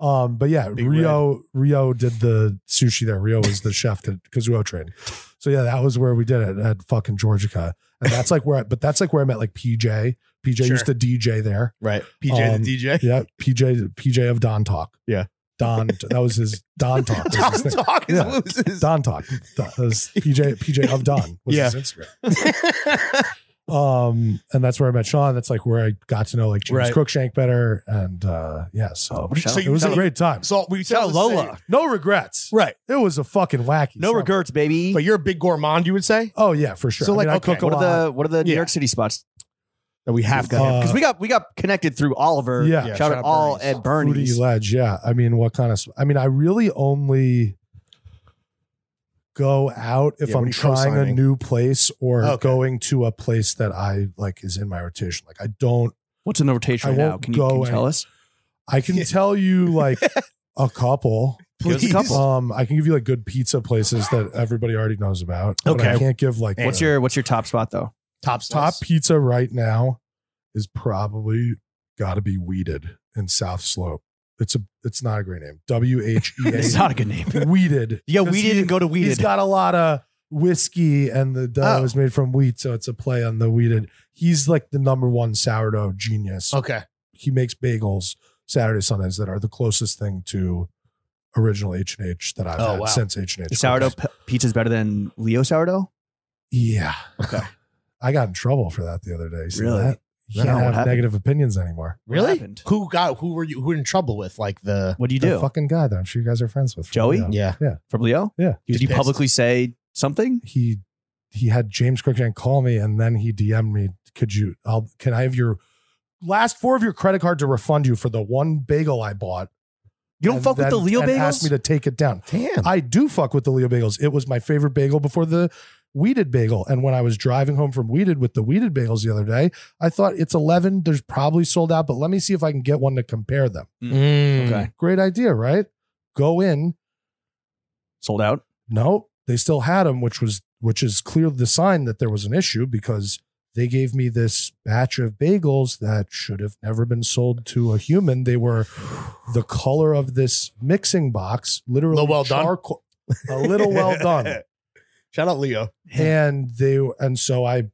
S2: Um, but yeah,
S3: Big
S2: Rio Rio did the sushi there. Rio was the chef that Kazuo trained. So yeah, that was where we did it at fucking Georgica. And that's like where I, but that's like where I met like PJ. PJ used to
S3: Sure.
S2: DJ there.
S3: Right. PJ
S2: Um,
S3: the DJ.
S2: Yeah, PJ PJ of Don Talk.
S3: Yeah.
S2: Don that was his Don Talk. Was his
S3: Tom
S2: thing.
S3: talk is
S2: Yeah.
S3: loses.
S2: Don Talk. That was PJ PJ of Don was
S3: Yeah.
S2: his Instagram. Um, and that's where I met Sean. That's like where I got to know like James
S3: Right.
S2: Crookshank better. And uh yeah, so,
S1: Oh, shout
S3: So
S2: it was a
S3: out.
S2: great time.
S3: So we
S5: Shout out
S3: sound the same.
S5: Lola.
S2: No regrets.
S3: Right.
S2: It was a fucking wacky.
S5: No
S2: summer.
S5: regrets, baby.
S3: But you're a big gourmand, you would say?
S2: Oh yeah, for sure.
S3: So,
S2: I
S3: like,
S2: mean, I
S3: okay,
S2: cook a
S1: What
S2: lot.
S1: are the what are the New
S3: Yeah.
S1: York City spots?
S3: That we have got.
S2: Uh,
S1: Because we got we got connected through Oliver.
S2: yeah.
S3: Yeah,
S1: shout
S3: shout
S1: out
S3: out
S1: all
S3: Bernie's.
S1: at
S2: Fruity
S1: Bernie's.
S2: Ledge. Yeah. I mean, what kind of? I mean, I really only go out if
S3: Yeah, what are
S2: I'm
S3: you
S2: trying a
S3: co-signing?
S2: new place or
S3: Okay.
S2: going to a place that I like is in my rotation. Like, I don't.
S1: What's in the rotation
S2: I
S1: right now?
S2: won't
S1: Can you, can
S2: go
S1: you tell us?
S2: I can tell you like a couple.
S1: Give us a
S3: Please.
S1: couple.
S2: Um, I can give you like good pizza places that everybody already knows about. but I
S3: Okay.
S2: can't give like
S1: What's
S2: the
S1: your what's your top spot though?
S3: top
S2: top pizza right now is probably got to be weeded in South Slope. It's a it's not a great name. W H E
S1: It's
S2: A
S1: not a good name.
S2: weeded.
S5: yeah, we
S2: 'Cause
S5: didn't
S2: he-
S5: go to
S2: He's
S5: Weeded.
S2: got a lot of whiskey, and the dough
S3: Oh.
S2: is made from wheat, so it's a play on the weeded. He's like the number one sourdough genius.
S1: Oh.
S3: Okay.
S2: He makes bagels Saturday Sundays that are the closest thing to original H and H that I've
S3: Oh,
S2: had
S3: wow.
S2: since H and
S1: Your
S2: H.
S1: sourdough p- pizza's better than Leo sourdough.
S2: Yeah.
S1: Okay.
S2: I got in trouble for that the other day. See
S1: Really?
S2: That? You
S1: No,
S2: can't
S1: what
S2: have
S1: happened?
S2: negative opinions anymore.
S1: What
S3: Really?
S1: happened?
S3: Who got who were you who were in trouble with? Like the
S1: What do you
S2: The
S1: do
S2: fucking guy that I'm sure you guys are friends with.
S1: Joey?
S2: Yeah.
S3: Yeah.
S1: from Leo?
S2: Yeah.
S3: He was
S1: Did you
S3: pissed.
S1: publicly say something?
S2: He he had James Cruikshank call me and then he DM'd me. Could you I'll can I have your last four of your credit card to refund you for the one bagel I bought?
S1: You don't
S2: and
S1: fuck with the
S2: then-
S1: Leo
S2: and
S1: bagels.
S2: Asked me to take it down.
S3: Damn.
S2: I do fuck with the Leo bagels. It was my favorite bagel before the weeded bagel. And when I was driving home from weeded with the weeded bagels the other day, I thought it's 11. There's probably sold out, but let me see if I can get one to compare them.
S1: Hmm.
S3: Mm.
S1: okay,
S2: Great idea, right? Go in.
S1: sold out.
S2: No, they still had them, which was which is clearly the sign that there was an issue because they gave me this batch of bagels that should have never been sold to a human. They were the color of this mixing box, literally
S3: Little well done?
S2: charcoal. A little well done.
S3: Shout out Leo.
S2: and they and so i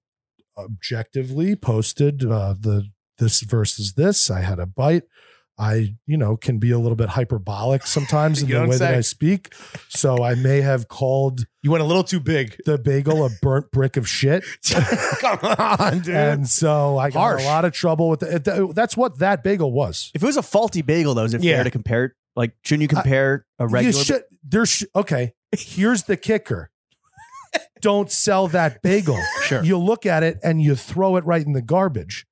S2: objectively posted uh, the this versus this i had a bite i you know can be a little bit hyperbolic sometimes in
S3: You know
S2: the way
S3: what I'm
S2: that i
S3: saying?
S2: speak so i may have called
S3: You went a little too big.
S2: the bagel a burnt brick of shit
S3: Come on, dude.
S2: and so i got
S3: Harsh.
S2: a lot of trouble with it Th- that's what that bagel was
S1: If it was a faulty bagel, though, is it
S3: Yeah.
S1: fair to compare? it? Like, shouldn't you compare a regular?
S2: You should, there sh- okay. Here's the kicker. Don't sell that bagel.
S3: Sure.
S2: You look at it and you throw it right in the garbage.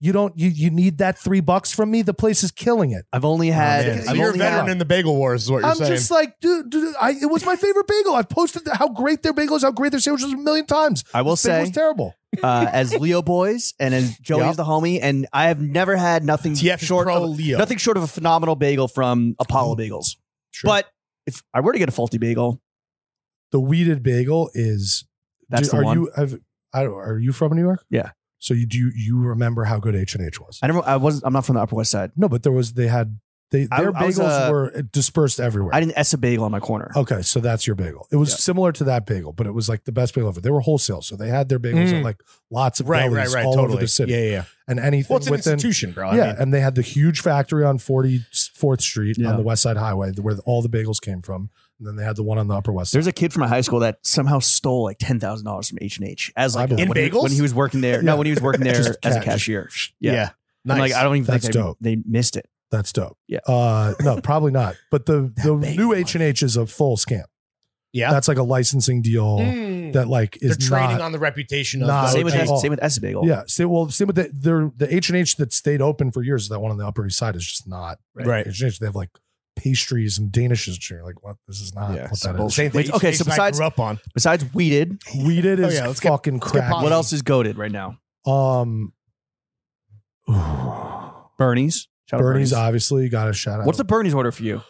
S2: You don't you you need that three bucks from me? The place is killing it.
S1: I've only had.
S3: Man,
S1: I've
S3: you're a
S1: only
S3: veteran
S1: had-
S3: in the bagel wars, is what you're
S2: I'm
S3: saying.
S2: just like, dude, dude, I, it was my favorite bagel. I've posted the, how great their bagel is, how great their sandwich is a million times.
S1: I will
S2: This bagel
S1: say,
S2: was terrible.
S1: uh, as Leo boys and as Joey's
S3: Yep.
S1: the homie, and I have never had nothing
S3: TF
S1: short
S3: pro
S1: of
S3: Leo.
S1: nothing short of a phenomenal bagel from Apollo Bagels.
S2: Sure.
S1: But if I were to get a faulty bagel,
S2: The weeded bagel is
S1: that's
S2: do-
S1: the
S2: are
S1: one.
S2: you have I don't are you from New York?
S1: Yeah.
S2: So you do you remember how good H and H was?
S1: I never. I wasn't. I'm not from the Upper West Side.
S2: No, but there was they had they
S1: I-
S2: their
S1: I was,
S2: bagels
S1: uh,
S2: were dispersed everywhere.
S1: I didn't S a bagel on my corner.
S2: okay, so that's your bagel. It was
S1: Yeah.
S2: similar to that bagel, but it was like the best bagel ever. They were wholesale, so they had their bagels at
S3: Mm.
S2: like lots of
S3: right,
S2: delis
S3: right, right.
S2: all
S3: totally.
S2: over the city
S3: Yeah, yeah, yeah.
S2: and anything
S3: Well, it's an
S2: within.
S3: institution, bro.
S2: yeah,
S3: I mean,
S2: and they had the huge factory on 44th Street
S1: Yeah.
S2: on the West Side Highway where all the bagels came from. And then they had the one on the Upper West Side.
S1: There's a kid from my high school that somehow stole like ten thousand dollars from H and H as
S2: I
S1: like
S2: believe
S1: when
S3: it.
S1: he,
S3: In bagels?
S1: when he was working there.
S2: Yeah.
S1: No, when he was working there
S2: Just
S1: as a
S2: cash.
S1: cashier.
S3: yeah.
S1: Yeah, And,
S3: Nice.
S1: like I don't even
S2: That's
S1: think they,
S2: dope.
S1: they missed it.
S2: That's dope.
S1: Yeah.
S2: Uh, no, probably not. But the, the
S3: bagel
S2: new
S3: life.
S2: H and H is a full scam.
S3: yeah.
S2: That's like a licensing deal
S3: Mm.
S2: that like
S3: They're
S2: is
S3: trading
S2: not
S3: on the reputation
S2: not-
S3: of
S1: same with
S2: okay.
S1: S- same with S a bagel.
S2: Yeah. So, well, same with the their- the H and H that stayed open for years. That one on the Upper East Side is just not
S3: Right.
S2: H and H. They have like pastries and danishes. And shit. You're like, what? This is not
S1: Yeah,
S2: what that is.
S1: bullshit.
S3: Same thing.
S1: Wait, okay, so besides-
S3: I grew up on.
S1: Besides weeded,
S2: Weeded
S3: Oh,
S2: is
S3: yeah, let's get-
S2: fucking
S3: get
S2: crack.
S3: Posse.
S1: what else is goaded right now?
S2: Um,
S1: Bernie's. Shout out
S2: Bernie's obviously got a shout out.
S1: What's the Bernie's order for you?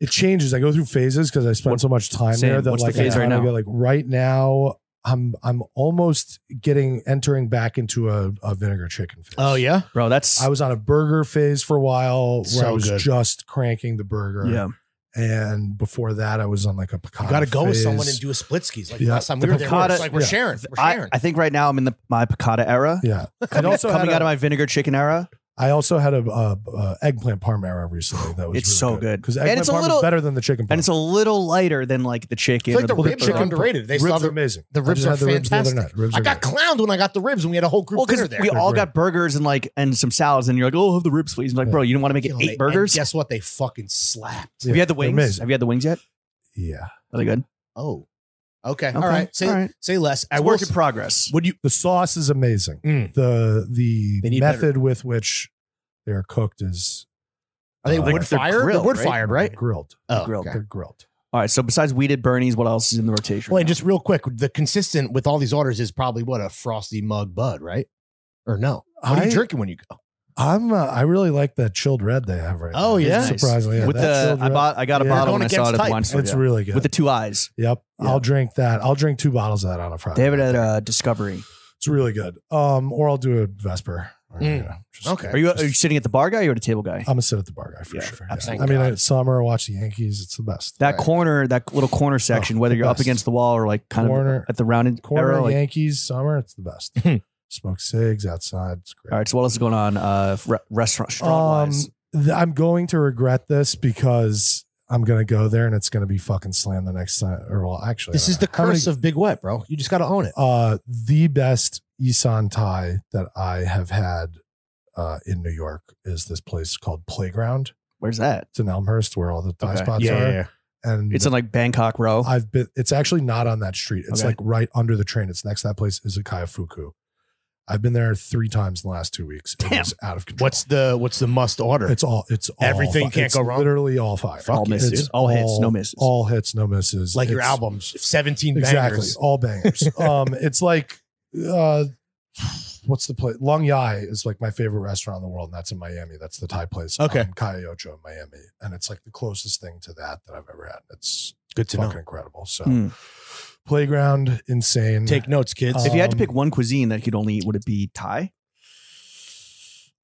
S2: It changes. I go through phases because I spend
S1: What-
S2: so much time
S1: Same.
S2: there that
S1: What's the
S2: like
S1: phase
S2: I
S1: right
S2: kinda
S1: now?
S2: Go, like right now, I'm I'm almost getting entering back into a, a vinegar chicken phase.
S3: Oh yeah.
S1: Bro, that's
S2: I was on a burger phase for a while where I
S3: So
S2: was
S3: good.
S2: just cranking the burger.
S1: yeah.
S2: And before that, I was on like a piccata.
S3: You got to go with someone
S2: phase.
S3: and do a split skis. Like
S2: Yeah.
S3: last time
S1: The
S3: we were there, we were
S1: piccata-
S3: just like we're
S2: yeah.
S3: sharing. We're
S1: I,
S3: sharing.
S1: I think right now I'm in the my piccata era.
S2: Yeah. I'd also
S1: coming
S2: had
S1: out
S2: a-
S1: of my vinegar chicken era.
S2: I also had a, uh uh eggplant parmera recently. That was
S1: It's
S2: really
S1: so good.
S2: because
S1: And
S2: eggplant
S1: it's a
S2: parm
S1: little-
S2: is better than the chicken.
S1: and
S2: parm.
S1: it's a little lighter than like the chicken.
S3: It's like
S1: or the
S3: the
S2: Well, the
S3: ribs are
S2: chicken-
S3: underrated. They
S2: ribs
S3: saw
S2: are
S3: the,
S2: amazing.
S3: the
S2: I
S3: ribs
S2: just
S3: are
S2: had the ribs the other
S3: fantastic.
S2: night. The ribs
S3: I
S2: are
S3: got
S2: good.
S3: clowned when I got the ribs, and we had a whole group
S1: well,
S3: dinner
S1: because
S3: there.
S1: we
S2: They're
S1: all
S2: great.
S1: got burgers and like and some salads, and you're like, oh, have the ribs, please. And you're like,
S2: Yeah.
S1: bro, you didn't want to make
S3: You
S1: it
S3: know, they-
S1: eight
S3: and
S1: burgers. Have
S3: Guess what? They fucking slapped.
S1: you had the
S2: They're
S1: wings?
S2: amazing.
S1: Have you had the wings yet?
S2: yeah,
S1: Are they good?
S3: Oh, okay.
S1: Okay.
S3: All right. Say
S1: All right.
S3: say less. I
S1: It's
S3: work.
S1: work in progress.
S3: Would you?
S2: the sauce is amazing.
S3: Mm.
S2: The
S3: They
S2: the
S3: need
S2: method with which they are cooked is
S3: Are they
S2: Uh,
S3: wood
S1: like they're
S3: fired?
S1: grilled,
S3: wood
S1: right?
S3: fired, right?
S2: grilled.
S3: Oh,
S1: Grilled.
S3: okay.
S2: They're grilled.
S1: All right. So besides weeded Bernie's, what else is in the rotation?
S3: Well,
S1: right
S3: and just real quick, the consistent with all these orders is probably what a frosty mug bud, right? Or no? What are
S2: I-
S3: you drinking when you go?
S2: I'm. Uh, I really like that chilled red they have right.
S3: Oh,
S2: now.
S3: yeah.
S1: Nice.
S2: surprisingly. yeah,
S1: with
S2: that
S1: the
S2: chilled
S1: I
S2: red,
S1: bought I got a
S2: Yeah.
S1: bottle and
S3: Going
S1: I saw it
S3: against
S1: at the
S3: type.
S1: wine store
S2: It's
S1: yeah.
S2: really good.
S1: with the two eyes.
S2: yep,
S1: Yeah.
S2: I'll drink that. I'll drink two bottles of that on a Friday.
S1: They have it at
S2: night.
S1: uh, Discovery.
S2: It's really good. Um, or I'll do a Vesper. Or,
S3: Mm.
S2: you know, just-
S3: Okay.
S1: Are you are you
S2: just-
S1: sitting at the bar guy or at a table guy?
S2: I'm gonna sit at the bar guy for
S1: Yeah,
S2: sure. Yeah.
S1: absolutely.
S2: I mean,
S3: God.
S2: it's summer. Watch the Yankees. It's the best.
S1: That
S3: Right.
S1: corner, that little corner section,
S2: Oh,
S1: whether
S2: the
S1: you're up
S2: best.
S1: against the wall or like kind
S2: Corner-
S1: of at the rounded
S2: Corner
S1: arrow. Like,
S2: Yankees summer. It's the best. Smoke cigs outside. It's great.
S1: all right. So what else is going on? Uh, re- restaurant wise.
S2: Um, th- I'm going to regret this because I'm gonna go there and it's gonna be fucking slammed the next time. Or well, actually,
S3: This
S2: I
S3: is the
S2: don't know. How many-
S3: curse of Big Wet, bro. You just got to own it.
S2: uh, the best isan Thai that I have had uh, in New York is this place called Playground.
S1: Where's that?
S2: It's in Elmhurst, where all the Thai
S1: Okay.
S2: spots are. And
S1: It's in like Bangkok Row.
S2: I've been. It's actually not on that street. It's
S1: Okay.
S2: like right under the train. It's next to that place, Izakaya Fuku. I've been there three times in the last two weeks. It
S1: Damn.
S2: was out of control.
S3: What's the what's the must order?
S2: It's all. It's all
S3: Everything
S2: fi-
S3: can't
S2: it's
S3: go wrong?
S2: Literally all fire.
S3: Fuck
S1: all
S3: yeah.
S1: misses.
S2: It's
S1: all, hits. No misses.
S2: All hits, no misses.
S3: like your
S2: It's-
S3: albums, seventeen
S2: Exactly,
S3: bangers.
S2: all bangers. um, it's like, uh, what's the place? Long Yai is like my favorite restaurant in the world, and that's in Miami. That's the Thai place.
S3: Okay.
S2: um, Cayocho in Miami, and it's like the closest thing to that that I've ever had. It's
S3: Good to
S2: fucking
S3: know.
S2: incredible. So,
S1: Hmm.
S2: playground, insane.
S3: Take notes, kids.
S2: Uh,
S1: if you had to
S2: um,
S1: pick one cuisine that you could only eat, would it be Thai?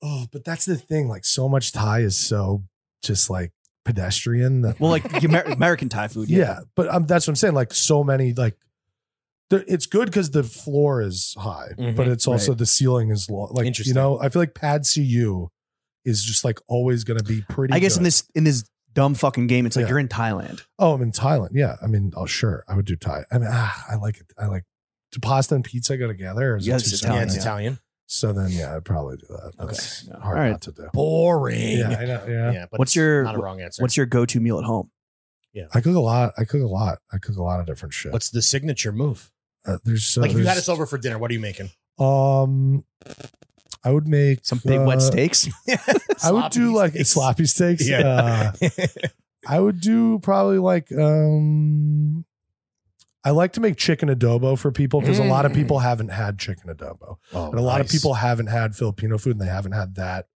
S2: oh, but that's the thing. Like, so much Thai is so just like pedestrian that
S1: Well, like Amer- American Thai food.
S2: Yeah, but um, that's what I'm saying. Like so many, like there- it's good because the floor is high,
S3: Mhm,
S2: but it's also the ceiling is low. Like you
S3: Interesting.
S2: know, I feel like Pad CU is just like always going to be pretty.
S1: I guess in
S2: good.
S1: this in this dumb fucking game, it's like
S2: Yeah.
S1: you're in Thailand.
S2: Oh, I'm in Thailand. Yeah, I mean, oh sure, I would do Thai. I mean, ah, I like it. I like. Do pasta and pizza go together? Or is
S1: Yeah,
S2: it
S1: it's
S2: too
S1: Italian,
S3: yeah,
S2: separate?
S3: it's
S1: yeah.
S3: Italian.
S2: So then, yeah, I'd probably do that. That's
S1: Yeah.
S2: hard
S1: All right.
S2: not to do.
S3: Boring.
S2: Yeah, I know. Yeah.
S3: Yeah, but
S1: What's
S3: it's
S1: your-
S3: not a wrong answer?
S1: What's your go-to meal at home?
S2: I cook a lot. I cook a lot. I cook a lot of different shit.
S3: what's the signature move?
S2: Uh, there's so
S3: like if you had
S2: there's-
S3: us over for dinner, what are you making?
S2: Um, I would make
S1: Some big wet
S2: uh,
S1: steaks.
S2: I would do
S3: Sloppy
S2: like
S3: steaks.
S2: sloppy steaks.
S3: Yeah.
S2: Uh, I would do probably like um. I like to make chicken adobo for people because a lot of
S3: Mm.
S2: people haven't had chicken adobo,
S3: Oh,
S2: and a lot of
S3: nice.
S2: people haven't had Filipino food, and they haven't had that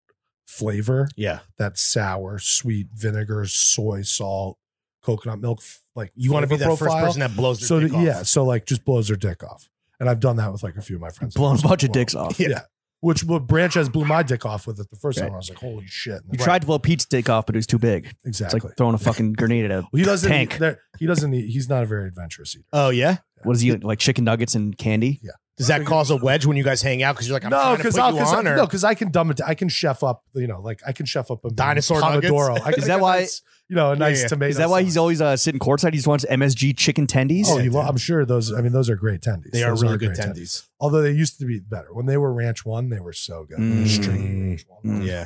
S2: flavor,
S3: Yeah,
S2: that sour, sweet vinegar, soy, salt, coconut milk. f- Like
S3: you want to be that
S2: flavor
S3: first
S2: profile.
S3: person that blows their
S2: So
S3: dick
S2: that-
S3: off.
S2: yeah, so like just blows their dick off, and I've done that with like a few of my friends.
S1: Blown a bunch of
S2: Whoa.
S1: dicks off.
S2: Yeah. Which what Branch has blew my dick off with it the first
S1: Right.
S2: time. I was like, holy shit.
S1: You tried to blow Pete's dick off, but it was too big. It's
S2: exactly.
S1: like throwing a fucking grenade at a
S2: well, he doesn't.
S1: tank.
S2: Eat, there- he doesn't. Eat, he's not a very adventurous eater.
S3: Oh yeah.
S1: What is he like? Chicken nuggets and candy.
S3: Does that cause a wedge when you guys hang out? Because you're like, I'm
S2: no,
S3: because
S2: because
S3: you
S2: I'll cause
S3: on,
S2: I,
S3: or
S2: no, because I can dumb it. I can chef up. You know, like I can chef up a
S3: Dinosaur nuggets?
S2: pomodoro. I can
S1: Is
S2: make
S1: that
S2: a
S1: why-
S2: nice, you know a nice
S3: yeah.
S2: tomato?
S1: Is that why
S2: sauce.
S1: he's always uh, sitting courtside? He just wants MSG chicken tendies.
S2: Oh,
S3: Yeah,
S2: you lo-
S3: dude.
S2: I'm sure those. I mean, those are great tendies.
S3: they are
S2: Those
S3: really good
S2: great
S3: tendies.
S2: Although they used to be better when they were Ranch One, they were so good. When they were straight
S3: Mm.
S2: Ranch One, they
S3: Yeah.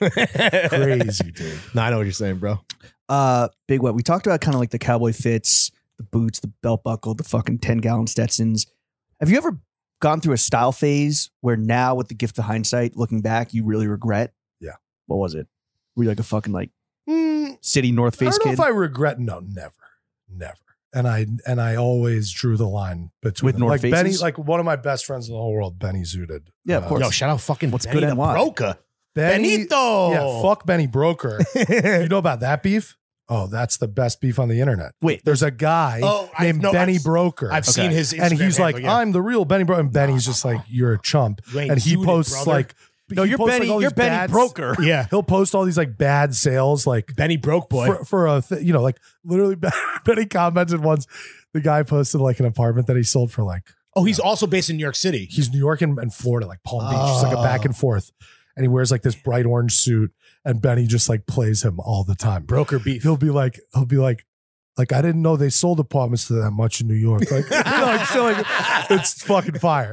S2: were crazy dude.
S3: No, I know what you're saying, bro.
S1: Uh, big wet. We talked about kind of like the cowboy fits, the boots, the belt buckle, the fucking ten gallon Stetsons. Have you ever gone through a style phase where now, with the gift of hindsight, looking back, you really regret?
S2: Yeah.
S1: What was it? Were you like a fucking like
S2: Mm,
S1: city North Face
S2: I don't
S1: kid?
S2: know if I regret. No, never, never. And I and I always drew the line between
S1: With
S2: them.
S1: North
S2: like Benny,
S1: Faces?
S2: like one of my best friends in the whole world, Benny Zooted.
S1: Yeah, of course.
S3: Yo, shout out fucking
S1: What's
S3: Benny
S1: good
S3: the
S1: and why?
S3: Broca.
S2: Benny,
S3: Benito.
S2: yeah, fuck Benny Broker. you
S3: fuck.
S2: know about that beef? Oh, that's the best beef on the internet.
S1: Wait.
S2: There's a guy
S3: oh, I
S2: named
S3: know.
S2: Benny
S3: I've,
S2: Broker,
S3: I've seen his Instagram
S2: and he's like,
S3: handle, yeah.
S2: "I'm the real Benny Broker," and Benny's just like, "You're a chump,"
S3: You ain't
S2: and he
S3: suited,
S2: posts
S3: brother.
S2: like,
S1: no,
S2: he
S1: you're
S2: posts, like,
S1: Benny.
S2: all
S1: you're
S2: these
S1: Benny
S2: bad-
S1: Broker.
S3: yeah,
S2: He'll post all these like bad sales, like
S3: Benny broke boy.
S2: for, for a th- you know like literally Benny commented once the guy posted like an apartment that he sold for like
S3: oh, he's also based in New York City.
S1: Ah.
S2: he's New York and, and Florida like Palm Beach it's like a back and forth and he wears like this bright orange suit, and Benny just like plays him all the time.
S3: Broker beef.
S2: He'll be like, he'll be like, like I didn't know they sold apartments to that much in New York. Like, you know, like, so, like, it's fucking fire.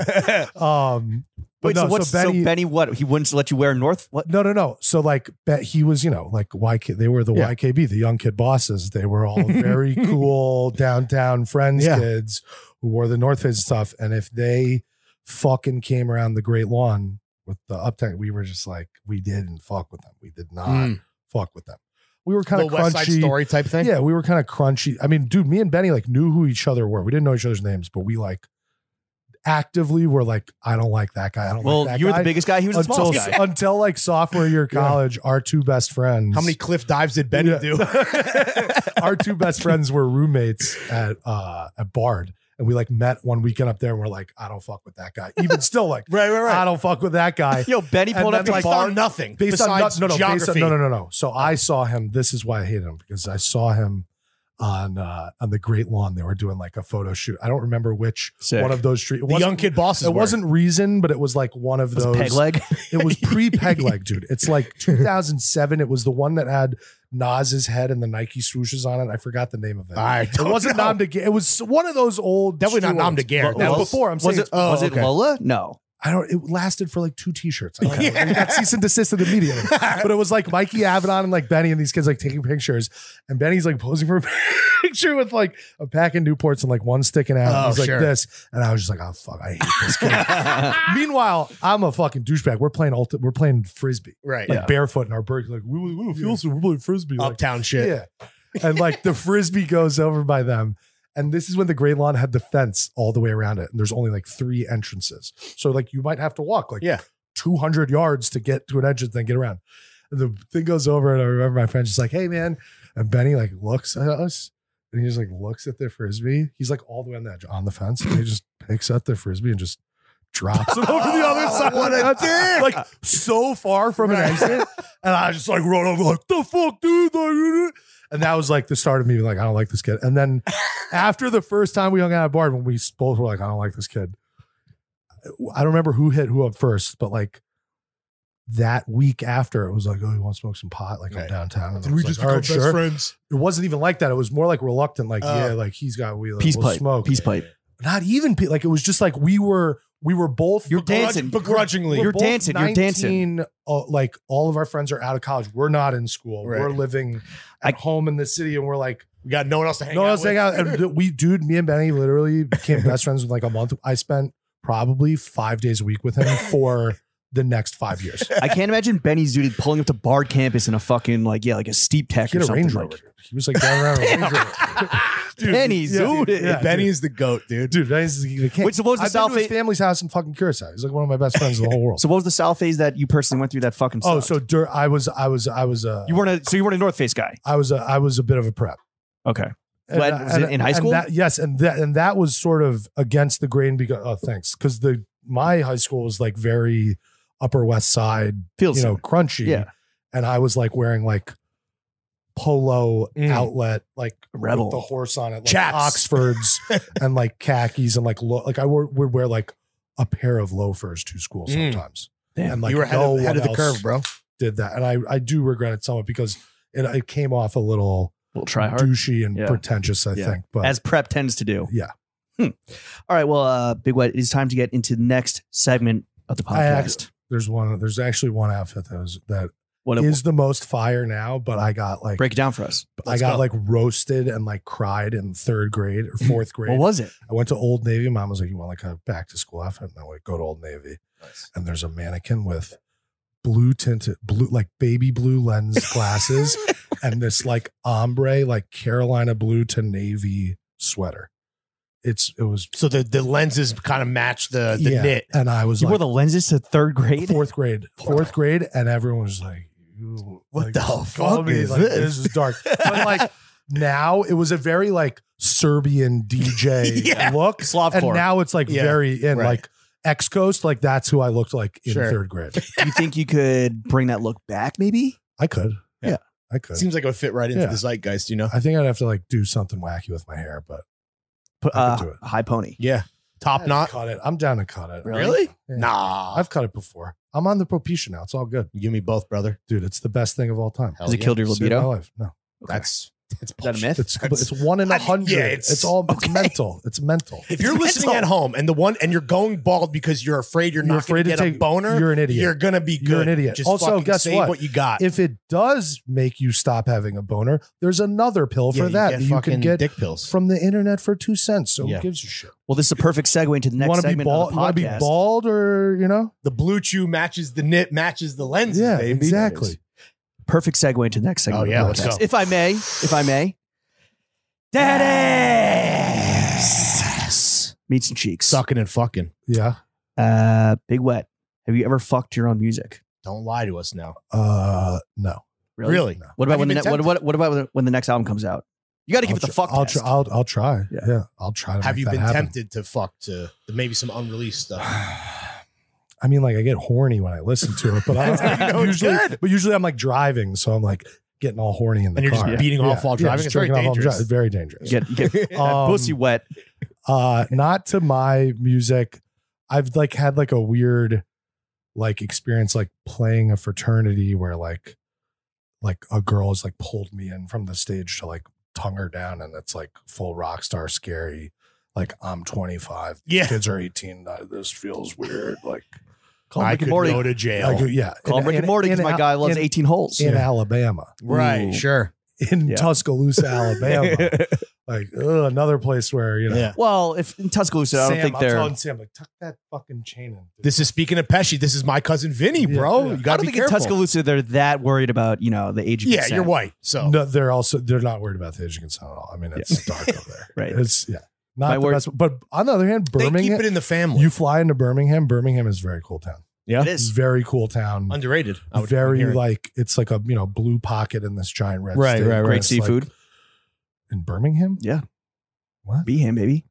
S2: Um, but
S1: Wait,
S2: no,
S1: so what's
S2: so Benny, Oh
S1: so Benny? What he wouldn't let you wear North? What?
S2: no, no, no. So like, bet he was, you know, like YK. They were the
S3: Yeah.
S2: YKB, the young kid bosses. They were all very cool downtown friends
S3: Yeah.
S2: kids who wore the North Face and stuff. And if they fucking came around the Great Lawn with the uptown, we were just like, we didn't fuck with them. We did not
S3: Mm.
S2: fuck with them. We were kind
S3: Little
S2: of
S3: West Side
S2: crunchy.
S3: Story type thing.
S2: Yeah, we were kind of crunchy. I mean, dude, me and Benny like knew who each other were. We didn't know each other's names, but we like actively were like, I don't like that guy. I don't
S1: Well,
S2: like that
S1: you were
S2: guy
S1: the biggest guy. He was the
S2: until,
S1: smallest guy.
S2: until like sophomore year of
S3: Yeah.
S2: college, our two best friends.
S3: How many cliff dives did Benny
S2: Yeah.
S3: do?
S2: our two best friends were roommates at uh at Bard. And we like met one weekend up there and we're like, I don't fuck with that guy. Even still, like
S3: right, right,
S2: I don't fuck with that guy.
S1: Yo, Benny
S2: And
S1: pulled up
S2: then,
S1: to
S2: like,
S1: the bar.
S3: on nothing
S2: Based on,
S3: besides
S2: no, no, no, based
S3: geography.
S2: on no no no no. So I saw him. This is why I hate him, because I saw him on uh on the Great Lawn. They were doing like a photo shoot. I don't remember which
S1: Sick.
S2: one of those street. It
S3: The
S2: wasn't-
S3: young kid bosses.
S2: it wasn't reason, but it was like one of
S1: Was
S2: those
S1: peg leg.
S2: It was pre peg leg, dude. It's like 2007. It was the one that had Nas's head and the Nike swooshes on it. I forgot the name of it.
S3: I
S2: it
S3: don't
S2: wasn't
S3: know.
S2: Nom de Guerre. It was one of those old.
S3: Definitely not
S2: shoe
S3: Nom de
S2: ones.
S3: Guerre.
S2: That
S3: Well,
S2: was before. I'm
S1: was
S2: saying oh,
S1: it? was it Lola? No.
S2: I don't. It lasted for like two T-shirts. I don't
S3: Okay.
S2: know. We got cease and desisted immediately. but it was like Mikey Avedon and like Benny and these kids like taking pictures, and Benny's like posing for a picture with like a pack of Newports and like one sticking out.
S3: Oh,
S2: He's like
S3: sure.
S2: this, and I was just like, oh fuck, I hate this kid. Meanwhile, I'm a fucking douchebag. We're playing ulti- We're playing frisbee,
S3: right.
S2: like barefoot in our burger. Like we, we, we feel so we're playing frisbee. Like,
S3: Uptown shit.
S2: yeah. And like the frisbee goes over by them. And this is when the gray lawn had the fence all the way around it. And there's only like three entrances. So like you might have to walk like
S3: Yeah.
S2: 200 yards to get to an entrance, then get around. And the thing goes over. And I remember my friend's just like, hey, man. And Benny like looks at us and he just like looks at the frisbee. He's like all the way on the edge on the fence. And he just picks up the frisbee and just drops it over the other side.
S3: What a
S2: That's-
S3: dick!
S2: Like so far from an
S3: Right.
S2: exit. And I just like run over, like, the fuck, dude. Like, And that was like the start of me being like, I don't like this kid. And then after the first time we hung out at Bard, when we both were like, I don't like this kid, I don't remember who hit who up first, but like that week after, it was like, oh, you want to smoke some pot? Like,
S3: Right.
S2: I'm downtown. And I
S3: Did
S2: was like,
S3: we just
S2: "All
S3: become
S2: right,
S3: best
S2: sure."
S3: friends?
S2: It wasn't even like that. It was more like reluctant, like,
S3: Oh.
S2: yeah, like he's got we like,
S1: Peace
S2: we'll
S1: pipe.
S2: smoke.
S1: Peace pipe.
S2: Not even pe- like it was just like we were we were both
S1: You're
S3: Begrudge-
S1: dancing.
S3: begrudgingly.
S1: You're
S2: both
S1: dancing, you're dancing.
S2: 19, uh, like all of our friends are out of college. We're not in school.
S3: Right.
S2: We're living at home in the city, and we're like,
S3: we got no one else to hang
S2: no,
S3: out.
S2: let's
S3: with.
S2: hang out. And th- we, dude, me and Benny literally became best friends in like a month. I spent probably five days a week with him for the next five years.
S1: I can't imagine Benny's dude pulling up to Bard campus in a fucking like yeah like a steep tech
S2: He
S1: or
S2: had a
S1: something.
S2: Range
S1: like-
S2: Rover. He was like down around a Range Rover. Dude,
S1: Benny's dude.
S2: yeah,
S3: Benny
S2: dude.
S3: is the goat, dude.
S2: Dude, Benny's the king.
S1: Wait, so what was the
S2: I've been
S1: South
S2: to his
S1: Face-
S2: family's house in fucking Curacao. He's like one of my best friends in the whole world.
S1: So what was the South phase that you personally went through that fucking?
S2: oh,
S1: sucked?
S2: so dur- I was, I was, I was, uh,
S1: you weren't a so you weren't a North Face guy.
S2: I was, a, I was a bit of a prep.
S1: Okay. When- was it in high
S2: and
S1: school?
S2: that- yes, and that and that was sort of against the grain because oh, thanks, because the my high school was like very Upper West Side,
S1: Feels
S2: you know, crunchy,
S1: Yeah.
S2: and I was like wearing like polo
S3: Mm.
S2: outlet, like
S1: Rebel.
S2: with the horse on it, like
S3: Chaps.
S2: Oxfords and like khakis and like lo- like I wore, would wear like a pair of loafers to school
S3: Mm.
S2: sometimes,
S1: Damn.
S2: and like
S3: you were ahead,
S2: no
S3: of, ahead
S2: one
S3: of the
S2: else
S3: curve, bro.
S2: Did that, and I I do regret it somewhat because it, it came off a little
S1: we'll try hard
S2: douchey and
S1: Yeah.
S2: pretentious, I
S1: Yeah.
S2: think. But
S1: as prep tends to do.
S2: Yeah.
S1: Hmm. All right. Well, uh, Big Wet, it is time to get into the next segment of the
S2: I act-
S1: podcast.
S2: there's one. There's actually one outfit that was that
S1: What
S2: is the most fire now, but I got like
S1: break it down for us?
S2: I
S3: Let's
S2: got
S3: go.
S2: like roasted and like cried in third grade or fourth grade.
S1: Mm, What was it?
S2: I went to Old Navy. Mom was like, "You want like a back to school outfit?" And I went, "Go to Old Navy." And there's a mannequin with blue tinted blue like baby blue lens glasses and this like ombre like Carolina blue to navy sweater. It's it was
S3: So the, the lenses kind of match the, the
S2: yeah.
S3: knit.
S2: and I was
S1: You
S2: like,
S1: wore the lenses to third grade.
S2: fourth grade, fourth grade, and everyone was like, you,
S3: What
S2: like,
S3: the
S2: call
S3: fuck
S2: me,
S3: is
S2: like,
S3: this?
S2: is dark." But like now, it was a very like Serbian DJ
S3: Yeah.
S2: look, and
S1: Slavcore.
S2: now it's like
S3: Yeah,
S2: very in
S3: right.
S2: like X Coast. Like that's who I looked like in
S3: Sure.
S2: third grade.
S1: Do you think you could bring that look back? Maybe.
S2: I could,
S3: Yeah.
S2: I could.
S3: Seems like it would fit right into
S2: Yeah.
S3: the zeitgeist, you know?
S2: I think I'd have to like do something wacky with my hair, but
S1: Put,
S2: I
S1: uh,
S2: could do it.
S1: High pony.
S3: Yeah. Top
S2: I'd
S3: knot.
S2: Cut it. I'm down to cut it.
S1: Really?
S2: Yeah.
S3: Nah.
S2: I've cut it before. I'm on the propecia now. It's all good,
S3: you and me both, brother.
S2: dude. It's the best thing of all time.
S3: Hell
S1: Has it
S3: yeah.
S1: killed your
S2: Saved my
S1: libido?
S2: life. No,
S3: That's it's
S1: Is that a myth?
S2: it's
S3: That's-
S2: it's one in
S3: I
S2: a
S3: mean,
S2: hundred.
S3: yeah,
S2: it's,
S3: it's-
S2: all it's
S3: okay.
S2: mental. It's mental.
S3: If you're listening
S1: mental.
S3: at home and the one and you're going bald because you're afraid you're, not afraid to get a boner,
S2: You're an
S3: you're,
S2: idiot.
S3: gonna be good.
S2: You're an idiot.
S3: Just
S2: Also,
S3: fucking
S2: guess
S3: save
S2: what?
S3: what? you got.
S2: if it does make you stop having a boner, there's another pill
S3: Yeah,
S2: for that
S3: get
S2: that you
S3: fucking
S2: can get
S3: dick pills.
S2: from the internet for two cents. So
S3: Yeah.
S2: who gives a shit?
S1: Well, this is a perfect segue into the
S2: You
S1: next
S2: want to be
S1: segment
S2: bald?
S1: of
S2: You
S1: the podcast.
S2: want to be bald, or you know?
S3: the blue chew matches the nip matches the lenses.
S2: yeah,
S3: baby.
S2: exactly.
S1: Perfect segue into the next segment.
S3: Oh,
S1: of the
S3: yeah, let's
S1: podcast.
S3: go.
S1: If I may, if I may, daddy meats and cheeks.
S3: Sucking and fucking.
S2: Yeah.
S1: Uh, Big Wet. Have you ever fucked your own music?
S3: Don't lie to us now.
S2: Uh, no.
S3: Really?
S2: No.
S1: What about
S3: Have you
S1: when the ne-
S3: been
S1: what,
S3: tempted?
S1: what, what about when the- when the next album comes out? You got to
S2: I'll
S1: give it the
S2: tr-
S1: fuck
S2: I'll,
S1: test.
S2: tr- I'll, I'll try.
S1: Yeah.
S2: Yeah. I'll try. To
S3: Have
S2: make
S3: you
S2: that
S3: been
S2: happen.
S3: tempted to fuck to maybe some unreleased stuff?
S2: I mean, like I get horny when I listen to it, but I
S3: That's how you know it's
S2: usually,
S3: good.
S2: but usually I'm like driving, so I'm like getting all horny in the
S3: And you're just
S2: car.
S3: beating off while driving?
S2: just
S3: It's very
S2: drinking off while
S3: dangerous.
S2: dri- very dangerous.
S1: get get that
S2: Um,
S1: pussy wet.
S2: uh not to my music i've like had like a weird like experience like playing a fraternity where like like a girl has like pulled me in from the stage to like tongue her down and it's like full rock star scary like i'm 25
S3: Yeah.
S2: kids are 18 uh, this feels weird like
S1: Call Rick and Morty.
S3: to
S2: I
S3: jail.
S2: go, yeah
S1: Call
S2: In-
S1: Rick and
S2: in-
S1: Morty because
S2: in
S1: my
S2: Al-
S1: guy loves
S2: in,
S1: 18 holes.
S2: in alabama
S3: Right,
S1: Ooh.
S3: sure.
S2: in
S1: Yeah.
S2: tuscaloosa alabama like ugh, another place where you know
S3: Yeah.
S1: Well, if in Tuscaloosa, I don't
S2: Sam,
S1: think
S2: I'm
S1: they're.
S2: telling Sam like tuck that fucking chain in. dude."
S3: This is speaking of Pesci. This is my cousin Vinny,
S2: Yeah,
S3: bro.
S2: yeah.
S3: You
S1: I
S3: gotta
S1: don't
S3: be
S1: think
S3: careful.
S1: in Tuscaloosa they're that worried about you know the age. Of
S3: yeah,
S1: consent.
S3: you're white. So
S2: No, they're also they're not worried about the Asian consent at all. I mean, it's dark over there.
S1: Right.
S2: It's yeah.
S1: My
S2: Not the
S1: word-
S2: best. But on the other hand,
S3: they keep
S2: Birmingham
S3: it in the family.
S2: you fly into Birmingham. Birmingham is a very cool town.
S3: yeah,
S1: It
S2: It's
S1: is.
S2: very cool town.
S3: underrated. I would- I'm
S2: very
S3: hearing.
S2: like it's like a you know blue pocket in this giant red
S3: Right,
S2: state.
S3: right, right.
S2: where
S1: Great
S2: it's like-
S1: seafood.
S2: in Birmingham.
S1: Yeah.
S2: What?
S1: Be him, baby.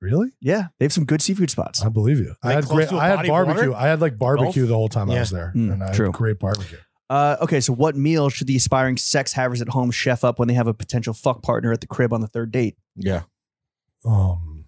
S2: Really?
S1: Yeah, they have some good seafood spots.
S2: I believe you. I
S3: Like
S2: had
S3: close
S2: great.
S3: to a
S2: I had
S3: body of water?
S2: barbecue. I had like barbecue
S3: Gulf?
S2: the whole time I
S3: Yeah.
S2: was there,
S1: Mm,
S2: and I
S1: true.
S2: had great barbecue.
S1: Uh, okay, so what meal should the aspiring sex havers at home chef up when they have a potential fuck partner at the crib on the third date?
S3: yeah,
S2: Um,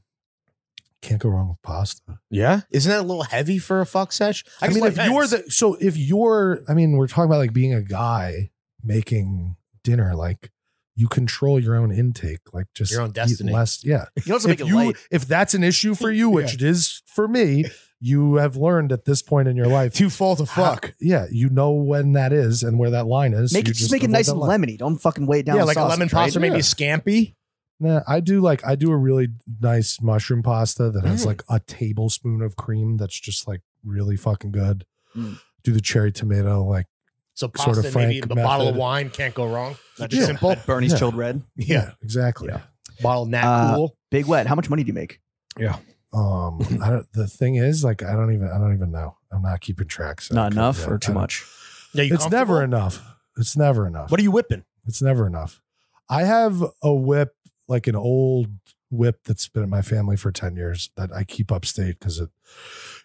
S2: can't go wrong with pasta.
S3: yeah. Isn't that a little heavy for a fuck sesh?
S2: I, mean, if you're the so if you're, I mean, we're talking about like being a guy making dinner, like you control your own intake, like just
S3: Your own
S2: eat
S3: destiny.
S2: Less, yeah.
S1: You also make
S2: If
S1: it
S2: you
S1: light.
S2: if that's an issue for you, which it is for me, you have learned at this point in your life.
S3: too full to fuck,
S2: how- yeah, you know when that is and where that line is. so
S1: Make
S2: you
S1: it, just, make it
S2: avoid
S1: nice
S2: that
S1: and
S2: line.
S1: lemony. Don't fucking weigh it down.
S3: yeah,
S1: with
S3: like a
S1: sausage,
S3: lemon
S1: right?
S3: pasta, maybe a scampi.
S2: Nah, I do like I do a really nice mushroom pasta that has
S3: Mm.
S2: like a tablespoon of cream that's just like really fucking good.
S1: Mm.
S2: Do the cherry tomato like.
S3: So pasta,
S2: Sort of
S3: maybe
S2: Frank
S3: a bottle of
S2: method.
S3: wine can't go wrong. Not just
S2: Yeah.
S3: simple.
S1: Bernie's
S2: Yeah.
S1: chilled red.
S3: Yeah,
S2: exactly.
S1: Yeah.
S3: bottle of nat
S1: Uh,
S3: cool.
S1: Big wet. How much money do you make?
S2: Um, I don't, the thing is, like, I don't even, I don't even know. I'm not keeping track. So
S1: Not
S2: I
S1: enough
S2: can't-
S1: or
S2: I
S1: too
S2: don't-
S1: much?
S3: Yeah, you
S2: It's never
S3: comfortable?
S2: enough. It's never enough.
S3: What are you whipping?
S2: It's never enough. I have a whip, like an old whip that's been in my family for ten years that I keep upstate because it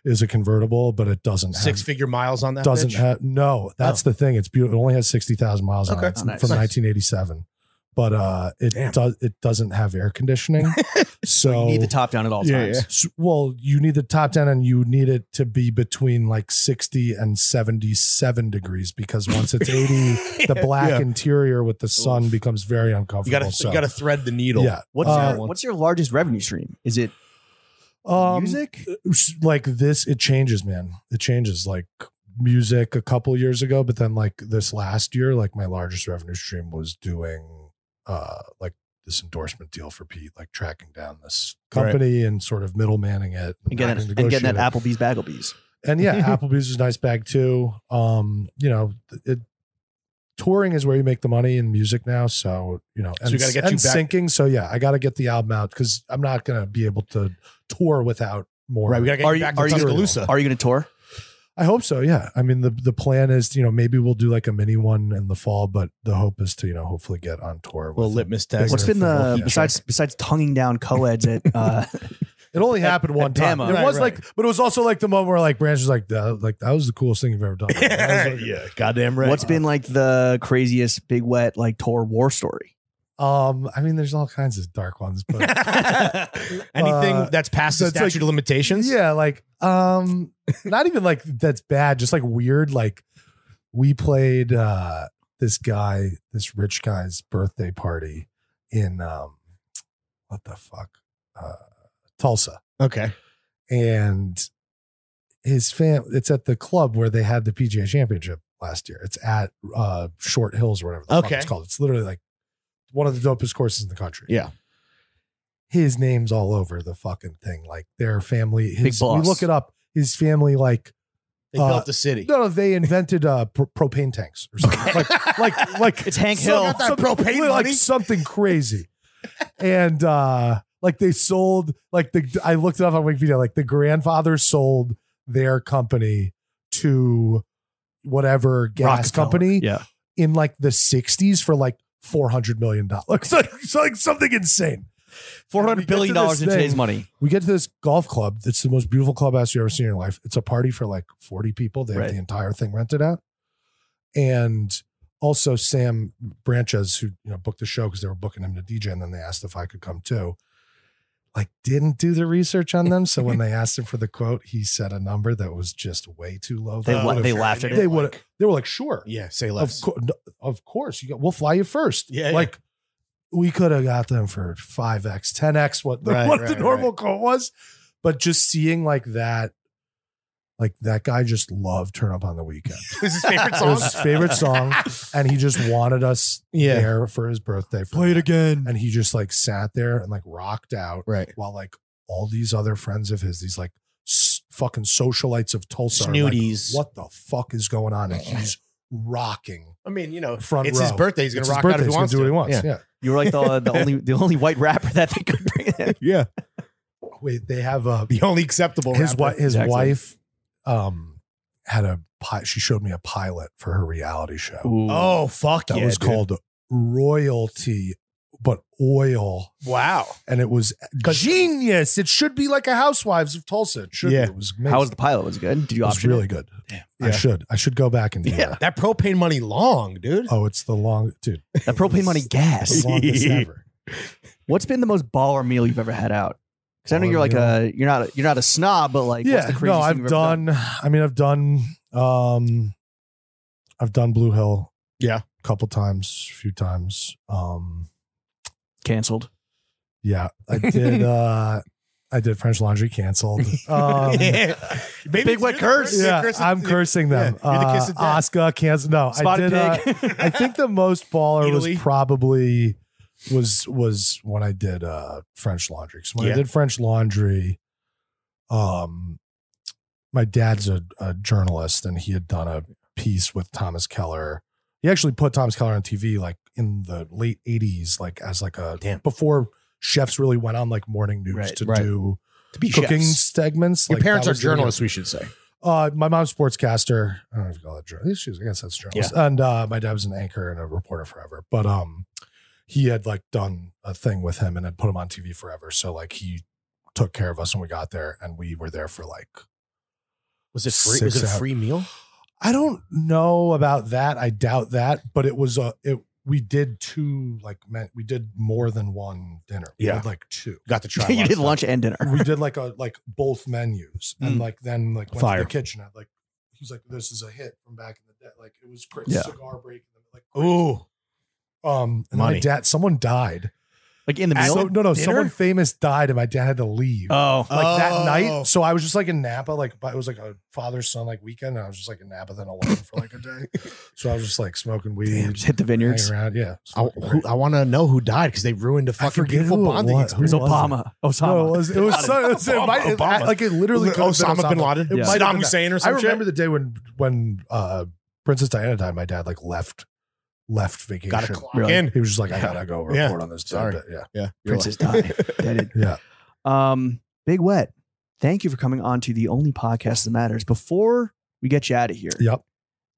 S2: is a convertible, but it doesn't have-
S3: Six figure miles on that.
S2: doesn't
S3: bitch?
S2: have no that's the thing it's beautiful it only has 60,000 miles on
S3: Okay.
S2: it It's
S1: Oh, nice.
S2: from
S1: Nice.
S2: 1987 but uh it
S3: Damn.
S2: does it doesn't have air conditioning so
S1: You need the top down at all times.
S2: S- well, you need the top down and you need it to be between like 60 and 77 degrees because once it's 80, the black
S3: Yeah.
S2: interior with the sun
S3: Oof.
S2: becomes very uncomfortable.
S3: You gotta
S2: so,
S3: you gotta thread the needle.
S2: yeah.
S1: What's
S2: Uh,
S1: your What's your largest revenue stream? Is it
S2: um,
S1: music?
S2: s- Like this, it changes, man. It changes like music a couple years ago, but then like this last year, like my largest revenue stream was doing uh like this endorsement deal for Pete, like tracking down this
S3: Right.
S2: company and sort of middlemanning it
S1: And getting,
S2: having to
S1: and getting that
S2: negotiate
S1: Applebee's
S2: it.
S1: Bagglebees.
S2: and yeah, Applebee's is a nice bag too. Um, you know, it touring is where you make the money in music now. So you know,
S3: So we gotta get
S2: and
S3: you back-
S2: syncing. So yeah, I got to get the album out because I'm not gonna be able to tour without more.
S3: Right. We gotta get
S1: Are
S3: you
S1: you-
S3: back
S1: are
S3: to
S1: you-
S3: Tuscaloosa.
S1: Are you going to tour?
S2: I hope so. Yeah. I mean, the the plan is you know maybe we'll do like a mini one in the fall, but the hope is to you know hopefully get on tour.
S3: Well,
S2: with it.
S3: litmus test.
S1: What's been the
S2: Yeah.
S1: besides besides tonguing down co-eds at uh,
S2: It only
S1: At-
S2: happened one
S1: at
S2: time.
S1: Bama.
S2: It
S1: Right,
S2: was
S1: right.
S2: like, but it was also like the moment where like Branch was like, that, like that was the coolest thing you've ever done. That was like-
S3: goddamn
S1: What's been like the craziest big wet like tour war story?
S2: Um, I mean, there's all kinds of dark ones, but
S3: Anything
S2: Uh,
S3: that's past the
S2: that's
S3: statute
S2: like-
S3: of limitations.
S2: Yeah, like um not even like that's bad, just like weird. Like we played uh this guy, this rich guy's birthday party in um what the fuck? Uh Tulsa.
S3: Okay.
S2: And his fam it's at the club where they had the PGA championship last year. It's at uh Short Hills or whatever the fuck
S3: Okay.
S2: it's called. It's literally like one of the dopest courses in the country.
S3: Yeah.
S2: His name's all over the fucking thing. Like their family, his,
S4: boss.
S2: we look it up. His family, like
S3: They
S2: Uh,
S3: built the city.
S2: no, no, they invented uh pro- propane tanks or something. Like like like
S4: It's Hank
S2: so-
S4: Hill.
S3: that
S2: something-
S3: propane
S2: literally, like
S3: money?
S2: something crazy. and uh like they sold like the I looked it up on Wikipedia, like the grandfather sold their company to whatever gas
S4: Rockefeller.
S2: company
S4: Yeah.
S2: in like the 60s for like 400 million dollars. So, so like something insane.
S4: Four
S2: We
S4: hundred
S2: get
S4: billion
S2: to this
S4: dollars in today's
S2: thing.
S4: money.
S2: We get to this golf club. It's the most beautiful clubhouse you've ever seen in your life. It's a party for like 40 people. They
S4: Right.
S2: have the entire thing rented out. And also Sam Branches, who you know booked the show because they were booking him to DJ, and then they asked if I could come too. Like didn't do the research on them. So when they asked him for the quote, he said a number that was just way too low.
S4: They
S2: They,
S4: la-
S2: would've-
S4: they laughed at it.
S2: uh, they would they were like, sure.
S3: Yeah, say
S2: Of,
S3: less.
S2: co- no, of course, you got, we'll fly you first.
S3: Eh, Yeah, yeah.
S2: like we could have got them for five x, ten x, what the,
S3: Right,
S2: what the
S3: right,
S2: normal quote was. But just seeing like that, like that guy just loved "Turn Up on the Weekend."
S3: This is his favorite
S2: it was his favorite song, and he just wanted us
S3: Yeah.
S2: there for his birthday. For
S1: it again.
S2: and he just like sat there and like rocked out
S3: Right.
S2: while like all these other friends of his, these like s- fucking socialites of Tulsa, are like,
S3: Snooties.
S2: what the fuck is going on? And he's rocking
S3: I mean, you know,
S2: front
S3: it's
S2: row.
S3: his birthday. He's gonna
S2: It's
S3: rock
S2: his
S3: out if
S2: birthday.
S3: he
S2: He's gonna
S3: wants
S2: do what he
S3: to.
S2: wants. Yeah.
S4: You were like the, the only the only white rapper that they could bring. In.
S3: Yeah.
S2: Wait, they have a
S3: The only acceptable.
S2: his
S3: rapper.
S2: wife. His
S4: Exactly.
S2: wife um had a pi- she showed me a pilot for her reality show
S3: Oh fuck
S2: that
S3: yeah,
S2: was
S3: dude.
S2: called Royalty, but oil,
S3: Wow.
S2: and it was genius. It should be like a Housewives of Tulsa. It should
S3: Yeah.
S2: be. It was amazing.
S4: how was the pilot? Was it good? Did you
S2: it was
S4: option
S2: really
S4: it?
S2: good.
S3: Damn.
S2: I
S3: Yeah.
S2: should. I should go back and do
S4: Yeah.
S2: that.
S3: That propane money long, dude.
S2: Oh, it's the long dude.
S4: That propane money
S2: The
S4: gas.
S2: longest ever.
S4: What's been the most baller meal you've ever had out? Because I know
S2: Baller
S4: you're like
S2: meal?
S4: a you're not a, you're not a snob, but like what's
S2: yeah.
S4: the craziest
S2: No,
S4: thing
S2: I've
S4: you've ever
S2: done, I mean, I've done. Um, I've done Blue Hill.
S3: Yeah.
S2: a couple times, a few times. Um,
S4: canceled.
S2: yeah, I did. uh I did French Laundry canceled. Um,
S3: Yeah. Maybe
S4: Big wet
S3: what
S4: curse.
S2: Yeah, I'm cursing them.
S3: Yeah, you're the kiss
S2: Uh,
S3: of death.
S2: Oscar canceled. No, I did. uh, I think the most baller
S3: Italy.
S2: was probably was was when I did uh French laundry. 'Cause when
S3: Yeah.
S2: I did French laundry, um my dad's a, a journalist and he had done a piece with Thomas Keller. He actually put Thomas Keller on TV like in the late 80s, like as like a
S3: Damn.
S2: before chefs really went on like morning news
S4: Right,
S2: to
S3: right.
S2: do
S3: to be
S2: cooking
S3: chefs.
S2: segments.
S3: Your
S2: Like,
S3: parents
S2: that
S3: are
S2: was the video.
S3: journalists, we should say.
S2: Uh, my mom's sportscaster. I don't know if you call that journalist. She's, I guess that's journalist. And uh, my dad was an anchor and a reporter forever. But um, he had like done a thing with him and had put him on TV forever. So like he took care of us when we got there, and we were there for like
S3: Was it free? was
S2: Six
S3: it a
S2: hours.
S3: free meal?
S2: I don't know about that. I doubt that. But it was a it. We did two like men, we did more than one dinner. We
S3: Yeah.
S2: did, like two.
S3: Got to try. a lot
S4: you
S3: of
S4: did
S3: stuff.
S4: lunch and dinner.
S2: we did like a like both menus and
S4: Mm.
S2: like then like went
S3: Fire.
S2: to the kitchen I like he was like this is a hit from back in the day like it was great
S4: Yeah.
S2: cigar break and then, like
S3: Ooh,
S2: um and then
S3: Money.
S2: my dad someone died
S4: Like in the
S3: At
S4: meal.
S2: so, no no
S3: dinner?
S2: someone famous died and my dad had to leave
S4: oh,
S2: like
S3: Oh.
S2: that night so I was just like in Napa like but it was like a father son like weekend and I was just like in Napa then alone for like a day so I was just like smoking weed
S4: damn! Just hit the
S2: hanging
S4: vineyards.
S2: around yeah it was
S3: I,
S2: fucking
S3: Oh, who-
S2: great.
S3: I want to know who died because they ruined a fucking
S2: forget
S3: beautiful
S2: who it
S3: bonding.
S2: was.
S4: It
S3: experience.
S4: was
S2: Who was
S4: Obama.
S2: No, it
S4: Osama.
S2: was it was,
S4: Got
S2: so, it was- it
S3: Obama,
S2: might- it-
S3: Obama.
S2: like it literally
S3: Was it
S2: could have been
S3: Osama bin Laden,
S2: It
S4: Yeah.
S2: might have
S3: Saddam
S2: been that.
S3: Hussein, or
S2: I
S3: some shit.
S2: remember the day when when uh, Princess Diana died. My dad like left left vacation.
S3: Got to clock
S4: Really?
S3: in.
S2: He was just like, I gotta go report
S3: Yeah.
S2: on this.
S3: Sorry.
S2: dead- Yeah,
S3: Yeah, you're
S4: Princess died. Dead.
S2: Yeah.
S4: Um, Big Wet. Thank you for coming on to the only podcast that matters. Before we get you out of here,
S2: yep.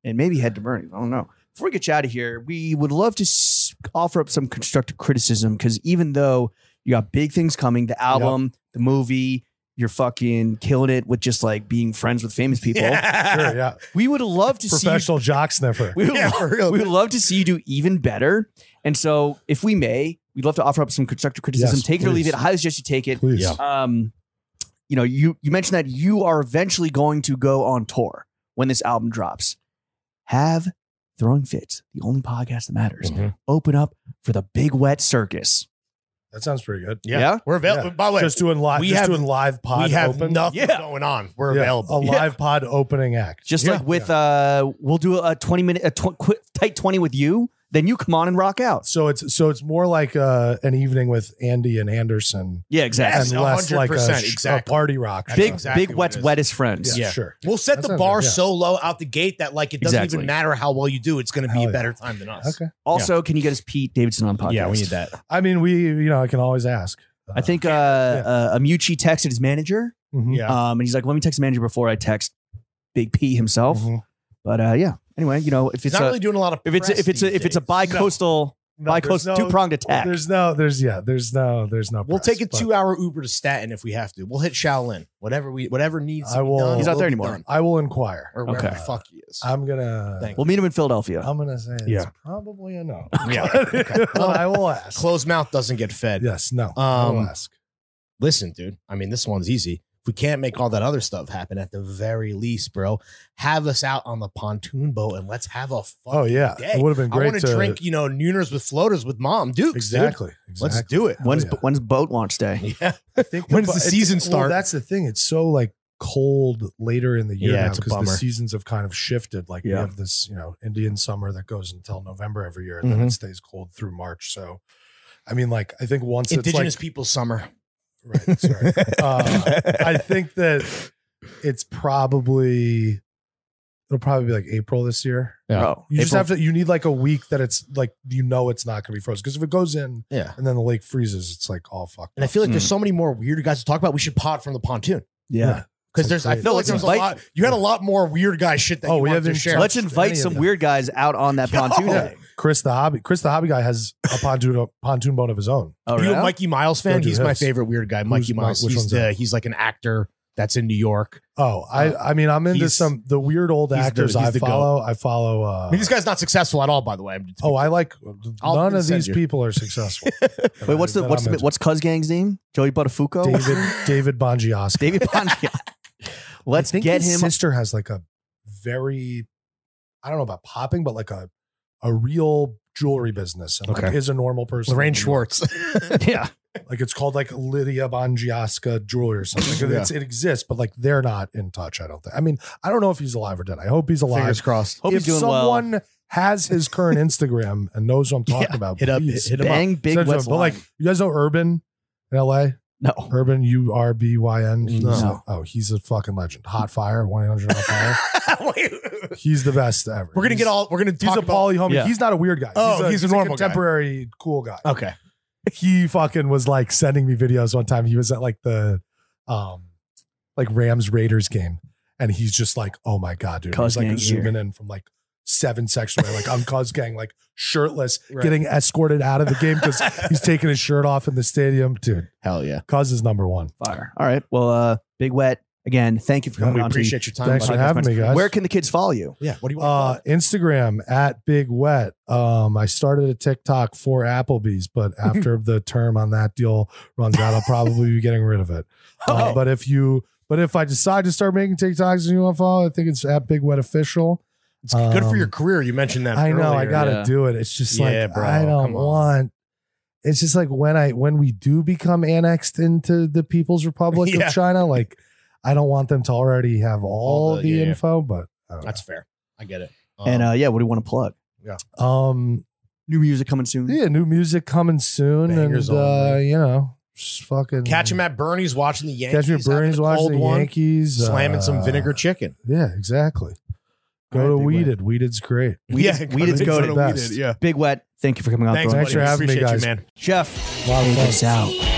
S4: and maybe head to Bernie's. I don't know. Before we get you out of here, we would love to s- offer up some constructive criticism because even though you got big things coming, the album, the movie,
S1: You're fucking killing it with just like being friends with famous people.
S2: Sure, yeah.
S1: We would love to see.
S2: Professional jock sniffer.
S1: We would,
S3: Yeah,
S1: lo-
S3: for real.
S1: we would love to see you do even better. And so, if we may, we'd love to offer up some constructive criticism.
S2: Yes,
S1: take it or leave
S2: please.
S1: it. I highly suggest you take it.
S2: Please.
S3: Yeah.
S1: Um, you know, you you mentioned that you are eventually going to go on tour when this album drops. Have throwing fits, the only podcast that matters.
S2: Mhm.
S1: Open up for the big wet circus.
S2: That sounds pretty good.
S3: Yeah. We're available.
S2: Yeah.
S3: By the way,
S2: just doing live.
S3: we
S2: just
S3: have-
S2: doing live pod.
S3: we have
S2: open.
S3: nothing
S1: Yeah.
S3: going on. We're
S2: Yeah, Oh,
S3: available.
S2: A live pod opening act.
S1: Just
S2: Yeah.
S1: like with uh, we'll do a twenty minute a tw- quick, tight twenty with you. Then you come on and rock out.
S2: So it's so it's more like uh, an evening with Andy and Anderson,
S1: Yeah, exactly.
S3: Yes,
S2: and less like a,
S3: 100%,
S2: sh- a
S3: exactly.
S2: party rock.
S3: That's
S1: big
S2: show.
S3: exactly
S1: big
S3: what
S1: wet's
S3: it is.
S1: wettest friends.
S2: yeah,
S3: yeah.
S2: sure.
S3: We'll set
S2: That
S3: the
S2: sounds
S3: bar
S2: good, yeah.
S3: so low out the gate that like it doesn't
S1: Exactly.
S3: even matter how well you do. It's going to be
S2: Hell
S3: a
S2: yeah.
S3: better time than us.
S2: Okay.
S1: Also, can you get us Pete Davidson on podcast?
S3: that.
S2: I mean, we you know I can always ask.
S1: I think uh, uh, Amuchi texted his manager,
S2: Mhm.
S3: Yeah.
S1: um, and he's like, "Let me text the manager before I text Big P himself."
S2: Mhm.
S1: But uh, yeah, anyway, you know, if
S3: He's
S1: it's a
S3: not really doing a lot of.
S1: if it's a,
S3: press
S1: if it's a,
S3: these
S1: if it's a
S3: days.
S1: bi-coastal
S2: No, there's
S1: bi-coastal
S2: no-
S1: two pronged attack,
S2: There's no, there's yeah, there's no, there's no.
S3: We'll
S2: press,
S3: take a
S2: but
S3: two-hour Uber to Staten if we have to. We'll hit Shaolin, whatever we, whatever needs.
S2: I
S3: to
S2: will-
S3: Be done,
S2: He's
S1: not
S3: will
S1: there
S3: be
S1: anymore.
S3: done.
S2: I will inquire.
S3: or wherever
S1: Okay.
S3: the fuck he is.
S2: I'm gonna.
S3: Thank
S1: we'll meet him in Philadelphia.
S2: I'm gonna say
S6: Yeah.
S2: it's probably a no.
S3: Yeah.
S2: Well, I will ask.
S3: Closed mouth doesn't get fed.
S2: Yes. No. I will
S3: Um,
S2: ask.
S3: Listen, dude. I mean, this one's easy. If we can't make all that other stuff happen, at the very least, bro, have us out on the pontoon boat and let's have a fucking
S2: Oh yeah,
S3: day.
S2: it would have been
S3: I
S2: great
S3: want
S2: to
S3: to drink, you know, nooners with floaters with mom, Duke.
S2: Exactly.
S3: Let's
S2: Exactly.
S3: do it.
S1: when's
S2: Hell yeah.
S1: when's boat launch day?
S3: Yeah.
S2: I think
S3: When does the
S2: it's-
S3: season
S2: well,
S3: start?
S2: that's the thing. It's so like cold later in the year
S3: Yeah,
S2: now
S3: it's a
S2: because the
S3: bummer.
S2: seasons have kind of shifted. Like we
S1: Yeah.
S2: have this, you know, Indian summer that goes until November every year, and then it stays cold through March. So, I mean, like I think once
S3: Indigenous
S2: it's
S3: people's summer.
S2: like right, sorry. Uh, I think that it's probably it'll probably be like April this year.
S3: Yeah.
S1: Bro,
S2: You just
S1: Oh, April-
S2: have to. You need like a week that it's like you know it's not going to be frozen because if it goes in
S3: yeah.
S2: and then the lake freezes, it's like all fucked.
S3: And I
S2: up.
S3: feel like there's so many more weird guys to talk about. We should pod from the pontoon
S1: yeah.
S3: because there's. I
S2: Great.
S3: feel
S1: No,
S3: like
S1: let's
S3: there's a
S1: invite-
S3: lot. You had a lot more weird guy shit that.
S2: Oh,
S3: you
S2: we
S3: wanted
S2: haven't
S3: to share.
S1: Let's
S2: Any
S1: invite
S2: of
S1: some
S2: them.
S1: weird guys out on that
S3: Yo.
S1: pontoon
S3: Yeah.
S1: day.
S2: Chris the hobby. Chris the hobby guy has a pontoon pontoon boat of his own.
S1: Oh,
S3: you
S1: really?
S3: a Mikey Miles fan?
S2: Go do
S3: He's my
S2: his.
S3: favorite weird guy. Mikey
S2: Mike-
S3: Miles.
S2: which
S3: he's
S2: one's
S3: the,
S2: that?
S3: he's like an actor that's in New York.
S2: Oh, I I mean I'm into
S3: Uh, He's-
S2: some the weird old
S3: he's the-
S2: actors
S3: he's
S2: I
S3: the goat.
S2: follow. I follow.
S3: I
S2: Uh,
S3: mean, this guy's not successful at all, by the way.
S2: oh, I like
S3: I'll
S2: none of
S3: send
S2: these
S3: you.
S2: people are successful.
S1: Wait, what's the
S2: That
S1: what's
S2: I'm
S1: the,
S2: into.
S1: what's Cuz Gang's name? Joey Buttafuoco,
S2: David David Bongiosco.
S1: David Pontiac.
S2: I
S1: Let's
S2: think
S1: get
S2: his
S1: him.
S2: sister has like a very I don't know about popping, but like a a real jewelry business and like
S3: Okay.
S2: is a normal person.
S3: Lorraine Schwartz.
S1: yeah,
S2: Like it's called like Lydia Bongiaska jewelry or something. Like
S3: Yeah.
S2: it's, it exists, but like they're not in touch, I don't think. I mean, I don't know if he's alive or dead. I hope he's alive.
S3: Fingers crossed.
S1: hope
S2: if
S1: he's doing well.
S2: someone has his current Instagram and knows what I'm talking about,
S3: Hit up,
S2: please
S3: hit him up.
S1: Bang big
S2: send it to
S1: what's
S2: him. But like, you guys know Urban in LA?
S1: no.
S2: Urban U R B Y N. He's
S1: No.
S2: a- Oh, he's a fucking legend. Hot fire, one eight hundred hot fire.
S3: Wait.
S2: He's the best ever.
S3: We're gonna
S2: He's-
S3: get all. We're gonna
S2: He's
S3: talk
S2: a
S3: about.
S2: poly homie.
S1: Yeah.
S2: He's not a weird guy.
S3: Oh, he's a normal guy.
S2: contemporary cool guy.
S3: Okay.
S2: He fucking was like sending me videos one time. He was at like the, um, like Rams Raiders game, and he's just like, oh my god, dude.
S1: Cuz
S2: He's like
S1: gang
S2: zooming in from like seven sections away, like I'm Cuz Gang, like shirtless,
S3: Right.
S2: getting escorted out of the game because he's taking his shirt off in the stadium, dude.
S3: Hell yeah.
S2: Cuz is number one.
S1: Fire. All right. Well, uh, Big Wet, again, thank you for coming
S3: We
S1: on. to-
S3: appreciate your time.
S2: Thanks
S3: buddy.
S2: for having me, guys.
S1: Where can the kids follow you?
S3: Yeah. What do you
S2: uh
S3: want?
S2: instagram at big wet um i started a tiktok for applebee's but after the term on that deal runs out i'll probably be getting rid of it Uh,
S1: Oh.
S2: but if you but if i decide to start making tiktoks and you want to follow i think it's at big wet official
S3: It's good for
S2: um,
S3: your career. You mentioned that.
S2: i know i
S3: earlier.
S2: gotta
S1: Yeah.
S2: do it it's just
S3: Yeah,
S2: like
S3: bro,
S2: i don't
S3: come on.
S2: want it's just like when i when we do become annexed into the people's republic
S3: Yeah.
S2: of china like i don't want them to already have all,
S3: the-
S2: the,
S3: yeah, yeah.
S2: info but I don't
S3: That's fair. I get it. Um,
S1: and uh, yeah, what do you want to plug?
S2: know. um
S1: New music coming soon.
S2: Yeah, new music coming soon,
S3: Bangers
S2: and uh,
S3: only.
S2: you know, just fucking
S3: catch him at Bernie's watching the Yankees.
S2: catch him at
S3: having
S2: Bernie's
S3: a
S2: watching
S3: cold
S2: the Yankees,
S3: slamming some
S2: uh,
S3: vinegar chicken.
S2: Yeah, exactly. Go
S1: All right,
S2: to
S1: Big
S2: Weeded. Weeded's great.
S1: We did- we did go
S2: to-
S3: Yeah.
S1: Big Wet, thank you for coming on.
S3: Thanks,
S1: Throwing
S2: buddy.
S3: for having me,
S2: Appreciate you,
S3: man.
S1: Jeff,
S2: A lot of
S1: take
S2: fun.
S1: us out.